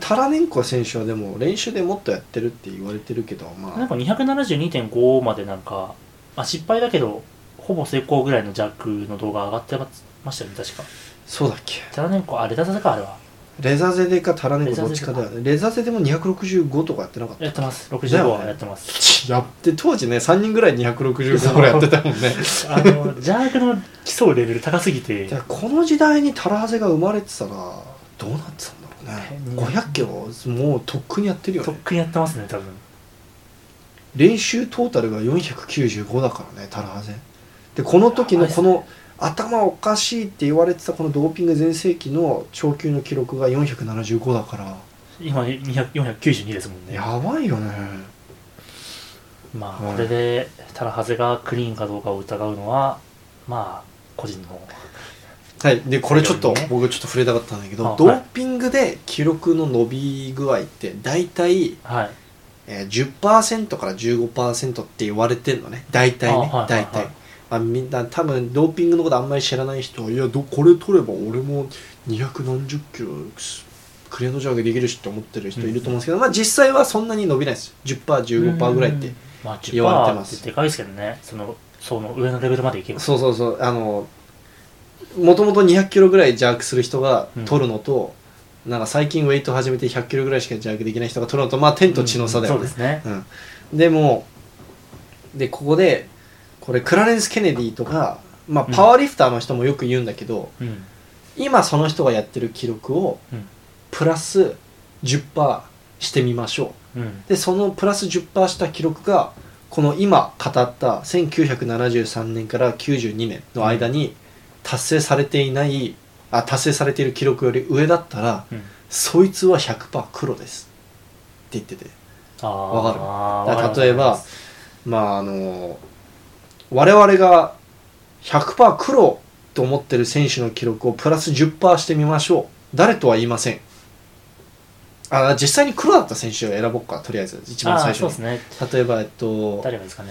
Speaker 1: タラネンコ選手はでも練習でもっとやってるって言われてるけどま
Speaker 2: なん
Speaker 1: あ
Speaker 2: か272.5までなんか、まあ、失敗だけどほぼ成功ぐらいの弱の動画上がってましたよね確か
Speaker 1: そうだっけ
Speaker 2: タラネンコあレタザかあれは
Speaker 1: レザゼデかタラネンコ
Speaker 2: レザ
Speaker 1: どっ
Speaker 2: ゼデ
Speaker 1: ちかだよねレザゼデも265とかやってなかった
Speaker 2: やってます
Speaker 1: だ
Speaker 2: 65
Speaker 1: よ
Speaker 2: は
Speaker 1: ね
Speaker 2: やってます、
Speaker 1: やって当時ね3人ぐらい265ぐらいやってたもんね
Speaker 2: あの邪悪の競うレベル高すぎ て
Speaker 1: じゃあこの時代にタラハゼが生まれてたらどうなってたんだろうね
Speaker 2: うん
Speaker 1: 500キロもうとっくにやってるよ
Speaker 2: とっ
Speaker 1: ね
Speaker 2: くにやってますね多分
Speaker 1: 練習トータルが495だからねタラハゼでこの時のこの頭おかしいって言われてたこのドーピング全盛期の長級の記録が475だから
Speaker 2: 今200 492ですもんね
Speaker 1: やばいよね
Speaker 2: ま
Speaker 1: う
Speaker 2: あ
Speaker 1: ん
Speaker 2: これでタラハゼがクリーンかどうかを疑うのはまあ個人の
Speaker 1: はいでこれちょっと
Speaker 2: そうだよね
Speaker 1: 僕ちょっと触れたかったんだけど、
Speaker 2: あ
Speaker 1: ドーピングで記録の伸び具合って大体、
Speaker 2: はい
Speaker 1: えー、10%から15%って言われてんのね大体ね
Speaker 2: あはい
Speaker 1: 大
Speaker 2: はい
Speaker 1: 体
Speaker 2: はい、
Speaker 1: まあ、みんな多分ドーピングのことあんまり知らない人はいやどこれ取れば俺も2何十キロクレーンドジャークできるしって思ってる人いると思うんですけど、まあ実際はそんなに伸びないです 10%15% ぐらいって
Speaker 2: うんまあ
Speaker 1: 言われてます
Speaker 2: 10%ってでかいですけどねそのその上のレベルまでいけば
Speaker 1: そうそうそうあのもともと2 0 0キロぐらいジャークする人が取るのと、なんか最近ウェイト始めて1 0 0キロぐらいしかジャークできない人が取るのとまあ天と地の差だよ
Speaker 2: うん
Speaker 1: ね
Speaker 2: そうですね
Speaker 1: うん、でもでここでこれクラレンス・ケネディとか、まあ、
Speaker 2: うん
Speaker 1: パワーリフターの人もよく言うんだけど、
Speaker 2: うん
Speaker 1: 今その人がやってる記録を
Speaker 2: うん
Speaker 1: プラス10%してみましょ
Speaker 2: うん
Speaker 1: うでそのプラス10%した記録がこの今語った1973年から92年の間に達成されていないあ達成されている記録より上だったら
Speaker 2: うん
Speaker 1: そいつは100%黒ですって言ってて
Speaker 2: ああ
Speaker 1: わかるだから
Speaker 2: わかる
Speaker 1: 例えばまああの我々が100%黒と思ってる選手の記録をプラス10%してみましょう誰とは言いませんあ実際に黒だった選手を選ぼうかとりあえず一番最初
Speaker 2: ああそう
Speaker 1: に
Speaker 2: ですね
Speaker 1: 例えばえっと
Speaker 2: 誰がいいですかね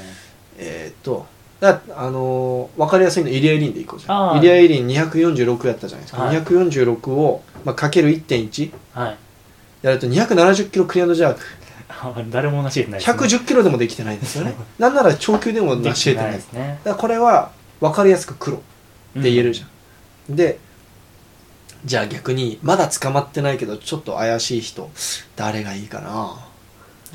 Speaker 1: えーっとだあの分かりやすいのイリア・イリンでいこうじゃ
Speaker 2: あ
Speaker 1: ん
Speaker 2: ー
Speaker 1: イリア・イリン246やったじゃないですか、
Speaker 2: はい
Speaker 1: 246を、まあ、かける1.1
Speaker 2: はい
Speaker 1: やると270キロクリアンドジャーク
Speaker 2: 誰も同じじゃないですね
Speaker 1: 110キロでもできてないんですよ ねなんなら長球でも成し
Speaker 2: でき
Speaker 1: 得て
Speaker 2: な
Speaker 1: ないい
Speaker 2: ですね
Speaker 1: だからこれは分かりやすく黒って言えるじゃん、でじゃあ逆にまだ捕まってないけどちょっと怪しい人誰がいいかな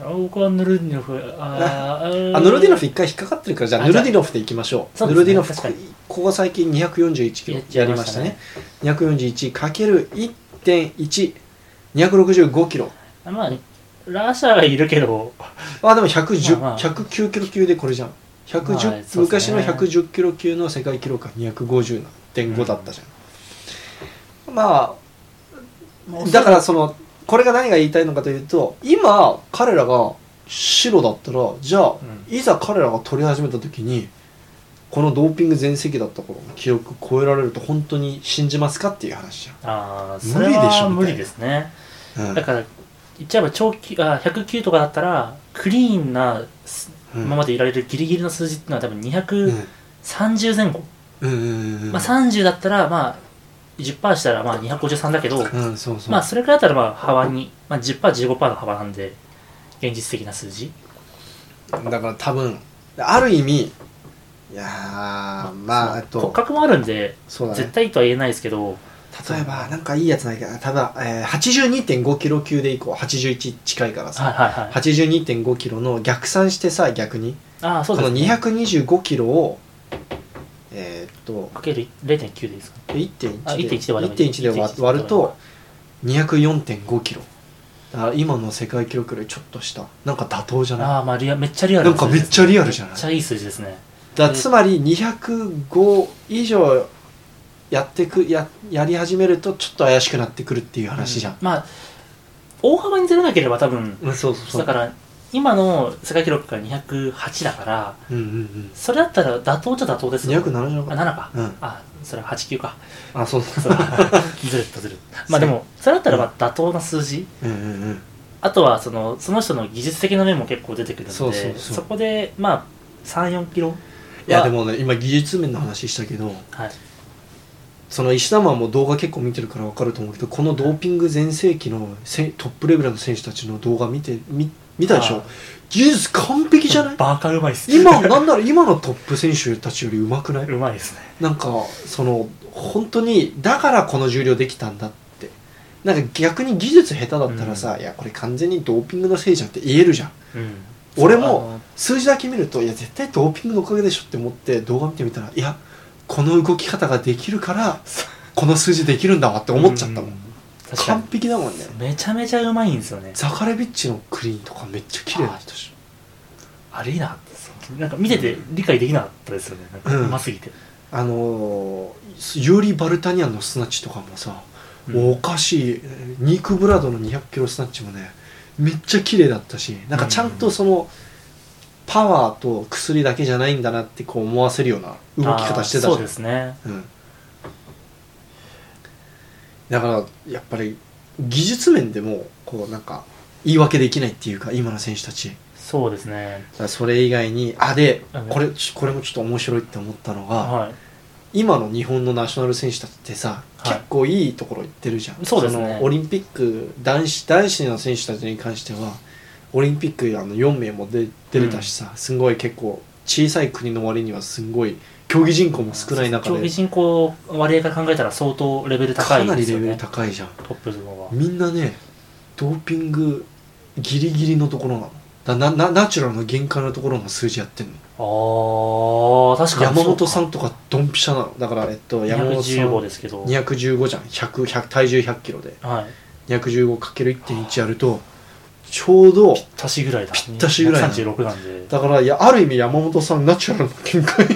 Speaker 2: あ僕はヌルディノフあー
Speaker 1: あヌルディノフ一回引っかかってるからじゃあ
Speaker 2: あ
Speaker 1: ヌルディノフでいきましょう
Speaker 2: そ
Speaker 1: ヌ
Speaker 2: うです
Speaker 1: ル
Speaker 2: ね
Speaker 1: ディノフ
Speaker 2: 確かに
Speaker 1: ここ最近241キロやりましたね 241×1.1265キロ
Speaker 2: あまあラーシャーがいるけど
Speaker 1: あでも110、
Speaker 2: まあまあ
Speaker 1: 109キロ級でこれじゃん110、
Speaker 2: まあそうで
Speaker 1: 昔
Speaker 2: すね
Speaker 1: の110キロ級の世界記録が257.5だったじゃん、まあだからそのこれが何が言いたいのかというと今彼らが白だったらじゃあ、
Speaker 2: ん
Speaker 1: いざ彼らが取り始めた時にこのドーピング全盛期だった頃の記録超えられると本当に信じますかっていう話じ
Speaker 2: ああ
Speaker 1: 無理
Speaker 2: それ
Speaker 1: でしょ
Speaker 2: は
Speaker 1: みたいな
Speaker 2: 無理ですね
Speaker 1: ゃん、うん
Speaker 2: だから言っちゃえば長期あ109とかだったらクリーンなす
Speaker 1: うん
Speaker 2: ままでいられるギリギリの数字っていうのは多分
Speaker 1: うん
Speaker 2: 230前後、
Speaker 1: うんうんうんうん
Speaker 2: まあ、30だったらまあ10%したらまあ253だけど、
Speaker 1: うんそうそう、
Speaker 2: まあそれくらいだったらまあ幅に、まあ、10%15% の幅なんで現実的な数字
Speaker 1: だから多分ある意味いやーまあえっ
Speaker 2: 骨
Speaker 1: と
Speaker 2: 格もあるんで
Speaker 1: そうだ
Speaker 2: 絶
Speaker 1: ね
Speaker 2: 対とは言えないですけど
Speaker 1: 例えばなんかいいやつないかなただ、えー、82.5キロ級でいこう81近いから
Speaker 2: はい
Speaker 1: さ、
Speaker 2: はいはい
Speaker 1: 82.5キロの逆算してさ逆に、
Speaker 2: ああそ
Speaker 1: こ
Speaker 2: うで
Speaker 1: の
Speaker 2: すね
Speaker 1: 225キロをえーっと
Speaker 2: かける0.9でいいですかあ
Speaker 1: 1.1
Speaker 2: 1.1で割ればいい
Speaker 1: 1.1で割
Speaker 2: 1.1
Speaker 1: 割ると204.5キロだから今の世界記録よりちょっと下なんか妥当じゃない
Speaker 2: ああまあリアめっちゃリアル
Speaker 1: なんかめっちゃリアルじゃない
Speaker 2: めっちゃいい数字ですね
Speaker 1: だ
Speaker 2: えー
Speaker 1: つまり205以上やってくややり始めるとちょっと怪しくなってくるっていう話じゃん、
Speaker 2: まあ大幅にずれなければ多分
Speaker 1: うん、そうそうそう
Speaker 2: だから今の世界記録が208だから
Speaker 1: うんうんうん
Speaker 2: それだったら妥当じゃ妥当ですよ
Speaker 1: 207じゃな
Speaker 2: あ
Speaker 1: かっ
Speaker 2: 7か
Speaker 1: たうん
Speaker 2: あそれは89か
Speaker 1: あそう
Speaker 2: そう ずれたずれたまあでもそれだったらまあ妥当な数字
Speaker 1: うんうんうん
Speaker 2: あとはそのその人の技術的な面も結構出てくるんで
Speaker 1: そうそうそう
Speaker 2: こでまあ34キロ
Speaker 1: いやでもね今技術面の話したけど
Speaker 2: はい
Speaker 1: その石田マンも動画結構見てるから分かると思うけどこのドーピング全盛期のせトップレベルの選手たちの動画見てみ見たでし
Speaker 2: あ
Speaker 1: ょ技術完璧じゃない
Speaker 2: バーカうまいっす
Speaker 1: 今 なんなら今のトップ選手たちより上手くないう
Speaker 2: まいですね
Speaker 1: なんかその本当にだからこの重量できたんだってなんか逆に技術下手だったらさ、いやこれ完全にドーピングのせいじゃんって言えるじゃん
Speaker 2: うん
Speaker 1: 俺も数字だけ見るといや絶対ドーピングのおかげでしょって思って動画見てみたらいやこの動き方ができるから
Speaker 2: そう
Speaker 1: この数字できるんだわって思っちゃったもん、
Speaker 2: う確か
Speaker 1: 完
Speaker 2: に
Speaker 1: 璧だもんね
Speaker 2: めちゃめちゃうまいんですよね
Speaker 1: ザカレビッチのクリーンとかめっちゃ綺麗な人でしょ
Speaker 2: あれいいなってそうなんか見てて理解できなかったですよねなんか
Speaker 1: うん
Speaker 2: うますぎて、
Speaker 1: あのーユーリ・バルタニアンのスナッチとかもさ、
Speaker 2: うん
Speaker 1: おかしいニーク・ブラドの2 0 0キロスナッチもねめっちゃ綺麗だったしなんかちゃんとその、パワーと薬だけじゃないんだなってこう思わせるような動き方してたじ
Speaker 2: あー
Speaker 1: ゃ
Speaker 2: そ
Speaker 1: ん
Speaker 2: うですね
Speaker 1: うん、だからやっぱり技術面でもこうなんか言い訳できないっていうか今の選手たちだ
Speaker 2: そうですね
Speaker 1: からそれ以外にあで
Speaker 2: うん
Speaker 1: これちこれもちょっと面白いって思ったのが、
Speaker 2: は
Speaker 1: 今の日本のナショナル選手たちってさ、
Speaker 2: はい
Speaker 1: 結構いいところ行ってるじゃん
Speaker 2: そうですね
Speaker 1: のオリンピック男子男子の選手たちに関してはオリンピックあの4名も出出れたしさ、すごい結構小さい国の割にはすんごい競技人口も少ない中
Speaker 2: 競技
Speaker 1: で
Speaker 2: 人口割合から考えたら相当レベル高
Speaker 1: か
Speaker 2: い
Speaker 1: な
Speaker 2: で
Speaker 1: り
Speaker 2: す
Speaker 1: レ
Speaker 2: よ
Speaker 1: ベ
Speaker 2: ね
Speaker 1: ル高いじゃん
Speaker 2: トップの方が
Speaker 1: みんなねドーピングギリギリのところなのだななナチュラルの限界のところの数字やってんの
Speaker 2: ああ確かに
Speaker 1: 山本さ
Speaker 2: ん
Speaker 1: んとかドンピシャなのだからえっと山本さ
Speaker 2: 215
Speaker 1: ん
Speaker 2: ですけど
Speaker 1: 215じゃん100 100体重1 0 0キロで
Speaker 2: はい
Speaker 1: 215×1.1 やるとちょうど
Speaker 2: 足しぐらいだぴ
Speaker 1: ったしぐらいだ
Speaker 2: 36なんで
Speaker 1: だからいやある意味山本さんナチュラルの限 界
Speaker 2: ま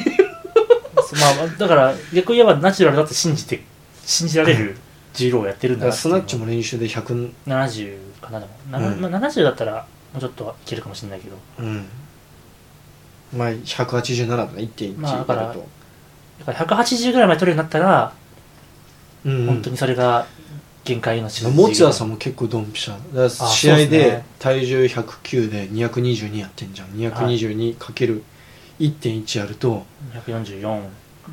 Speaker 2: あだから逆に言えばナチュラルだって信じて信じられる重量をやってるんだなって
Speaker 1: ス
Speaker 2: いうの
Speaker 1: ナ
Speaker 2: は
Speaker 1: ッチも練習で100
Speaker 2: 70かなでも、な
Speaker 1: うん
Speaker 2: まあ、70だったらもうちょっとはいけるかもしれないけど
Speaker 1: うんまあ187だね1.1
Speaker 2: まあ
Speaker 1: だ
Speaker 2: だか
Speaker 1: と、
Speaker 2: らだから180ぐらいまで取れるようになったら、
Speaker 1: うん、
Speaker 2: 本当にそれが限界の数
Speaker 1: 持田さ
Speaker 2: ん
Speaker 1: んも結構ドンピシャだから
Speaker 2: あ
Speaker 1: 試合
Speaker 2: そうです
Speaker 1: で
Speaker 2: ね
Speaker 1: 体重109で222やってんじゃん 222×1.1 やると
Speaker 2: 244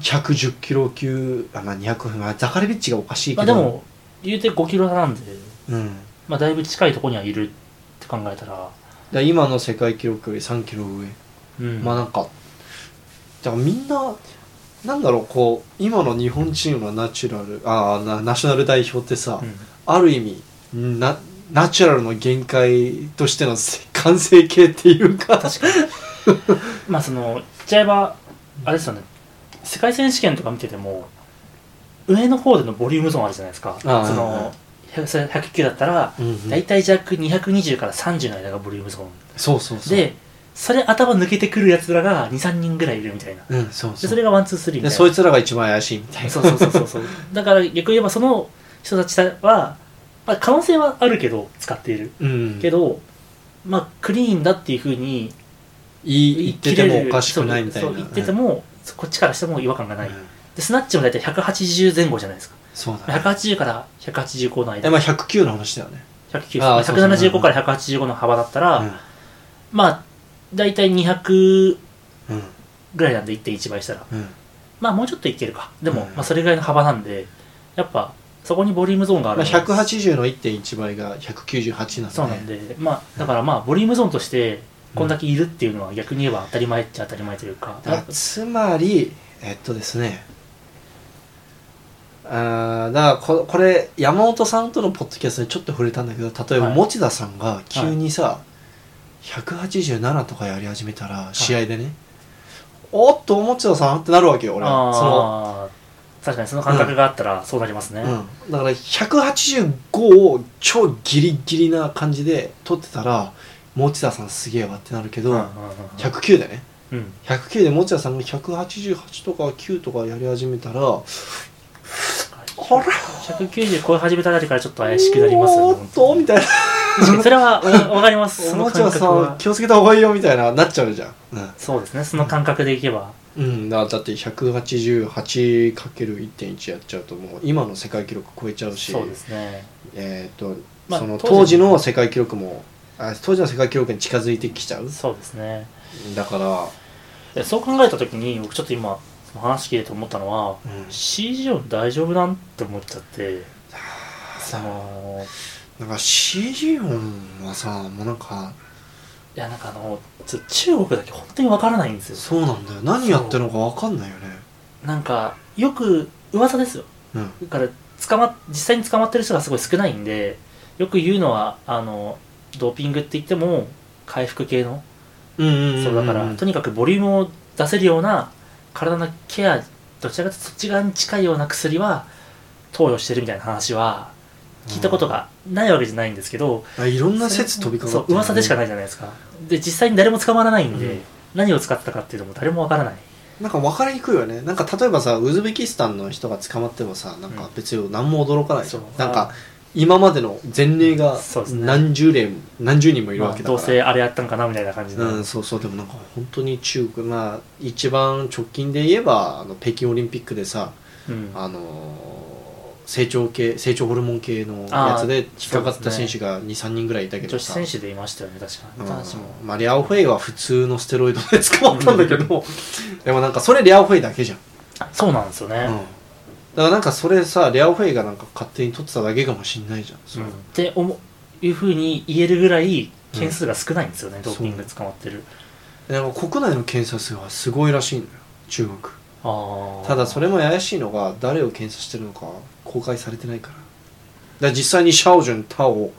Speaker 1: 110キロ級あまあ200まあザカレビッチがおかしい
Speaker 2: ま
Speaker 1: け
Speaker 2: あで
Speaker 1: ど、
Speaker 2: も言うて5キロ差なんで、
Speaker 1: うん、だか
Speaker 2: まあ、だいぶ近いところにはいるって考えたら
Speaker 1: ら今の世界記録より3キロ上、
Speaker 2: うん
Speaker 1: まあなんかだからみんななんだろうこう今の日本チームのナチュラルあーなナショナル代表ってさ、
Speaker 2: うん
Speaker 1: ある意味なナチュラルの限界としてのせ完成形っていうか
Speaker 2: 確かに まあその言っちゃえばあれですよね世界選手権とか見てても上の方でのボリュームゾーンあるじゃないですかそ
Speaker 1: ああ
Speaker 2: の100それ109だったら
Speaker 1: うんうん
Speaker 2: 大体弱220から30の間がボリュームゾーン
Speaker 1: そうそうそう
Speaker 2: でそれ頭抜けてくるやつらが23人ぐらいいるみたいな
Speaker 1: うんそうそ
Speaker 2: で
Speaker 1: う
Speaker 2: それがワンツースリー
Speaker 1: で
Speaker 2: みたい
Speaker 1: そい
Speaker 2: な
Speaker 1: つらが一番怪しいみたいな
Speaker 2: そうそうそうそうそう だから逆に言えばその人たちは、まあ、可能性はあるけど使っている
Speaker 1: うん
Speaker 2: けど、まあクリーンだっていうふうに
Speaker 1: いい言っててもおかしくないみたいな
Speaker 2: そう言ってて
Speaker 1: も
Speaker 2: も、こっちからしても違和感がない、でスナッチも大体180前後じゃないですか
Speaker 1: そうだね
Speaker 2: 180から185の
Speaker 1: え
Speaker 2: 間
Speaker 1: まあ109の話だよね
Speaker 2: 190
Speaker 1: ああそうそう
Speaker 2: 175から185の幅だったら、まあ大体200
Speaker 1: うんうん
Speaker 2: ぐらいなんで1.1倍したら
Speaker 1: うん
Speaker 2: まあもうちょっといけるかでも、
Speaker 1: うん
Speaker 2: まあ、それぐらいの幅なんでやっぱそこにボリュームゾーンがあ
Speaker 1: ま
Speaker 2: る
Speaker 1: あ
Speaker 2: のは
Speaker 1: 180の1.1倍が198なんで
Speaker 2: そうなんで、まあだからまあボリュームゾーンとしてこんだけいるっていうのは逆に言えば当たり前っちゃ当たり前というか、
Speaker 1: だつまりえっとですねあーだからここれ山本さんとのポッドキャストでちょっと触れたんだけど例えば
Speaker 2: はい
Speaker 1: 持田さんが急にさ、187とかやり始めたら試合でね、おっと持田さんってなるわけよ俺はその
Speaker 2: ああ確かにその感覚があったらそうなりますね、
Speaker 1: うん、だから185を超ギリギリな感じで取ってたら持田さんすげえわってなるけど、
Speaker 2: うんうん
Speaker 1: 109でね
Speaker 2: うんうん
Speaker 1: 109で持田さんが188とか9とかやり始めたらあれ
Speaker 2: 190超え始めたあたりからちょっと怪しくなりますよ
Speaker 1: お
Speaker 2: ね
Speaker 1: ーっとみたいな
Speaker 2: 確かにそれはわわかりますその
Speaker 1: 持
Speaker 2: 感
Speaker 1: 田
Speaker 2: 覚
Speaker 1: さん
Speaker 2: は
Speaker 1: 気をつけた方がいいよみたいななっちゃうじゃん
Speaker 2: そうですねその感覚でいけば、
Speaker 1: うん、うん、だだって 188×1.1 やっちゃうともう今の世界記録超えちゃうし
Speaker 2: そうですね
Speaker 1: えーと
Speaker 2: まあ
Speaker 1: その当
Speaker 2: 当
Speaker 1: 時
Speaker 2: 時
Speaker 1: の世界記録もあ当時の世界記録に近づいてきちゃう
Speaker 2: そうですね
Speaker 1: だから、
Speaker 2: でそう考えた時に僕ちょっと今その話聞いてて思ったのは
Speaker 1: うん、
Speaker 2: CG 音大丈夫なんって思っちゃってその
Speaker 1: なんか CG 音はさもうなんか
Speaker 2: いやなんかあのちょ中国だけ本当にわからないんですよ
Speaker 1: そうなんだよ何やってるのか分かんないよね
Speaker 2: なんかよく噂ですよ
Speaker 1: うん
Speaker 2: だから捕ま実際に捕まってる人がすごい少ないんでよく言うのはあのドーピングって言っても回復系の
Speaker 1: うんうん
Speaker 2: そうだからとにかくボリュームを出せるような体のケアどちらかというとそっち側に近いような薬は投与してるみたいな話は聞いたことがないわけじゃないんですけど、
Speaker 1: あいろんな説飛び交
Speaker 2: そう
Speaker 1: ってるね
Speaker 2: 噂でしかないじゃないですかで実際に誰も捕まらないんで、
Speaker 1: うん
Speaker 2: 何を使ってたかっていうのも誰もわからない
Speaker 1: なんか分かりにくいよねなんか例えばさウズベキスタンの人が捕まってもさなんか別に何も驚かないじゃん、
Speaker 2: そう
Speaker 1: なんか今までの前例が
Speaker 2: そうですね
Speaker 1: 何十例も何十人もいる
Speaker 2: ま
Speaker 1: わ
Speaker 2: あ
Speaker 1: けだ
Speaker 2: ど
Speaker 1: から、
Speaker 2: うせあれやったんかなみたいな感じで、
Speaker 1: うん、そうそうでもなんか本当に中国まあ一番直近で言えばあの北京オリンピックでさ
Speaker 2: うん
Speaker 1: あのー成長系成長ホルモン系のやつで引っかかっ
Speaker 2: そう
Speaker 1: た
Speaker 2: です
Speaker 1: 選
Speaker 2: ね
Speaker 1: 手が23、人ぐらいいたけ
Speaker 2: 女
Speaker 1: ど
Speaker 2: 子
Speaker 1: さ
Speaker 2: 選手でいましたよね確か
Speaker 1: うん
Speaker 2: 男子も
Speaker 1: まあ、リアオフェイは普通のステロイドで捕まったんだけどでもなんかそれリアオフェイだけじゃん、
Speaker 2: そうなんですよね、
Speaker 1: うんだからなんかそれさリアオフェイがなんか勝手に取ってただけかもしんないじゃんそ
Speaker 2: うん
Speaker 1: れ
Speaker 2: って思ういうふうに言えるぐらい件数が少ないんですよね、ドーピングで捕まってる、
Speaker 1: なんか国内の検査数はすごいらしいんだよ中国
Speaker 2: ああ
Speaker 1: ただそれも怪しいのが誰を検査してるのか公開されてないからだから実際にシャオジュンタオ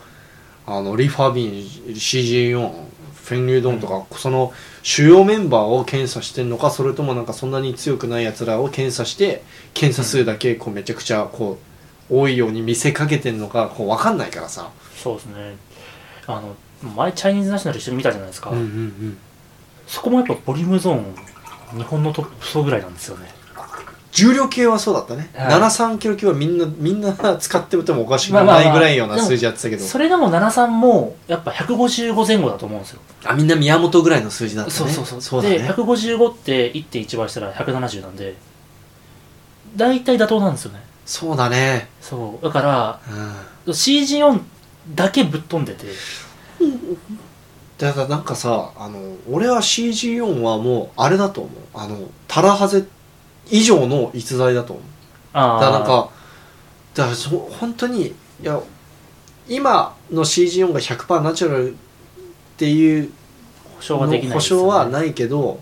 Speaker 1: あのリファビン CG4 フェンリュードンとか、その主要メンバーを検査してんのかそれともなんかそんなに強くないやつらを検査して検査数だけこうめちゃくちゃこう多いように見せかけてんのかこう分かんないからさ、
Speaker 2: そうですねあの前チャイニーズナショナル一緒に見たじゃないですか、
Speaker 1: うんうんうん、
Speaker 2: そこもやっぱボリュームゾーン日本のトップ層ぐらいなんですよね
Speaker 1: 重量級はそうだったね、
Speaker 2: はい
Speaker 1: 73キロ級はみんなみんな使っててもおかしく
Speaker 2: まあまあま
Speaker 1: な
Speaker 2: あ
Speaker 1: いぐらいような
Speaker 2: でも
Speaker 1: 数字やってたけど、
Speaker 2: それでも73もやっぱ155前後だと思うんですよ
Speaker 1: あみんな宮本ぐらいの数字だったね
Speaker 2: そうそうそう
Speaker 1: そうだね
Speaker 2: で155って1.1倍したら170なんで大体妥当なんですよね
Speaker 1: そうだね
Speaker 2: そうだから
Speaker 1: うん
Speaker 2: CG4 だけぶっ飛んでて
Speaker 1: だからなんかさあの俺は CG4 はもうあれだと思うあのタラハゼ以上の逸材だと思う
Speaker 2: あ
Speaker 1: だから
Speaker 2: あ
Speaker 1: なんかだからそ本当にいや今の CG4 が100%ナチュラルっていう
Speaker 2: 保証はでき
Speaker 1: の
Speaker 2: ないで
Speaker 1: 保
Speaker 2: すよね
Speaker 1: 証はないけど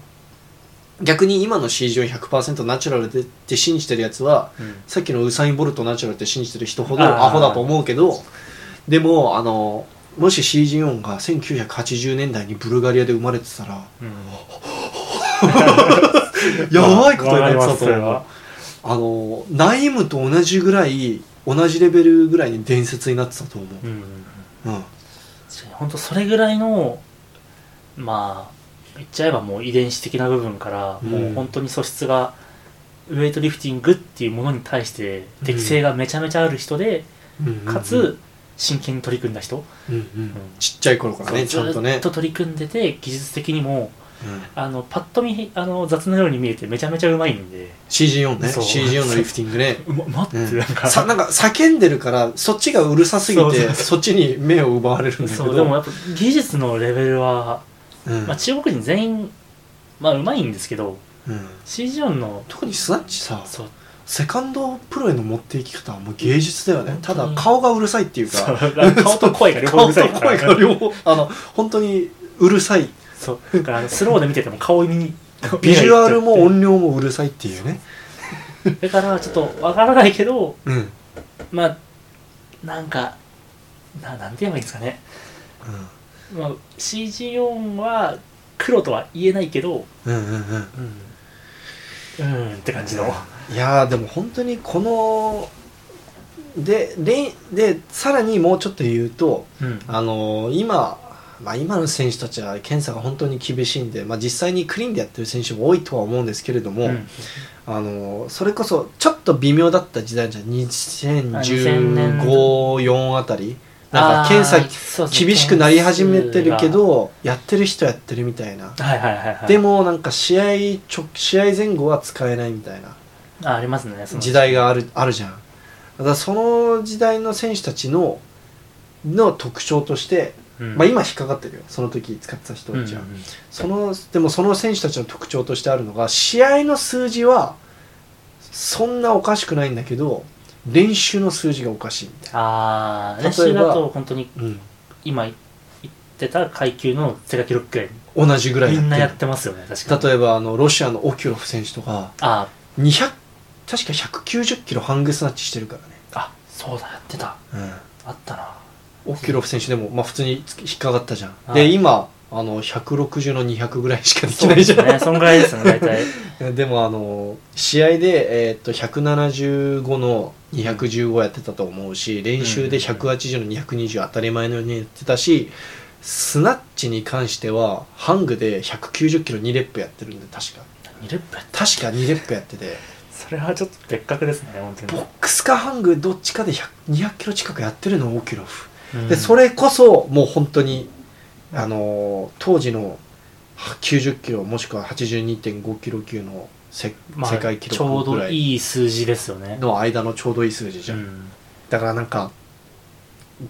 Speaker 1: 逆に今の CG400% ナチュラルでって信じてるやつは
Speaker 2: うん
Speaker 1: さっきのウサイン・ボルトナチュラルって信じてる人ほど
Speaker 2: あー
Speaker 1: アホだと思うけどでもあのもし CG4 が1980年代にブルガリアで生まれてたら
Speaker 2: うん
Speaker 1: やばいことになってたと思
Speaker 2: わ
Speaker 1: うあのナイムと同じぐらい同じレベルぐらいに伝説になってたと思
Speaker 2: かりますそれはうん
Speaker 1: う、うん、
Speaker 2: 確かに本当それぐらいのまあ言っちゃえばもう遺伝子的な部分から、
Speaker 1: うん
Speaker 2: もう本当に素質がウェイトリフティングっていうものに対して適性がめちゃめちゃある人で、かつ真剣に取り組んだ人、
Speaker 1: うんうんちっちゃい頃からねち
Speaker 2: そ
Speaker 1: ゃ
Speaker 2: うん
Speaker 1: と
Speaker 2: ず
Speaker 1: ね
Speaker 2: っと取り組んでて技術的にも
Speaker 1: うん
Speaker 2: あのパッと見あの雑なように見えてめちゃめちゃうまいんで
Speaker 1: CG4 ね
Speaker 2: そう
Speaker 1: CG4 のリフティングね
Speaker 2: うま待
Speaker 1: う
Speaker 2: って
Speaker 1: ん
Speaker 2: なんか、
Speaker 1: さなんか叫んでるからそっちがうるさすぎ
Speaker 2: そうそうそ
Speaker 1: て
Speaker 2: う
Speaker 1: そっちに目を奪われるんだけど
Speaker 2: そうでもやっぱ技術のレベルは、
Speaker 1: うん
Speaker 2: まあ、中国人全員まあうまいんですけど
Speaker 1: うん、
Speaker 2: CG 音の
Speaker 1: 特にスナッチさ
Speaker 2: そう
Speaker 1: セカンドプロへの持っていき方はもう芸術だよね
Speaker 2: 本
Speaker 1: た
Speaker 2: 当に
Speaker 1: だ顔がうるさいっていう
Speaker 2: そう
Speaker 1: か
Speaker 2: 顔 と声が両方
Speaker 1: 顔
Speaker 2: うるさ
Speaker 1: と
Speaker 2: いから
Speaker 1: 声が両方あの本当にうるさい
Speaker 2: そうだからあのスローで見てても顔に
Speaker 1: ビジュアルも音量もうるさいっていうね
Speaker 2: だからちょっとわからないけど
Speaker 1: うん、うん、
Speaker 2: まあなんかななんて言えばいいんですかね、まあ、CG 音は黒とは言えないけど
Speaker 1: うんうんうん
Speaker 2: うんうんって感じの
Speaker 1: いやーでも本当にこのでれんでさらにもうちょっと言うと
Speaker 2: うん
Speaker 1: あのー今、まあ、今の選手たちは検査が本当に厳しいんで、まあ、実際にクリーンでやってる選手も多いとは思うんですけれども、
Speaker 2: うん
Speaker 1: あのそれこそちょっと微妙だった時代じゃん
Speaker 2: 2000年
Speaker 1: 2015-4あたりなんか
Speaker 2: あ
Speaker 1: 検
Speaker 2: ーそうです
Speaker 1: 査
Speaker 2: ね
Speaker 1: 厳しくなり始めてるけ
Speaker 2: は
Speaker 1: どやってる人やってるみたいない
Speaker 2: はいはいはい
Speaker 1: でもなんか試合直試合前後は使えないみたいな
Speaker 2: あありますねその
Speaker 1: 時代があるあるじゃんだからその時代の選手たちのの特徴として、
Speaker 2: うん
Speaker 1: まあ今引っかかってるよその時使ってた人
Speaker 2: うんうん
Speaker 1: たちは、そのでもその選手たちの特徴としてあるのが試合の数字はそんなおかしくないんだけど練習の数字がおかしいみたい
Speaker 2: ああ
Speaker 1: 例えば
Speaker 2: 練習だと本当に
Speaker 1: な、
Speaker 2: 今言ってた階級の世界記録くらい
Speaker 1: 同じぐらい
Speaker 2: みんなや
Speaker 1: やっ
Speaker 2: っててますよね確か
Speaker 1: る
Speaker 2: に
Speaker 1: 例えばあのロシアのオキュロフ選手とか
Speaker 2: あ
Speaker 1: 200確か190キロハングスナッチしてるか
Speaker 2: ーあそうだやってた
Speaker 1: らね、
Speaker 2: あったな
Speaker 1: オキュロフ選手でも、まあ、普通に引っかかったじゃん、
Speaker 2: はい
Speaker 1: で今あの160の200ぐらいしかできないじゃん
Speaker 2: そうですねそんぐらいですね大体
Speaker 1: でもあの試合で、えーっと175の215やってたと思うし練習で180の220当たり前のようにやってたしスナッチに関してはハングで190キロ2レップやってるんで確か
Speaker 2: 2連覇やっ
Speaker 1: 確か2レップやってて
Speaker 2: たそれはちょっと別格ですね本当
Speaker 1: ボ
Speaker 2: に
Speaker 1: ックスかハングどっちかで100 200キロ近くやってるのオキュロフ、
Speaker 2: うん
Speaker 1: でそれこそもう本当にあのー当時の90キロもしくは82.5キロ級のせ
Speaker 2: まあ
Speaker 1: 世界記
Speaker 2: ちょう
Speaker 1: 録ぐ
Speaker 2: ど
Speaker 1: らい
Speaker 2: いい数字ですよね
Speaker 1: の間のちょうどいい数字じゃん、
Speaker 2: うん
Speaker 1: だからなんか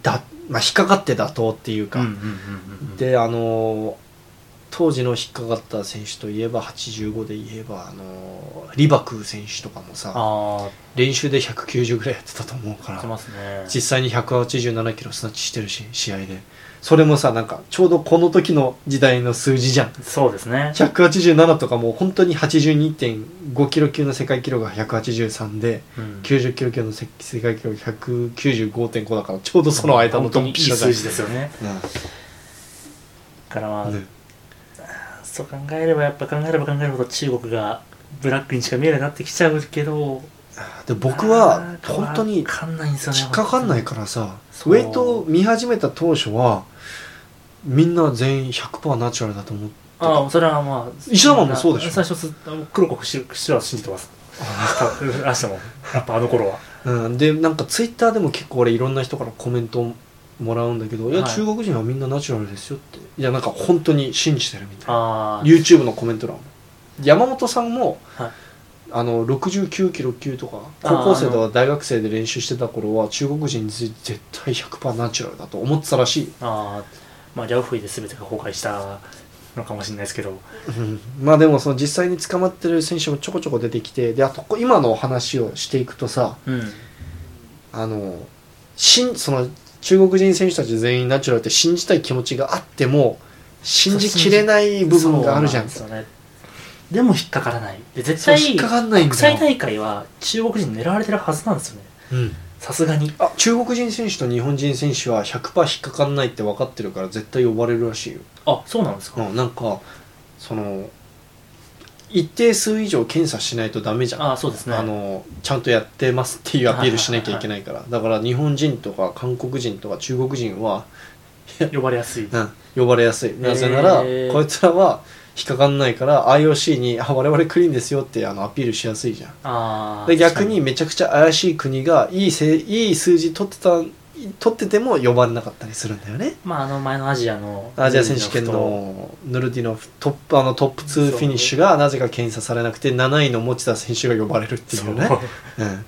Speaker 1: だ、まあ、引っかかって妥当っていう
Speaker 2: う
Speaker 1: か、
Speaker 2: んうんうんうんうん
Speaker 1: であのー当時の引っかかった選手といえば85で言えばあのリバクー選手とかもさ
Speaker 2: あ
Speaker 1: 練習で190ぐらいやってたと思うか
Speaker 2: あ、
Speaker 1: ら
Speaker 2: 来てますね。
Speaker 1: 実際に187キロスナッチしてるし試合でそれもさなんかちょうどこの時の時代の数字じゃん
Speaker 2: そうですね。
Speaker 1: 187とかもう本当に82.5キロ級の世界記録が183で
Speaker 2: うん
Speaker 1: 90キロ級の世世界記録が195.5だからちょうどその間の
Speaker 2: 本当
Speaker 1: ド
Speaker 2: にい
Speaker 1: ン
Speaker 2: い
Speaker 1: ピシャだ
Speaker 2: 数字ですよね。
Speaker 1: うん
Speaker 2: だからまあ、
Speaker 1: ね
Speaker 2: そう考えればやっぱ考えれば考えるほど中国がブラックにしか見えなくなってきちゃうけど、
Speaker 1: で僕は
Speaker 2: なんか
Speaker 1: 本当
Speaker 2: わ
Speaker 1: に
Speaker 2: かんないんですよね。
Speaker 1: 引っかかんないからさウ
Speaker 2: そう
Speaker 1: ェイトを見始めた当初はみんな全員100%ナチュラルだと思って
Speaker 2: ああ、それはまあ、
Speaker 1: 石田マンもそうでしょ
Speaker 2: 最初す、黒子白白は信じてます。多分明日も、やっぱあの頃は。
Speaker 1: うん、でなんかツイッターでも結構俺いろんな人からコメントをもらうんだけど「いや、
Speaker 2: はい
Speaker 1: 中国人はみんなナチュラルですよ」っていやなんか本当に信じてるみたいな
Speaker 2: ああ、
Speaker 1: YouTube のコメント欄も山本さんも、
Speaker 2: はい
Speaker 1: あの69キロ級とか
Speaker 2: あー
Speaker 1: 高校生とか大学生で練習してた頃は中国人ぜ絶対100%ナチュラルだと思ってたらしい、
Speaker 2: ああ、まあ、両夫で全てが崩壊したのかもしれないですけど、
Speaker 1: うんまあでもその実際に捕まってる選手もちょこちょこ出てきてであとこ今のお話をしていくとさ
Speaker 2: うん。
Speaker 1: あのしんその中国人選手たち全員ナチュラルって信じたい気持ちがあっても信じきれない部分があるじゃん
Speaker 2: そうなんですよね。でも引っかからない。で、絶対、
Speaker 1: そう引っかかんないん
Speaker 2: 国
Speaker 1: だよ
Speaker 2: 際大会は中国人狙われてるはずなんですよね。
Speaker 1: うん
Speaker 2: さすがに。
Speaker 1: あ中国人選手と日本人選手は100%引っかかんないって分かってるから絶対呼ばれるらしいよ、
Speaker 2: あ、そうなんです
Speaker 1: う
Speaker 2: か。
Speaker 1: ん、なんかその一定数以上検査しないとダメじゃん
Speaker 2: ああ、そうですね。
Speaker 1: あの ちゃんとやってますっていうアピールしなきゃいけないから、だから日本人とか韓国人とか中国人は、
Speaker 2: 呼ばれやすい。
Speaker 1: うん、呼ばれやすいなぜなら、
Speaker 2: へー
Speaker 1: こいつらは引っかかんないから IOC にあ「我々クリーンですよ」ってあのアピールしやすいじゃん
Speaker 2: ああ。
Speaker 1: で逆に
Speaker 2: 確か
Speaker 1: めちゃくちゃ怪しい国がいいせいい数字取ってた取ってても呼ばれなかったりするんだよね
Speaker 2: まあ、あの前のアジアの。
Speaker 1: アジア選手権。のヌルディのトップあのトップ2フィニッシュがなぜか検査されなくて7位の持田選手が呼ばれるってい
Speaker 2: そうう。
Speaker 1: ねうん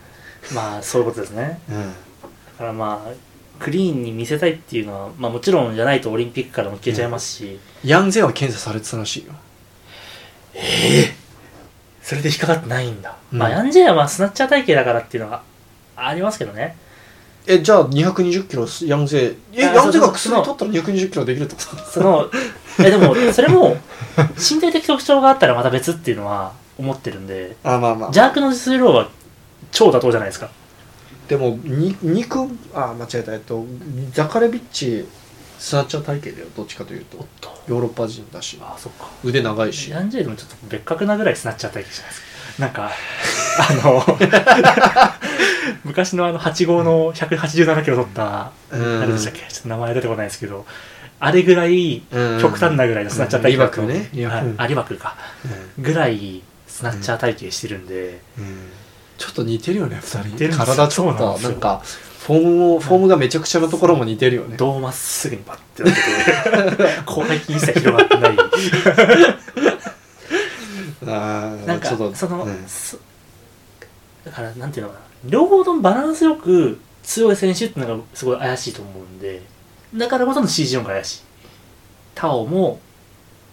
Speaker 2: まあ、そういうことですね。
Speaker 1: うん
Speaker 2: だからまあ、クリーンに見せたいっていうのは、まあもちろんじゃないとオリンピックからも消えちゃいますし、
Speaker 1: ヤンゼは検査されてたらしいよ
Speaker 2: それで引っかかってないんだ。
Speaker 1: うん
Speaker 2: まあ、ヤンジェイはまあスナッチャー体系だからっていうのはありますけどね。
Speaker 1: えじゃあ220キロヤンゼえ
Speaker 2: あ
Speaker 1: ヤンゼが
Speaker 2: そ
Speaker 1: 薬
Speaker 2: の
Speaker 1: 取ったら220キロできるってこと
Speaker 2: その、え、でも、それも、身体的特徴があったらまた別っていうのは思ってるんで、
Speaker 1: あまあまあ
Speaker 2: 邪悪の実量は超妥当じゃないですか。
Speaker 1: でもに肉あ間違えたえっとザカレビッチスナッチャー体型だよどっちかというと
Speaker 2: と。
Speaker 1: ヨーロッパ人だし
Speaker 2: ああ、そっか。
Speaker 1: 腕長いし
Speaker 2: ヤンジェイでもちょっと別格なぐらいスナッチャー体系じゃないですか。なんか、あの、昔のあの8号の187キロ取った、
Speaker 1: うん
Speaker 2: あれでしたっけちょっと名前出てこないですけど、あれぐらい、
Speaker 1: うん
Speaker 2: 極端なぐらいのスナッチ
Speaker 1: う
Speaker 2: ャー
Speaker 1: ん
Speaker 2: 体
Speaker 1: リ
Speaker 2: 型だ
Speaker 1: バク
Speaker 2: と思う
Speaker 1: ねリバ
Speaker 2: は
Speaker 1: ク
Speaker 2: いあ、リバクか。ぐらい、スナッチャー体型してるんで、
Speaker 1: うんちょっと似てるよね
Speaker 2: 似
Speaker 1: 2
Speaker 2: てる
Speaker 1: 人体ちょっ
Speaker 2: そうなん
Speaker 1: と
Speaker 2: ですよ
Speaker 1: なんかフォームをフォームがめちゃくちゃなところも似てるよね
Speaker 2: どうまっすぐにパッてなってて、広背筋一切広がってない。
Speaker 1: あー
Speaker 2: なんか
Speaker 1: ちょっと
Speaker 2: その、
Speaker 1: うん
Speaker 2: そだからなんていうのかな両方ともバランスよく強い選手っていうのがすごい怪しいと思うんでだからこその CG4 が怪しいタオも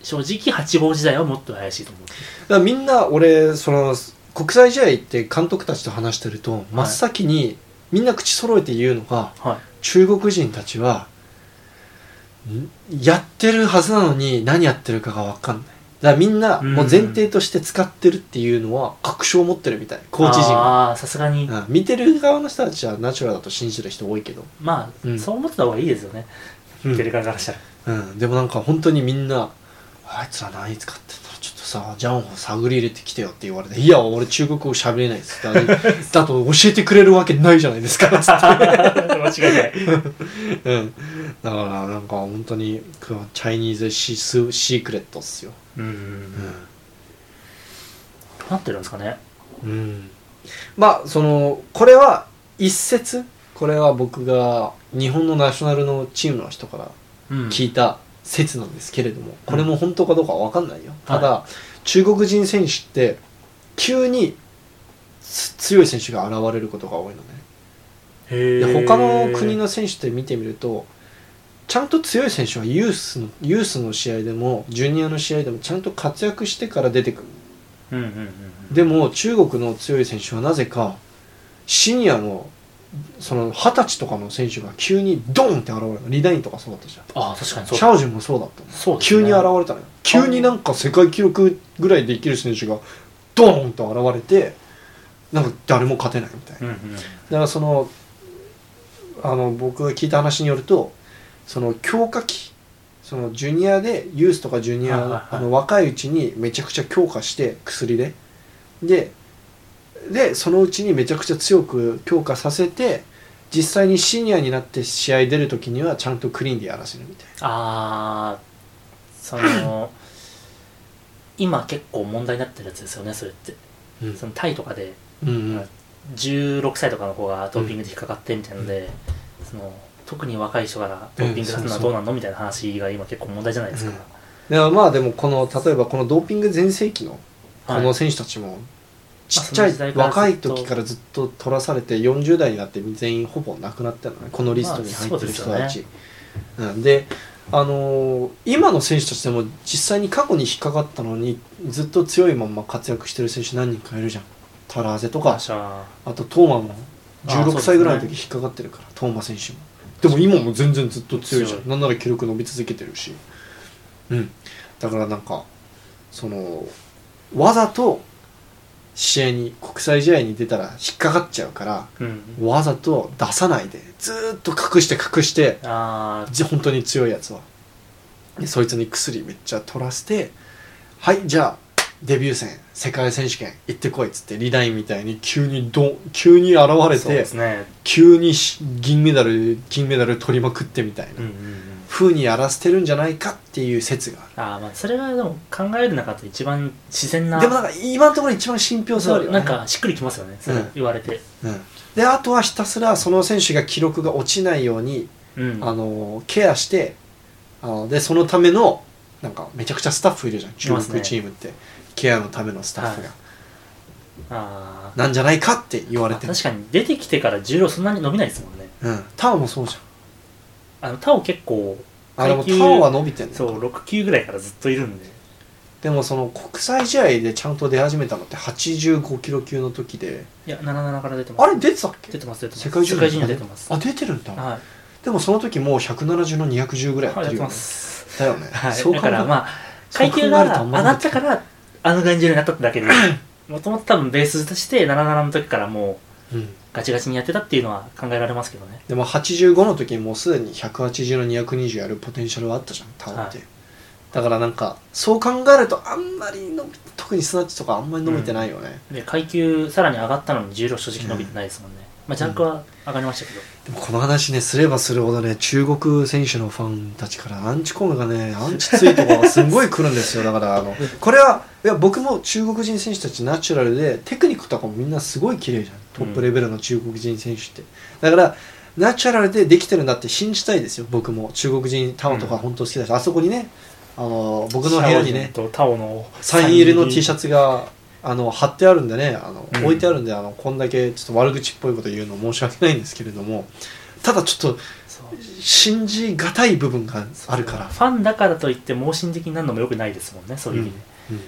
Speaker 2: 正直8号時代はもっと怪しいと思う
Speaker 1: だからみんな俺その国際試合行って監督たちと話してると真っ先にみんな口揃えて言うのが
Speaker 2: はい
Speaker 1: 中国人たちはんやってるはずなのに何やってるかが分かんないだからみんなもう前提として使ってるっていうのは確証を持ってるみたいコーチ陣が、
Speaker 2: ああさすがに、
Speaker 1: うん見てる側の人たちはナチュラルだと信じてる人多いけど、
Speaker 2: まあ、
Speaker 1: うん
Speaker 2: そう思ってた方がいいですよね
Speaker 1: うん
Speaker 2: テレカか らしたら
Speaker 1: うん、でもなんか本当にみんな「あいつら何使ってんだろうちょっとさジャンホ探り入れてきてよ」って言われて「いや俺中国語喋れないです」 だだと教えてくれるわけないじゃないですか」つっ
Speaker 2: 間違いない
Speaker 1: て、うん、だからなんか本当にこうチャイニーズシスシークレットっすよ、
Speaker 2: うん、
Speaker 1: うん
Speaker 2: どうなってるんですかね
Speaker 1: うんまあそのこれは一説これは僕が日本のナショナルのチームの人から
Speaker 2: うん
Speaker 1: 聞いた説なんですけれども、これも本当かどうかは分かんないよ、ただ、
Speaker 2: は
Speaker 1: 中国人選手って急につ強い選手が現れることが多いのね
Speaker 2: へ
Speaker 1: で
Speaker 2: ー
Speaker 1: 他の国の選手って見てみるとちゃんと強い選手はユースのユースの試合でもジュニアの試合でもちゃんと活躍してから出てくる
Speaker 2: うんうんうんうん
Speaker 1: でも中国の強い選手はなぜかシニアのその二十歳とかの選手が急にドーンって現れたリダインとかそうだったじゃん
Speaker 2: ああ確かにそう
Speaker 1: シャオジュンもそうだったの
Speaker 2: そうです
Speaker 1: 急
Speaker 2: ね
Speaker 1: に現れたのよ急になんか世界記録ぐらいできる選手がドーンと現れてなんか誰も勝てないみたいな
Speaker 2: うんうん
Speaker 1: だからそのあの僕が聞いた話によるとその強化期そのジュニアでユースとかジュニア、
Speaker 2: はいはいはい
Speaker 1: あの若いうちにめちゃくちゃ強化して薬でででそのうちにめちゃくちゃ強く強化させて実際にシニアになって試合出る時にはちゃんとクリーンでやらせるみたい
Speaker 2: ああその 今結構問題になってるやつですよねそれって
Speaker 1: な、
Speaker 2: そのタイとかで
Speaker 1: うんうん
Speaker 2: 16歳とかの子がドーピングで引っかかってみたいなので、その特に若い人からドーピング出すのはどうなんのみたいな話が今結構問題じゃないですか、
Speaker 1: うんでもまあでもこの例えばこのドーピング全盛期のこ
Speaker 2: は
Speaker 1: の
Speaker 2: い
Speaker 1: 選手たちもちっちゃ
Speaker 2: その時代
Speaker 1: い
Speaker 2: から
Speaker 1: 若い時からずっと取らされて40代になって全員ほぼなくなったのねこのリストに入ってる人
Speaker 2: まあ
Speaker 1: た
Speaker 2: そう
Speaker 1: ち、うんであのー今の選手たちでも実際に過去に引っかかったのにずっと強いまんま活躍してる選手何人かいるじゃんタラーゼとか
Speaker 2: ガシャ
Speaker 1: あとトーマも
Speaker 2: あそう
Speaker 1: 16
Speaker 2: ですね
Speaker 1: 歳ぐらいの時引っかかってるから、トーマ選手もでも今も全然ずっと強いじゃ
Speaker 2: 強
Speaker 1: ん
Speaker 2: い
Speaker 1: なんなら記録伸び続けてるしうんだからなんかそのわざと試合に国際試合に出たら引っかかっちゃうから
Speaker 2: うん
Speaker 1: わざと出さないでずーっと隠して隠して
Speaker 2: あ
Speaker 1: じ本当に強いやつはでそいつに薬めっちゃ取らせてはいじゃあデビュー戦世界選手権行ってこいっつってリダインみたいに急にどん急に現
Speaker 2: あ
Speaker 1: れ
Speaker 2: そうで
Speaker 1: て
Speaker 2: すね
Speaker 1: 急にし銀メダル金メダル取りまくってみたいな、
Speaker 2: うんうんうん
Speaker 1: 風にやらせてるんじゃないかっていう説がある
Speaker 2: あーまあそれはでも考える中で一番自然な
Speaker 1: でもなんか今のところ一番信憑性あ
Speaker 2: そ
Speaker 1: る
Speaker 2: う
Speaker 1: よ、ね、
Speaker 2: なんかしっくりきますよね、それ
Speaker 1: うん
Speaker 2: 言われて、
Speaker 1: うん、であとはひたすらその選手が記録が落ちないように
Speaker 2: うん、
Speaker 1: あのケアしてあのでそのためのなんかめちゃくちゃスタッフいるじゃん
Speaker 2: いま
Speaker 1: 中
Speaker 2: すね
Speaker 1: 国チームって、ケアのためのスタッフが、
Speaker 2: はあー
Speaker 1: なんじゃないかって言われてる
Speaker 2: 確かに出てきてから重量そんなに伸びないですもんね
Speaker 1: うん、タオもそうじ
Speaker 2: あのタオ結構
Speaker 1: ゃんあでも
Speaker 2: 階級
Speaker 1: タオは伸びてん
Speaker 2: そ
Speaker 1: の
Speaker 2: う6級ぐらいからずっといるんで
Speaker 1: でもその国際試合でちゃんと出始めたのって85キロ級の時で
Speaker 2: いや77から出てます
Speaker 1: あれ出てたっけ
Speaker 2: 出てます出てます
Speaker 1: 世界
Speaker 2: 世
Speaker 1: 中
Speaker 2: 界中に出てます
Speaker 1: あ出てるんだ、
Speaker 2: はい
Speaker 1: でもその時もう170の210ぐらいや
Speaker 2: はい
Speaker 1: って
Speaker 2: 出
Speaker 1: るよね
Speaker 2: てます
Speaker 1: だよね、
Speaker 2: はい
Speaker 1: そう考
Speaker 2: だ
Speaker 1: え
Speaker 2: からまあ
Speaker 1: そう
Speaker 2: 階
Speaker 1: 考え
Speaker 2: 級
Speaker 1: る
Speaker 2: が
Speaker 1: と
Speaker 2: 上がったからあの感じになったってだ けでもともと多分ベースとして77の時からも
Speaker 1: うん
Speaker 2: うガチガチにやってたっていうのは考えられますけどね
Speaker 1: でも85の時にもうすでに180の220やるポテンシャルはあったじゃんタオって、だからなんかそう考えるとあんまり伸び特にスナッチとかあんまり伸びてないよね、
Speaker 2: で階級さらに上がったのに重量正直伸びてないですもんね、まあジャンクは上がりましたけど、
Speaker 1: でもこの話ねすればするほどね中国選手のファンたちからアンチコメがねアンチツイートがすごい来るんですよだからあのこれはいや僕も中国人選手たちナチュラルでテクニックとかもみんなすごい綺麗じゃんトップレベルの中国人選手って、だからナチュラルでできてるんだって信じたいですよ僕も中国人タオとか本当好きだし、あそこにねあの僕の部屋にね
Speaker 2: シャオリンとタオの
Speaker 1: サイン入りの T シ
Speaker 2: ャ
Speaker 1: ャツがあの貼ってあるんでねあの、
Speaker 2: うん
Speaker 1: 置いてあるんであのこんだけちょっと悪口っぽいこと言うの申し訳ないんですけれどもただちょっと信じがたい部分があるから、
Speaker 2: ファンだからといって盲信的になるのもよくないですもんねそういう意味で、
Speaker 1: うん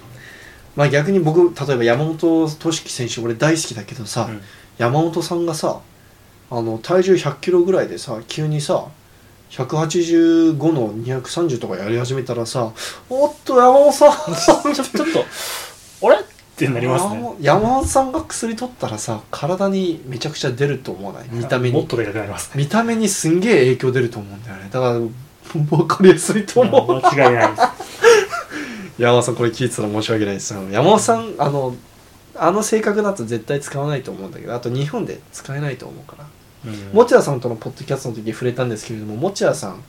Speaker 1: まあ、逆に僕例えば山本俊樹選手俺大好きだけどさ、
Speaker 2: うん
Speaker 1: 山本さんがさあの体重1 0 0キロぐらいでさ急にさ185の230とかやり始めたらさ「おっと山本さん!」
Speaker 2: ちょちょっとあれってなりますね
Speaker 1: 山山本さんが薬取ったらさ体にめちゃくちゃ出ると思わない見た目
Speaker 2: もっ
Speaker 1: に
Speaker 2: とでかくなりますね
Speaker 1: 見た目にすんげえ影響出ると思うんだよねだから分かりやすいと思う
Speaker 2: もう間違いないです
Speaker 1: 山本さんこれ聞いてたら申し訳ないですあの山本さんあのあの性格だと絶対使わないと思うんだけどあと日本で使えないと思うから
Speaker 2: うん
Speaker 1: 持田さんとのポッドキャストの時触れたんですけれども持田さん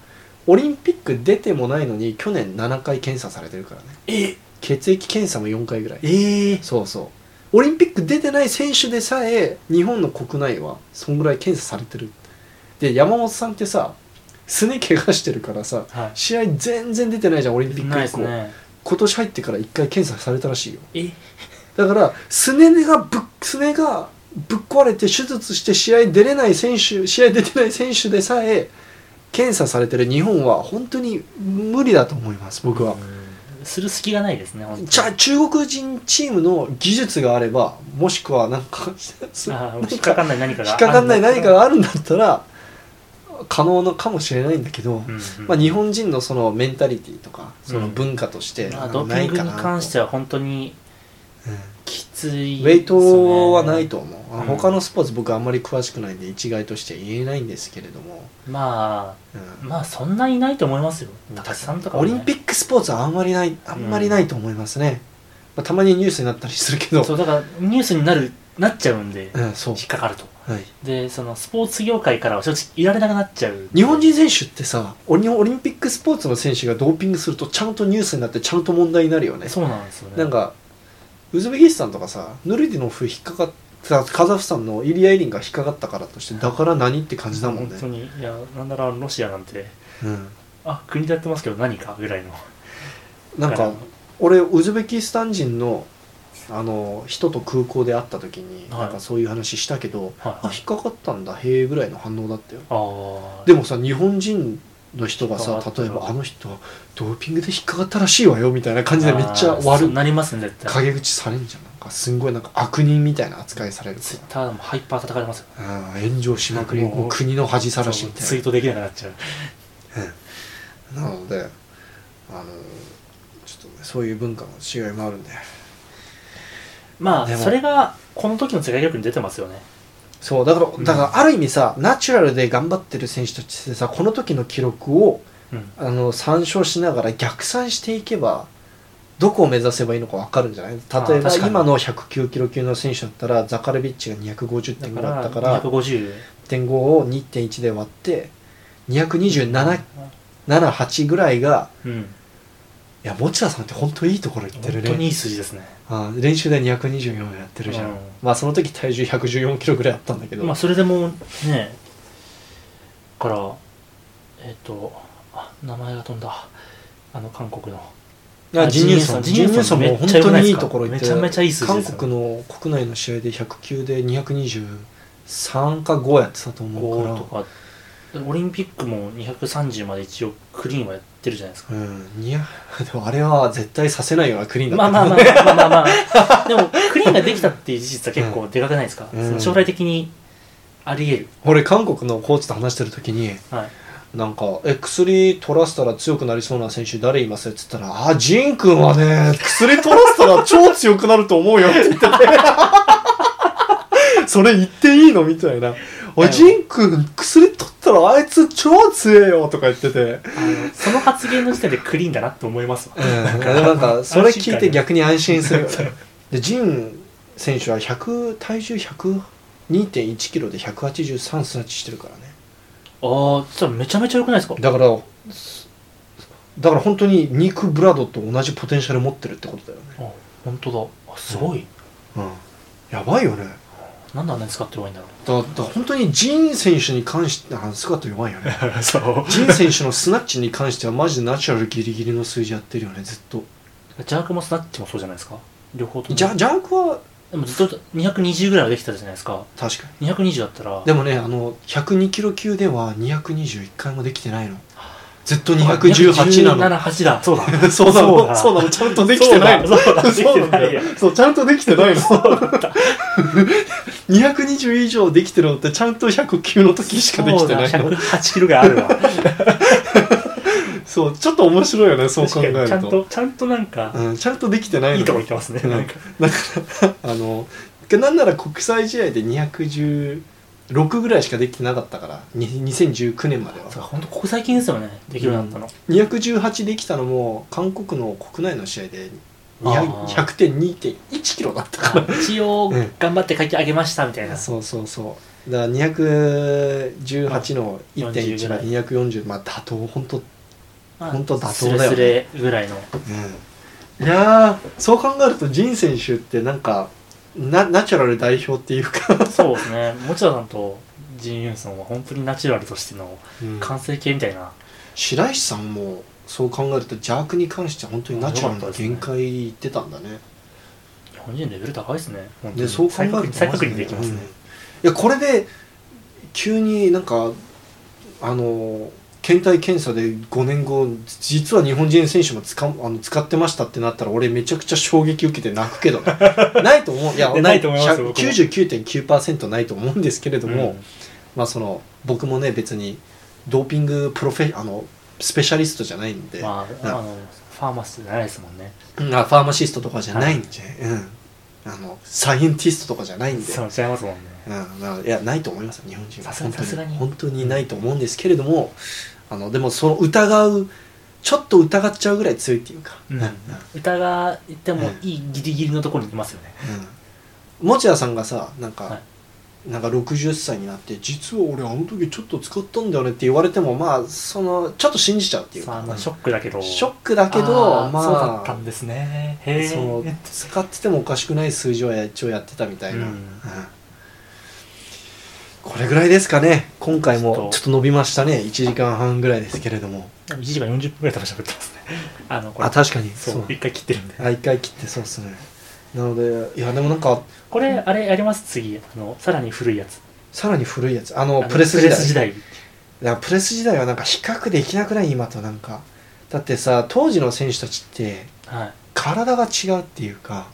Speaker 1: オリンピック出てもないのに去年7回検査されてるからね
Speaker 2: え
Speaker 1: 血液検査も4回ぐらい
Speaker 2: ええ
Speaker 1: そうそうオリンピック出てない選手でさえ日本の国内はそんぐらい検査されてるで山本さんってさすね怪我してるからさ
Speaker 2: は
Speaker 1: 試合全然出てないじゃんオリンピ
Speaker 2: い
Speaker 1: ッ
Speaker 2: ない
Speaker 1: ク
Speaker 2: で
Speaker 1: 以降、
Speaker 2: すね
Speaker 1: 今年入ってから1回検査されたらしいよ
Speaker 2: え
Speaker 1: だからすねがぶっすねがぶっ壊れて手術して試合出れない選手試合出てない選手でさえ検査されてる日本は本当に無理だと思います僕は、
Speaker 2: する隙がないですね本当に
Speaker 1: じゃあ中国人チームの技術があればもしくはなんかそ
Speaker 2: あー
Speaker 1: なん
Speaker 2: 引っか
Speaker 1: か
Speaker 2: かんない何かが
Speaker 1: 引っかかんない何か
Speaker 2: が、
Speaker 1: があるんだったら可能のかもしれないんだけど、
Speaker 2: うんうん
Speaker 1: まあ、日本人のそのメンタリティーとかその
Speaker 2: うん
Speaker 1: 文化として
Speaker 2: ま
Speaker 1: な
Speaker 2: あ
Speaker 1: ん
Speaker 2: ド
Speaker 1: か
Speaker 2: ー
Speaker 1: な
Speaker 2: ピ
Speaker 1: い
Speaker 2: ング
Speaker 1: か
Speaker 2: に
Speaker 1: なと
Speaker 2: 関しては本当に
Speaker 1: うん
Speaker 2: きつい、
Speaker 1: ウェイトはない、と思う、
Speaker 2: うん
Speaker 1: 他のスポーツ僕あんまり詳しくないんで一概としては言えないんですけれども、
Speaker 2: まあ
Speaker 1: う
Speaker 2: まあそんないないと思いますよ
Speaker 1: うん
Speaker 2: 高橋さんとか
Speaker 1: ん、オリンピ
Speaker 2: ッ
Speaker 1: ックスポーツはあんまりないあんまりないと思いますね、まあ、たまにニュースになったりするけど
Speaker 2: そうだからニュースになるなっちゃうんで、
Speaker 1: うん、そう
Speaker 2: 引っかかると
Speaker 1: はい、
Speaker 2: でそのスポーツ業界からは正直いられなくなっちゃう
Speaker 1: 日本人選手ってさオリオリンピックスポーツの選手がドーピングするとちゃんとニュースになってちゃんと問題になるよね
Speaker 2: そうなんですよね
Speaker 1: なんかウズベキスタンとかさヌルディノフ引っかかったカザフスタンのイリア・イリンが引っかかったからとしてだから何って感じだもんね
Speaker 2: 本当、にいやなんならロシアなんて
Speaker 1: うん、
Speaker 2: あ国でやってますけど何かぐらいの
Speaker 1: なん
Speaker 2: から
Speaker 1: か俺ウズベキスタン人のあの人と空港で会った時に、
Speaker 2: はい
Speaker 1: なんかそういう話したけど、
Speaker 2: はい
Speaker 1: あ引っかかったんだへえぐらいの反応だったよ
Speaker 2: ああ
Speaker 1: でもさ日本人の人が
Speaker 2: 引っ
Speaker 1: さ
Speaker 2: かかった
Speaker 1: 例えばあの人はドーピングで引っかかったらしいわよみたいな感じでめっちゃ
Speaker 2: あーそう
Speaker 1: 悪
Speaker 2: なりますね絶対
Speaker 1: 陰口されんじゃんなんかすんごいなんか悪人みたいな扱いされるか
Speaker 2: ツイッターもハイパー叩かれますよ
Speaker 1: らうん炎上しまくり
Speaker 2: もう
Speaker 1: もう国の恥さらし
Speaker 2: そう
Speaker 1: みた
Speaker 2: ツイ
Speaker 1: い
Speaker 2: ートできなくなっちゃう
Speaker 1: ななのであのちょっとねそういう文化の違いもあるんで
Speaker 2: まあ
Speaker 1: でも
Speaker 2: それがこの時の世界記録に出てますよね
Speaker 1: そうだから、
Speaker 2: うん
Speaker 1: だからある意味さナチュラルで頑張ってる選手としてさこの時の記録を
Speaker 2: うん
Speaker 1: あの参照しながら逆算していけばどこを目指せばいいのか分かるんじゃない
Speaker 2: あ
Speaker 1: 例え
Speaker 2: 確
Speaker 1: ば
Speaker 2: かに
Speaker 1: 今の109キロ級の選手だったらザカルビッチが250
Speaker 2: だ
Speaker 1: 点
Speaker 2: か
Speaker 1: ぐらいあった
Speaker 2: ら
Speaker 1: から
Speaker 2: 250
Speaker 1: 1.5を2.1で割って22778ぐらいが
Speaker 2: うん
Speaker 1: いや持田さんって本当いいところ行って
Speaker 2: 本
Speaker 1: る
Speaker 2: 当にい
Speaker 1: ね
Speaker 2: い数字ですね
Speaker 1: あ練習で224やってるじゃん、
Speaker 2: うん
Speaker 1: まあその時体重114キロぐらいあったんだけど、
Speaker 2: まあそれでもねからえっ、とあ名前が飛んだあの韓国の
Speaker 1: いや
Speaker 2: あ
Speaker 1: ジンニューソン
Speaker 2: ジンニューソン
Speaker 1: ジンニューソンも本当にいいところ行って
Speaker 2: めちゃめちゃいい数字で
Speaker 1: 韓
Speaker 2: すよ
Speaker 1: 国の国内の試合で109で223か5やってたと思う
Speaker 2: 5と
Speaker 1: か
Speaker 2: かオリンピックも230まで一応クリーンはやってるじゃないですから
Speaker 1: うんいやでもあれは絶対させないようなクリーンだ
Speaker 2: まあまあまあまあまあま あでもクリーンができたっていう事実は結構でかくないですか、
Speaker 1: うん
Speaker 2: その将来的にあり得る、
Speaker 1: 俺韓国のコーチと話してる時に
Speaker 2: はい、
Speaker 1: なんか「え薬取らせたら強くなりそうな選手誰います?」っつったら「あジン君はね薬取らせたら超強くなると思うよ」って言 っててそれ言っていいのみたいな「おいジン君薬取ったらあいつ超強えよ」とか言ってて
Speaker 2: あのその発言の時点でクリーンだなって思いますわ
Speaker 1: なんか なんかそれ聞いて逆に安心する よねでジン選手は100体重102.1キロで183スナッチしてるからね
Speaker 2: ああそしたらめちゃめちゃ良くないですか
Speaker 1: だからだから本当にニック・ブラドと同じポテンシャル持ってるってことだよね、
Speaker 2: あ本当だあすごい、
Speaker 1: うん、やばいよね
Speaker 2: なんであんなに使ってればいいんだろ
Speaker 1: だだ本当にジン選手に関してあ姿弱いよ ね
Speaker 2: うそう
Speaker 1: ジン選手のスナッチに関してはマジでナチュラルギリギリの数字やってるよねずっと
Speaker 2: ジャークもスナッチもそうじゃないですか両方とも
Speaker 1: ジャジャンクは
Speaker 2: でもずっと220ぐらいはできたじゃないですか
Speaker 1: 確かに
Speaker 2: 220だったら
Speaker 1: でもねあの102キロ級では221回もできてないのずっと
Speaker 2: あ
Speaker 1: 218なの
Speaker 2: 218だそうだ
Speaker 1: そうなのそう
Speaker 2: だ
Speaker 1: なのちゃんとできてないの
Speaker 2: そうだそうだ
Speaker 1: そうなんだ
Speaker 2: できてないや
Speaker 1: よそうちゃんとできてないの220以上できてるのってちゃんと109の時しかできてない
Speaker 2: そう
Speaker 1: の
Speaker 2: だ108キロぐらいあるわ
Speaker 1: そうちょっと面白いよね そう考え
Speaker 2: 確かに
Speaker 1: る
Speaker 2: ちゃん
Speaker 1: と
Speaker 2: とちゃんとなんか、
Speaker 1: うんちゃんとできてないの
Speaker 2: いいとこ行ってますね
Speaker 1: うん
Speaker 2: なんか
Speaker 1: だからあのなんなら国際試合で216ぐらいしかできてなかったからに2019年までは
Speaker 2: そう本当ここ最近ですよねできるようになったの、
Speaker 1: 218できたのも韓国の国内の試合で
Speaker 2: あー
Speaker 1: 100.2.1キロだったから
Speaker 2: あ一応
Speaker 1: うん
Speaker 2: 頑張って書き上げましたみたいな、
Speaker 1: そうそうそうだから218の1.1が240まあ妥当本当
Speaker 2: まあ
Speaker 1: 本当妥当だよね
Speaker 2: スレスレぐらいの
Speaker 1: いやーそう考えると仁選手ってなんかなナチュラル代表っていうか、
Speaker 2: そうですね持田さんとジン・ユンソンは本当にナチュラルとしての完成形みたいな、
Speaker 1: 白石さんもそう考えると邪悪に関しては本当にナチュラルな限界いってたんだね
Speaker 2: 日本人レベル高いですね本当
Speaker 1: で
Speaker 2: に
Speaker 1: そう考えるとマジ
Speaker 2: 再確認できますね、
Speaker 1: うんいやこれで急になんかあの検体検査で5年後実は日本人選手も使あの使ってましたってなったら俺めちゃくちゃ衝撃受けて泣くけ どないと思ういや
Speaker 2: いやないと思います僕も
Speaker 1: 99.9%ないと思うんですけれども、
Speaker 2: うん
Speaker 1: まあその僕もね別にドーピングプロフェあのスペシャリストじゃないんで、
Speaker 2: まあ、あ
Speaker 1: な
Speaker 2: のファーマスじゃないですもんね
Speaker 1: うんあファーマシストとかじゃないんで、うん、あのサイエンティストとかじゃないんで
Speaker 2: そう違いますもんね
Speaker 1: うん、だからいやないと思います日本人は
Speaker 2: さすが
Speaker 1: 本当
Speaker 2: さすがに
Speaker 1: 本当にないと思うんですけれどもあのでもその疑うちょっと疑っちゃうぐらい強いっていうか、
Speaker 2: うん
Speaker 1: うん
Speaker 2: 疑ってもいいギリギリのところにいますよね
Speaker 1: うん持田さんがさなんか、
Speaker 2: は
Speaker 1: なんか60歳になって実は俺あの時ちょっと使ったんだよねって言われてもまあそのちょっと信じちゃうっていう
Speaker 2: そう
Speaker 1: か
Speaker 2: あのシ
Speaker 1: シ
Speaker 2: ョックだけど
Speaker 1: ョックだけど
Speaker 2: あー
Speaker 1: まあ
Speaker 2: そうだったんですねへえ
Speaker 1: そう使っててもおかしくない数字は一応やってたみたいな、
Speaker 2: うん
Speaker 1: うんこれぐらいですかね今回
Speaker 2: ちょ
Speaker 1: も
Speaker 2: っと
Speaker 1: ちょっと伸びましたね1時間半ぐらいですけれども
Speaker 2: 1時間40分ぐらい多分喋ってますねあのこれ
Speaker 1: あ確かにそ
Speaker 2: そうう一回切ってるんで
Speaker 1: あ一回切ってそうっすねなのでいやでもなんか
Speaker 2: これあれやります次あのさらに古いやつ
Speaker 1: さらに古いやつあ
Speaker 2: あ
Speaker 1: の
Speaker 2: の
Speaker 1: プレス時代
Speaker 2: プレス時代
Speaker 1: いやプレス時代はなんか比較できなくない今となんかだってさ当時の選手たちって
Speaker 2: はい
Speaker 1: 体が違うっていうか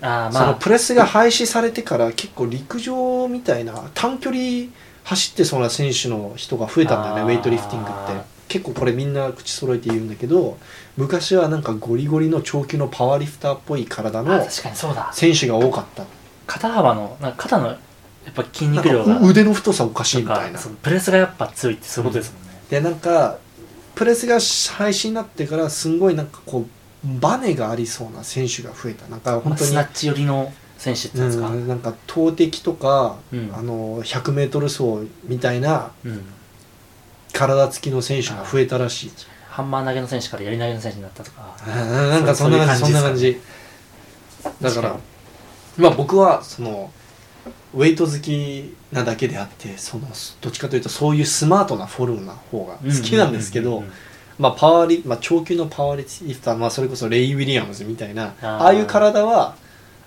Speaker 2: ああ
Speaker 1: そ
Speaker 2: ま
Speaker 1: の
Speaker 2: あ
Speaker 1: プレスが廃止されてから結構陸上みたいな短距離走ってそうな選手の人が増えたんだよ
Speaker 2: あー
Speaker 1: ねウェイトリフティングって結構これみんな口揃えて言うんだけど昔はなんかゴリゴリの長球のパワーリフターっぽい体
Speaker 2: あ
Speaker 1: の
Speaker 2: 確かにそうだ
Speaker 1: 選手が多かった
Speaker 2: 肩幅のなんか肩のやっぱ筋
Speaker 1: なん
Speaker 2: 肉量が
Speaker 1: か腕の太さおかしいみた
Speaker 2: ないん
Speaker 1: な
Speaker 2: かそのプレスがやっぱ強いってそういうことですもんね、
Speaker 1: でなんかプレスが廃止になってからすんごいなんかこうバネがありそうな選手が増えたなんか
Speaker 2: ま
Speaker 1: 本
Speaker 2: あ
Speaker 1: 当
Speaker 2: ス
Speaker 1: に
Speaker 2: ナッチ寄りの選手って言うんですか、
Speaker 1: うんなんか投擲とか、
Speaker 2: うん
Speaker 1: あの 100m 走みたいな
Speaker 2: うん
Speaker 1: 体つきの選手が増えたらしい。
Speaker 2: ハンマー投げの選手からやり投げの選手になったとか、
Speaker 1: うんなんかそんな感じ、そ
Speaker 2: そうんいう
Speaker 1: な
Speaker 2: 感
Speaker 1: 感
Speaker 2: じ
Speaker 1: じ。だか
Speaker 2: 確からに、
Speaker 1: まあ僕はその、ウェイト好きなだけであって、その、どっちかというとそういうスマートなフォルムな方が好きなんですけ
Speaker 2: う
Speaker 1: ど
Speaker 2: んうんうん、
Speaker 1: まあパワーリ、まあ長級のパワーリフター、まあそれこそレイ・ウィリアムズみたいな、
Speaker 2: あー
Speaker 1: ああいう体は、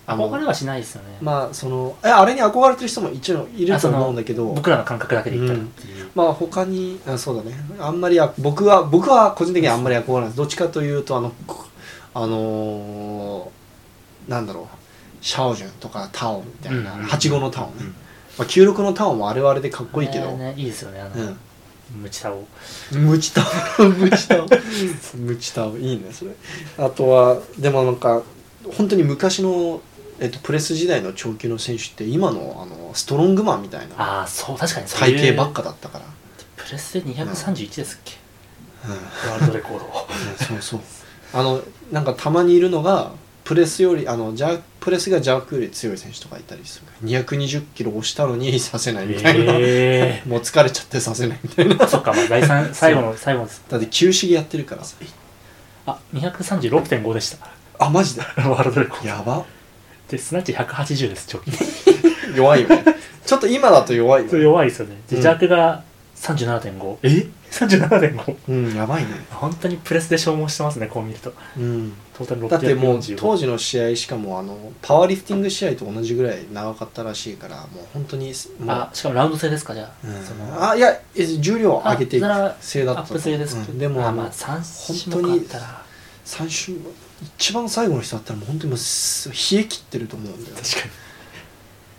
Speaker 1: あ
Speaker 2: 憧れ
Speaker 1: の、
Speaker 2: はしないですよね、
Speaker 1: まあその、えあれに憧れてる人も一応いる
Speaker 2: あ
Speaker 1: と
Speaker 2: その
Speaker 1: 思うんだけど、
Speaker 2: 僕らの感覚だけでいったらっていう、
Speaker 1: まあ他にあそうだねあんまりあ僕は僕は個人的にはあんまり憧れないですどっちかというとあのこあのーなんだろうシャオジュンとかタオみたいな、
Speaker 2: うんうんうん
Speaker 1: 八五のタオね、
Speaker 2: うん
Speaker 1: まあ、96のタオもあれはあれでかっこいいけ
Speaker 2: あれ
Speaker 1: ど、
Speaker 2: ね、いいですよねあの、ムチタを
Speaker 1: うんムチタ オムチタオムチタオいいねそれあとはでもなんか本当に昔の、えっと、プレス時代の長球の選手って今のあのストロングマンみたいな
Speaker 2: ああそう確かにそういう
Speaker 1: 体型ばっかだったから、
Speaker 2: プレスで231ですっけ、
Speaker 1: うん
Speaker 2: ワールドレコード
Speaker 1: そうそうあのなんかたまにいるのがプレスよりあのジャプレスが邪悪より強い選手とかいたりする220キロ押したのに させない みたいな、
Speaker 2: え
Speaker 1: もう疲れちゃってさせないみたいな
Speaker 2: ー、そっか、まあ、第三最後の最後の
Speaker 1: だって休止やってるからさ
Speaker 2: あ236.5でした
Speaker 1: あマジで
Speaker 2: ワールドレコード
Speaker 1: やば
Speaker 2: でスナッチ180です直近
Speaker 1: 弱いよ ねちょっと今だと弱いよ
Speaker 2: それ
Speaker 1: ね
Speaker 2: 弱いですよねで
Speaker 1: うん
Speaker 2: ジャークが37.5
Speaker 1: え
Speaker 2: 37.5
Speaker 1: うんやばいね
Speaker 2: 本当にプレスで消耗してますねこう見ると
Speaker 1: うん
Speaker 2: トータル645
Speaker 1: だってもう当時の試合しかもあのパワーリフティング試合と同じぐらい長かったらしいからもう本当にもう
Speaker 2: あしかもラウンド制ですかじゃあ、
Speaker 1: うん
Speaker 2: その
Speaker 1: あいやえ重量を上げていく
Speaker 2: あなら
Speaker 1: 性だ
Speaker 2: ア
Speaker 1: った
Speaker 2: ッ
Speaker 1: と
Speaker 2: プ制ですけど、
Speaker 1: うんでも
Speaker 2: あ
Speaker 1: あの
Speaker 2: まあ3種目あったら
Speaker 1: 最終一番最後の人だったらもう本当にもうす冷え切ってると思うんだよ
Speaker 2: 確か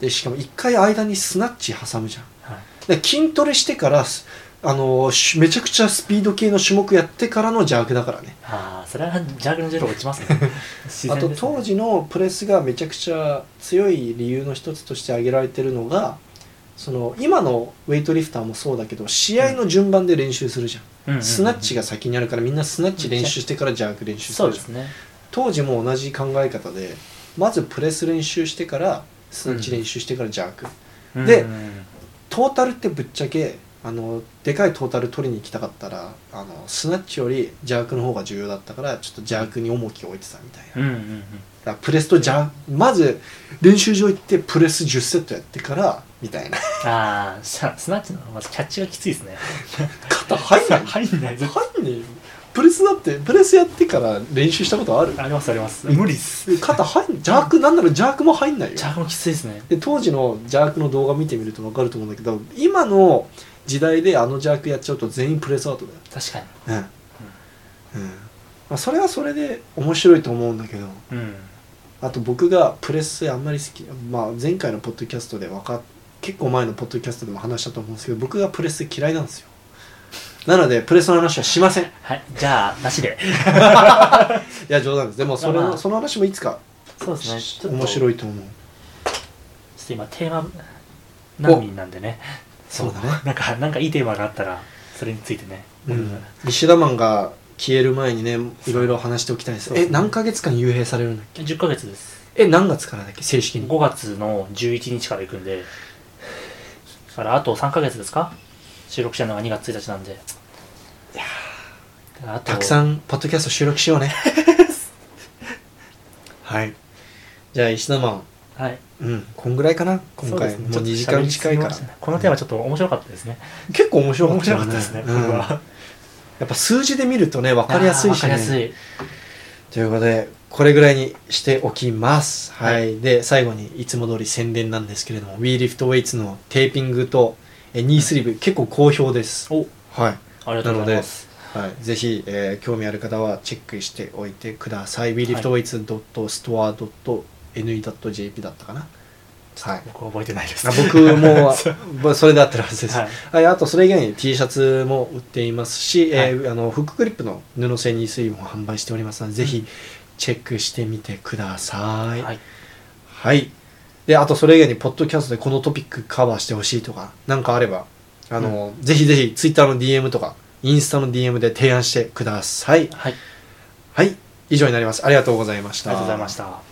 Speaker 1: でしかも一回間にスナッチ挟むじゃん
Speaker 2: に、はい、
Speaker 1: で筋トレしてからすあのーしめちゃくちゃスピード系の種目やってからの邪悪だからね
Speaker 2: ああそれはジャークの重量落 ちますね自
Speaker 1: あ
Speaker 2: 然
Speaker 1: と
Speaker 2: ですね
Speaker 1: 当時のプレスがめちゃくちゃ強い理由の一つとして挙げられてるのがその今のウェイトリフターもそうだけど試合の順番で練習するじゃん、
Speaker 2: うんうんうん
Speaker 1: スナッチが先にあるからみんなスナッチ練習してから邪悪練習す
Speaker 2: そう
Speaker 1: る
Speaker 2: で
Speaker 1: じゃん
Speaker 2: すね
Speaker 1: 当時も同じ考え方でまずプレス練習してからスナッチ練習してからジャーク、で
Speaker 2: うん
Speaker 1: トータルってぶっちゃけあのでかいトータル取りに行きたかったらあのスナッチよりジャークの方が重要だったからちょっとジャークに重きを置いてたみたいな、だ
Speaker 2: うんうんうん
Speaker 1: からプレスとジャークまず練習場行ってプレス10セットやってからみたいな
Speaker 2: ああスナスナッチのまずキャッチがきついですね
Speaker 1: 肩入んない
Speaker 2: 入んない絶
Speaker 1: 入んねえよプレスだってプレスやってから練習したことある
Speaker 2: 対ありますあります無理っす
Speaker 1: 肩入んジャークなんならジャークも入んないよ
Speaker 2: ジャークもきついですね
Speaker 1: で当時の邪悪の動画見てみると分かると思うんだけど今の時代であのジャークやっちゃうと全員プレスアウトだよ
Speaker 2: 確かに
Speaker 1: うん、うんまあ、それはそれで面白いと思うんだけど
Speaker 2: うん
Speaker 1: あと僕がプレスあんまり好き、まあ、前回のポッドキャストでわかっ結構前のポッドキャストでも話したと思うんですけど僕がプレス嫌いなんですよなのでプレスの話はしませんい
Speaker 2: はいじゃあなしで
Speaker 1: や冗談ですでもそれの、
Speaker 2: まあ
Speaker 1: その話もいつか
Speaker 2: そうですね
Speaker 1: し
Speaker 2: ちょっと
Speaker 1: 面白いと思う
Speaker 2: ちょっと今テーマ難民なんでね
Speaker 1: そうだね
Speaker 2: なんかなんかいいテーマがあったらそれについてね、
Speaker 1: うん、西田マンが消える前にねいろいろ話しておきたいです
Speaker 2: そうです
Speaker 1: え
Speaker 2: ね
Speaker 1: 何ヶ月間幽閉されるんだっけ
Speaker 2: 10ヶ月です
Speaker 1: え何月からだっけ正式に
Speaker 2: 5月の11日から行くんでだからあと3ヶ月ですか収録したのが2月1日なんでいやあと
Speaker 1: たくさんポッドキャスト収録しようね はいじゃあ石田マン
Speaker 2: はい
Speaker 1: うんこんぐらいかな今回、もう2時間近いから、
Speaker 2: このテーマちょっと面白かったですね、
Speaker 1: 結構面白かっ
Speaker 2: 面
Speaker 1: たよ
Speaker 2: 白かったですね、
Speaker 1: うん
Speaker 2: 僕
Speaker 1: や
Speaker 2: は
Speaker 1: っぱ数字で見るとね分かりやすいし
Speaker 2: 分かりや
Speaker 1: ね
Speaker 2: すい
Speaker 1: ということでこれぐらいにしておきますはい、
Speaker 2: は
Speaker 1: で最後にいつも通り宣伝なんですけれども WeLiftWeights のテーピングとえニースリーブ結構好評です
Speaker 2: お
Speaker 1: はい
Speaker 2: ありがとうございます
Speaker 1: はい、ぜひ、えー興味ある方はチェックしておいてください。weliftweights.store.ne.jp だったかな。はい。
Speaker 2: 僕覚えてないです
Speaker 1: あ僕 も
Speaker 2: そう
Speaker 1: ぼそれで合ってるはずです。
Speaker 2: は
Speaker 1: はいい、あとそれ以外に T シャツも売っていますし、えーあのフックグリップの布製に水分も販売しておりますので、ぜひチェックしてみてください。
Speaker 2: は
Speaker 1: はい。
Speaker 2: い、
Speaker 1: であとそれ以外にポッドキャストでこのトピックカバーしてほしいとかなんかあればあの、ぜひぜひ Twitter の DM とかインスタの DM で提案してください。
Speaker 2: はい、あり
Speaker 1: はい、以上になります。ありがとうございました。
Speaker 2: がとうございました